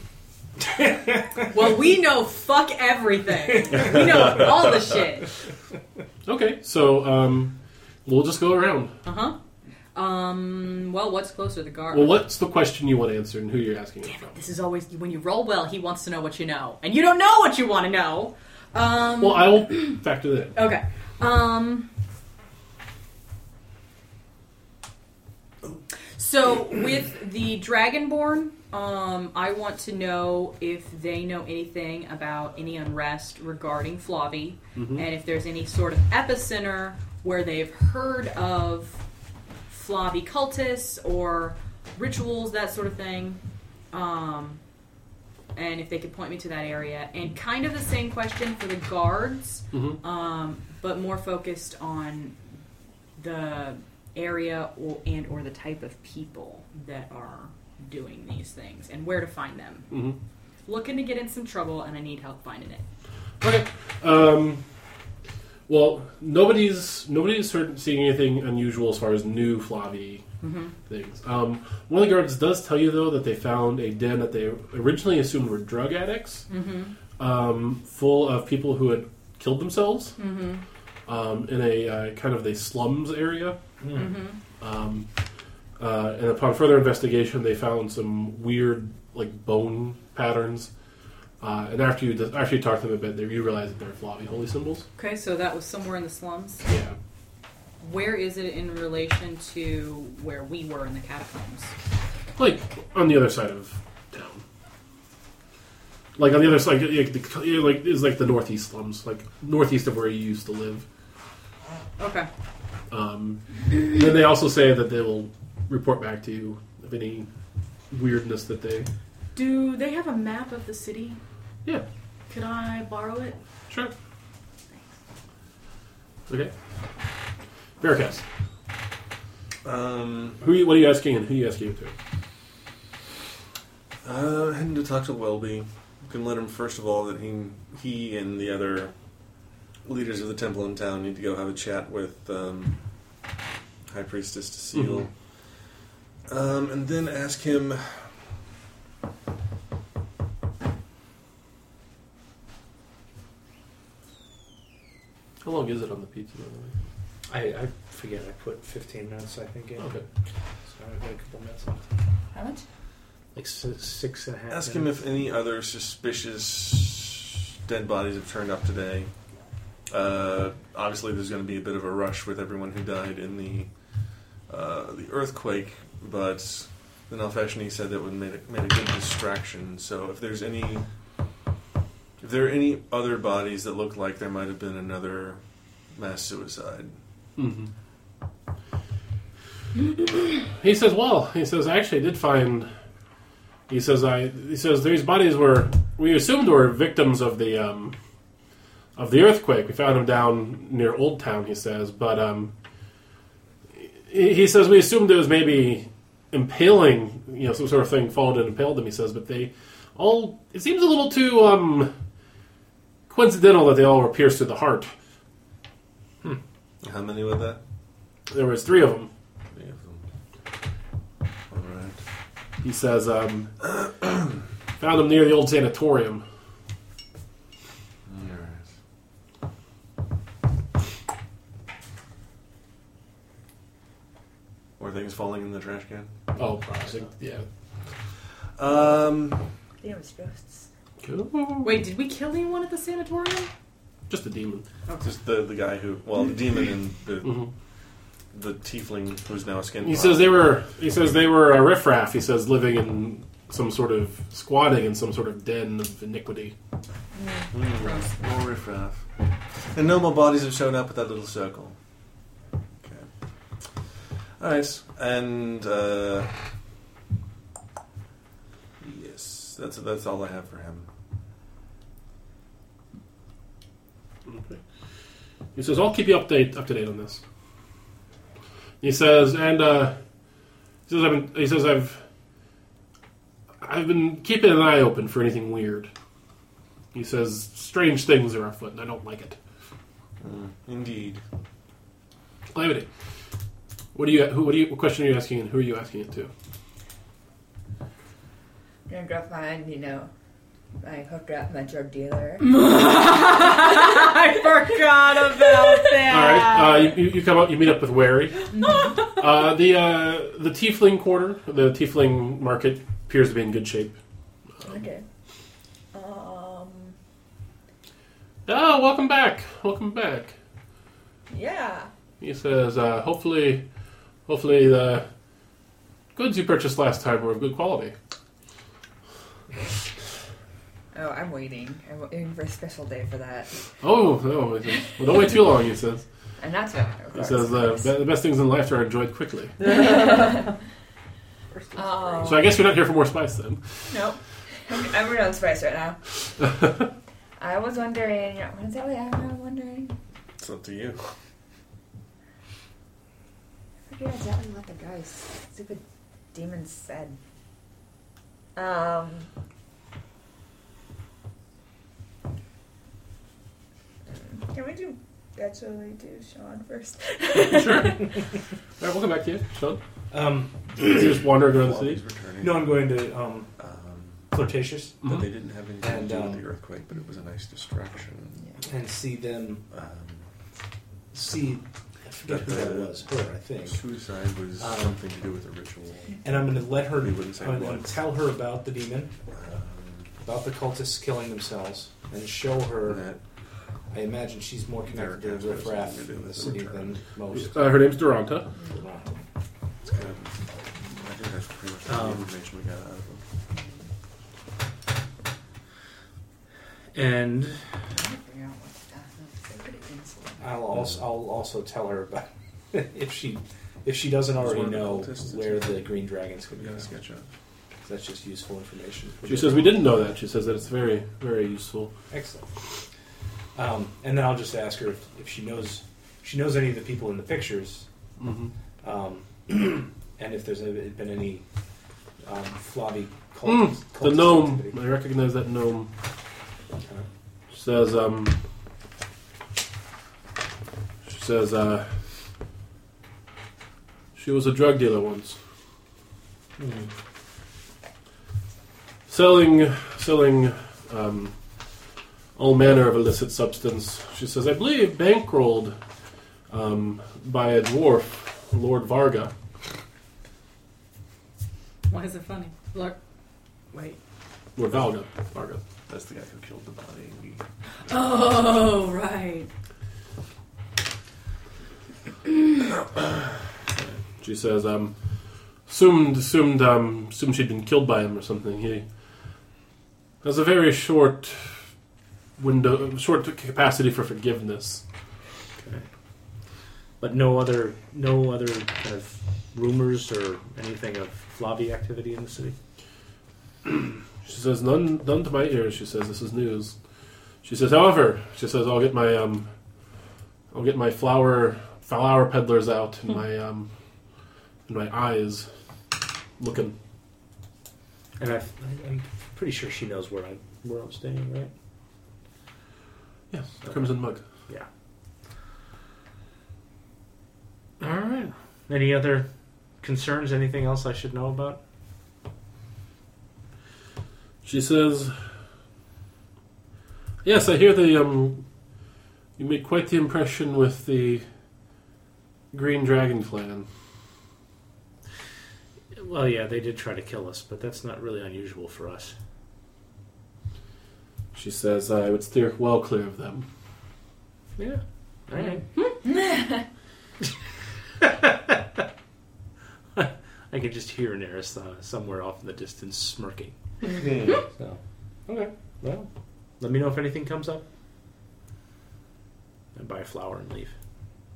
Well, we know fuck everything. We know all the shit.
Okay, so um, we'll just go around.
Uh huh. Um. Well, what's closer, the guard?
Well, what's the question you want answered and who you're asking it from?
This is always when you roll well. He wants to know what you know, and you don't know what you want to know. Um.
Well, I will <coughs> factor that in.
okay. Um. So with the Dragonborn, um, I want to know if they know anything about any unrest regarding Flavi,
Mm-hmm. Hmm?
and if there's any sort of epicenter where they've heard of Flavi cultists or rituals, that sort of thing. Um, and if they could point me to that area, and kind of the same question for the guards,
Mhm.
um, but more focused on the area or, and or the type of people that are doing these things and where to find them.
Mhm.
Looking to get in some trouble, and I need help finding it.
Okay. Um, well, nobody's nobody's heard seeing anything unusual as far as new Flavi things. Um, one of the guards does tell you though that they found a den that they originally assumed were drug addicts,
Mm-hmm.
um, full of people who had killed themselves um, in a uh, kind of the slums area. Um, uh, and upon further investigation, they found some weird like bone patterns. Uh, and after you after you talk to them a bit, they, you realize that they're Flavi holy symbols.
Okay, so that was somewhere in the slums.
Yeah.
Where is it in relation to where we were in the catacombs?
like on the other side of town. Like on the other side, like, the, yeah, like is like the northeast slums, like northeast of where you used to live.
Okay.
Um, and then they also say that they will report back to you of any weirdness that they.
Do they have a map of the city?
Yeah,
Could I borrow it?
sure. Okay. Veracast,
Um,
who? Are you, what are you asking, and who are you asking it to?
uh, heading to talk to Welby. You can let him, first of all, that he, he and the other leaders of the temple in town need to go have a chat with um, High Priestess Cecile. Um, and then ask him.
How long is it on the pizza? By the
I, I forget. I put 15 minutes, I think, in.
way? Okay.
So I've got a couple minutes left.
How much?
Like six, six and a half.
Ask him if any other suspicious dead bodies have turned up today. Uh, obviously, there's going to be a bit of a rush with everyone who died in the uh, the earthquake, but the Nalfashni said that would made a, made a good distraction. So, if there's any, if there are any other bodies that look like there might have been another mass suicide,
hmm he says, "Well, he says I actually did find." He says, "I." He says these bodies were we assumed were victims of the um, of the earthquake. We found them down near Old Town. He says, but um, he, he says we assumed it was maybe impaling, you know, some sort of thing fallen and impaled them. He says, but they all it seems a little too um, coincidental that they all were pierced to the heart.
how many were that?
There was three of them.
Three of them. All right.
He says, um, <clears throat> found him near the old sanatorium.
All right. Were things falling in the trash can?
Oh, so, yeah.
Um,
Yeah, it was ghosts.
Wait, did we kill anyone at the sanatorium?
Just a demon.
just the the guy who, well, the demon and the
Mhm.
the tiefling who's now a skin.
He says they were. He says they were a riffraff. He says living in some sort of squatting in some sort of den of iniquity.
Mm, more riffraff. And no more bodies have shown up at that little circle. Okay. Alright, and uh, yes, that's that's all I have for him.
Okay. He says, "I'll keep you update up to date on this." He says, and uh, he says, I've been, he says, I've I've been keeping an eye open for anything weird. He says, strange things are afoot, and I don't like it.
Indeed.
Calamity. What do you? Who? What do you? What question are you asking? And who are you asking it to?
I'm gonna go find, you know, my hooker up, my drug dealer.
I forgot about
All
that.
right. Uh, you- you, you come up. You meet up with Wary. uh, the uh, the Tiefling quarter, the Tiefling market, appears to be in good shape.
Okay. Um.
Oh, welcome back. Welcome back.
Yeah.
He says, uh, hopefully, hopefully the goods you purchased last time were of good quality.
Oh, I'm waiting. I'm waiting for a special day for that.
Oh, no. he says, well, don't wait too long, he says.
And that's what of
He
course,
says, uh,
of course.
be- the best things in life are enjoyed quickly.
Oh,
So I guess you're not here for more spice then.
nope. I'm, I'm real on spice right now.
<laughs>
I was wondering. What is that? What I'm wondering.
It's up to you.
I forget exactly what the guy, stupid demon said. Um. Can we do actually do Sean
<laughs>
first?
All right, welcome back to you, <clears throat> Sean.
Um,
You're just wandering around the
While he's
city.
returning.
no, I'm going to um,
Um,
flirtatious
But they didn't have anything
And,
to do
um,
with the earthquake, but it was a nice distraction.
and see them
Um,
see. I forget who that was. Her, I think.
suicide was
Um,
something to do with a ritual.
And I'm going to let her.
We wouldn't say
I'm going
blood.
to tell her about the demon,
Um,
about the cultists killing themselves, and show her.
that
I imagine she's more connected
Their
to the
cast has
riffraff
something to do
in the
with
city
the
than most.
Uh, her name's Duranta.
it's kind of, I think that's pretty much all the
Um,
information we got out of them.
And
Figure out what's that. They're pretty insolent.
I'll also, I'll also tell her about <laughs> if she if she doesn't already
one of the
know
cultists.
where the green dragons could
We
be.
got a sketch up.
That's just useful information. for
She
me.
says, we didn't know that. She says that it's very, very useful.
Excellent. Um, and then I'll just ask her if, if she knows she knows any of the people in the pictures,
hmm
um, <clears throat> and if there's been any um, flabby
Mm,
cultist,
Hmm,
the
cultist
gnome.
activity.
I recognize that gnome.
Okay.
She says, um, she says, uh, she was a drug dealer once,
Mm.
selling, selling, um, all manner of illicit substance. She says, I believe bankrolled, um, by a dwarf, Lord Varga.
Why is it funny? Look. Wait.
Lord Valga. Varga.
That's the guy who killed the body. We,
Oh, right.
She says, um, assumed, assumed, um, assumed she'd been killed by him or something. He has a very short window, short capacity for forgiveness.
Okay. But no other, no other kind of rumors or anything of Flavi activity in the city.
She says, none, none to my ears. She says, this is news. She says, however, she says, I'll get my, um, I'll get my flower, flower peddlers out and my, um, and my eyes looking.
And I, I'm pretty sure she knows where I where I'm staying, right?
Yes, the crimson mug.
Yeah. All right. Any other concerns? Anything else I should know about?
She says, "Yes, I hear the um, you made quite the impression with the Green Dragon clan.
Well, yeah, they did try to kill us, but that's not really unusual for us.
She says I would steer well clear of them.
<laughs>
Yeah. All right.
I can just hear Neris uh, somewhere off in the distance smirking.
Hmm.
So, okay. Well, let me know if anything comes up. I buy a flower and leave.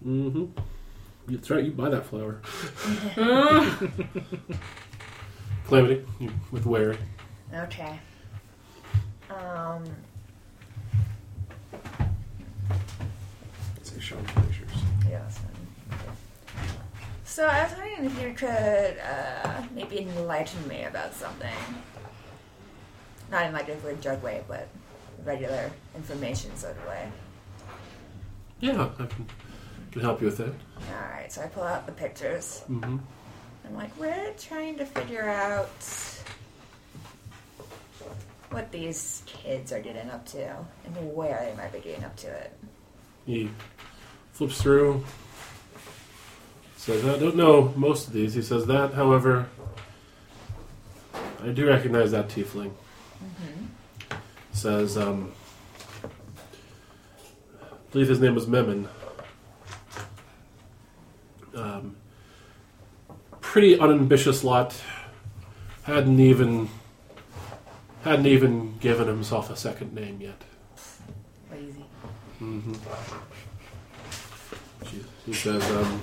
Mm-hmm. That's right. You buy that
<laughs>
flower. Calamity you, with wary.
Okay. Um,
Let's see, show me pictures.
yeah, that's fine. So I was wondering if you could uh, maybe enlighten me about something. Not in like a weird drug way, but regular information sort of way.
Yeah, I can, can help you with that.
All right, so I pull out the pictures.
Mm-hmm.
I'm like, we're trying to figure out what these kids are getting up to and where they might be getting up to it.
He flips through. Says, I don't know most of these. He says that, however, I do recognize that tiefling. Says, um, I believe his name was Memon. Um, pretty unambitious lot. Hadn't even hadn't even given himself a second name yet.
Lazy.
Mm-hmm. She, he says, um,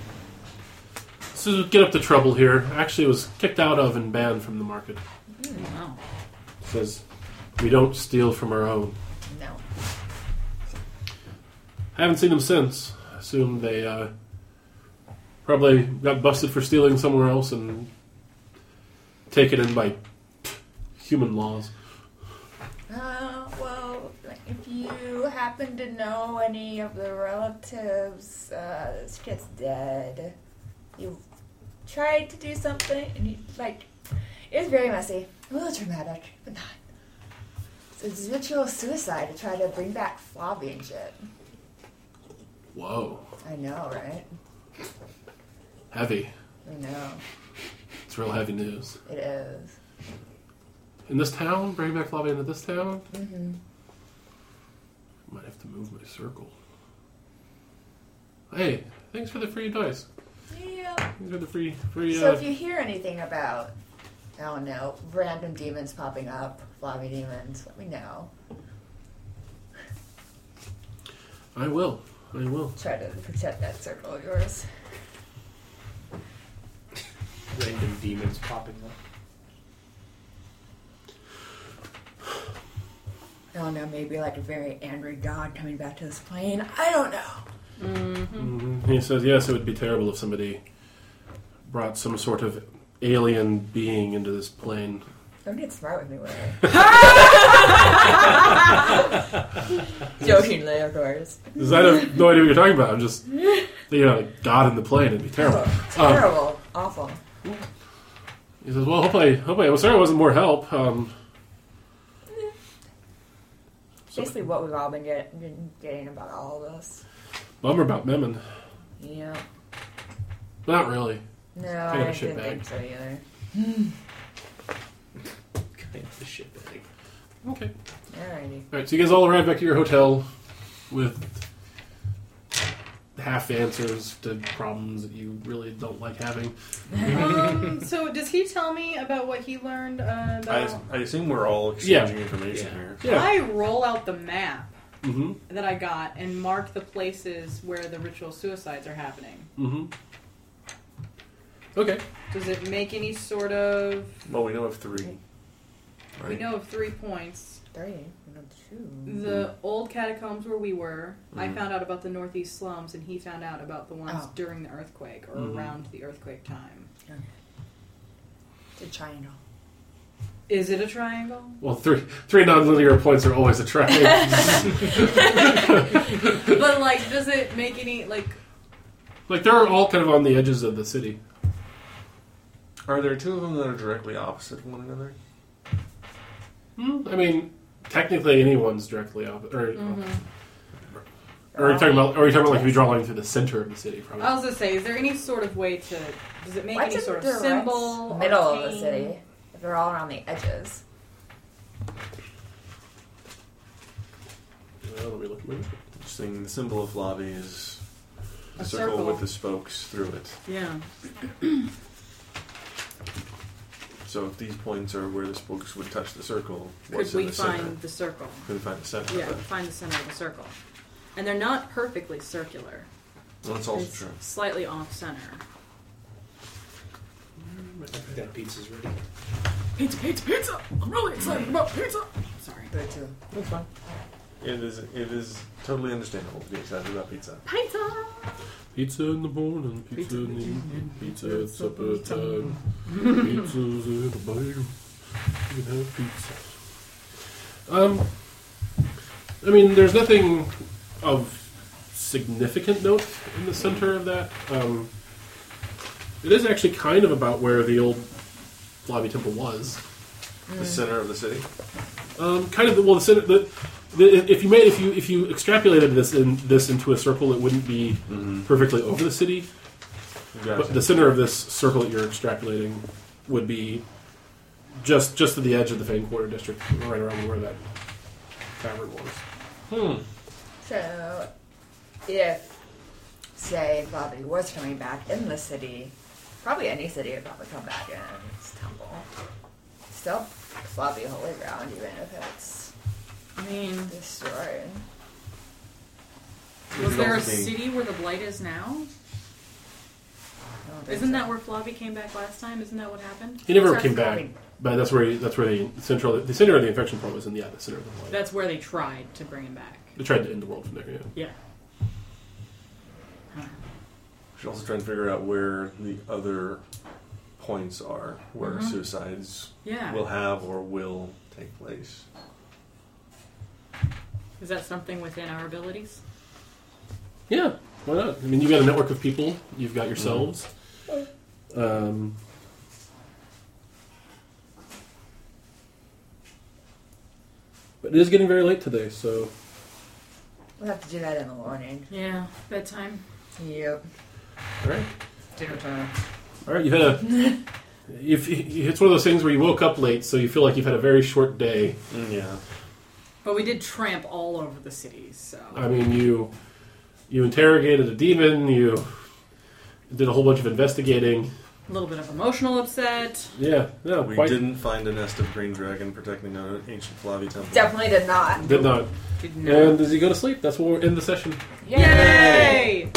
this is get up to trouble here. Actually, was kicked out of and banned from the market.
Wow.
Says, we don't steal from our own.
No.
Haven't seen them since. Assume they uh, probably got busted for stealing somewhere else and taken in by human laws.
Uh, well, if you happen to know any of the relatives, uh, this kid's dead. You tried to do something, and you, like, it was very messy. A little dramatic, but not. It's ritual suicide to try to bring back Flobby and shit.
Whoa,
I know, right?
heavy.
I know.
It's real heavy news.
It is.
In this town, bring back Flavia into this town.
Mm-hmm.
Might have to move my circle. Hey, thanks for the free dice.
Yeah.
Thanks for the free free.
So
uh,
if you hear anything about, I don't know, random demons popping up, Flobby demons, let me know.
I will. I will.
Try to protect that circle of yours.
Random demons popping up.
I don't know, maybe like a very angry god coming back to this plane. I don't know.
Mhm. He says, yes, it would be terrible if somebody brought some sort of alien being into this plane.
Don't get smart with me, <laughs> Willie. Jokingly, of course.
'Cause I have no idea what you're talking about. I'm just, you know, God in the plane. It'd be terrible. Um,
Terrible. Awful.
he says, well, hopefully, hopefully, I'm sorry I wasn't more help. Um,
Basically, what we've all been, get, been getting about all of us.
bummer about Memon.
Yeah.
Not really.
No,
Kind of
I
a shit
didn't think
bag.
so either.
Kind of a shitbag.
Okay.
Alrighty.
All right, so you guys all arrive back at your hotel with half answers to problems that you really don't like having.
um, so does he tell me about what he learned uh,
I,
about?
I assume we're all exchanging information
Yeah.
here.
Yeah.
I roll out the map
Mm-hmm.
that I got and mark the places where the ritual suicides are happening.
Mm-hmm. Okay.
Does it make any sort of?
Well, we know of three.
We
Right?
know of three points.
Three. No, two.
The old catacombs where we were. I
Mhm.
found out about the northeast slums, and he found out about the ones
Oh.
during the earthquake or
Mhm.
around the earthquake time.
The triangle.
Is it a triangle?
Well, three three nonlinear points are always <laughs> attractive.
but like, does it make any like?
like they're all kind of on the edges of the city.
Are there two of them that are directly opposite of one another?
Hmm? I mean, technically, anyone's directly up. Or,
Mhm.
or are you talking about? Are you talking about like if you draw a line through the center of the city? Probably.
I was gonna say, is there any sort of way to? Does it make
Why
any
isn't
sort of
there a
symbol? or
Middle of the
cane?
city. If they're all around the edges.
Well, let me look.
Just thinking the symbol of lobby is
A
circle,
circle.
with the spokes through it.
Yeah.
So if these points are where the spokes would touch the circle,
Could
what's
we
in the center?
find the circle?
Could we find the center?
Yeah, find the center of the circle. And they're not perfectly circular.
Well, that's also
it's
true.
slightly off center.
I think that pizza's ready.
Pizza, pizza, pizza! I'm really excited about pizza! Sorry.
That's fine. It is. It is totally understandable to be excited about pizza.
Pizza!
Pizza in the morning, pizza,
Pizza
in the
in
evening, pizza at supper time. Pizza's at a bite. We can have pizza. Um, I mean, there's nothing of significant note in the center of that. Um, it is actually kind of about where the old Flavi Temple was.
Mm.
The center of the city.
Um, kind of the, well, the, center- the, the if you made if you if you extrapolated this in this into a circle, it wouldn't be perfectly over the city. Mm-hmm. But the center of this circle that you're extrapolating would be just just to the edge of the Fang Quarter district, right around where that tavern was.
So, if, say, Bobby was coming back in the city, probably any city would probably come back in its temple. Still, floppy holy ground, even if it's
I mean,
destroyed.
It
was
could
there a
also be-
city where the blight is now?
I don't think
Isn't
so.
that where Flavi came back last time? Isn't that what happened?
He never
That's
came
where
back,
we-
but that's where he, that's where the central the center of the infection point was in. Yeah, the center of the light.
That's where they tried to bring him back.
They tried to end the world from there. Yeah.
Yeah.
We should also try and figure out where the other points are where suicides
Mm-hmm. Yeah.
will have or will take place.
Is that something within our abilities?
Yeah, why not? I mean, you've got a network of people. You've got yourselves. Um, but it is getting very late today, so
We'll have to do that in the morning.
Yeah. Bedtime.
Yep.
all right,
Dinner time.
all right. You've had a. If it's one of those things where you woke up late, so you feel like you've had a very short day.
yeah.
But we did tramp all over the city, so.
I mean, you you interrogated a demon. You did a whole bunch of investigating.
A little bit of emotional upset.
Yeah, no,
We
quite
didn't find a nest of green dragon protecting an ancient Flavi temple.
Definitely did not.
did not.
Did
And as you go to sleep, that's where we'll end the session.
Yay!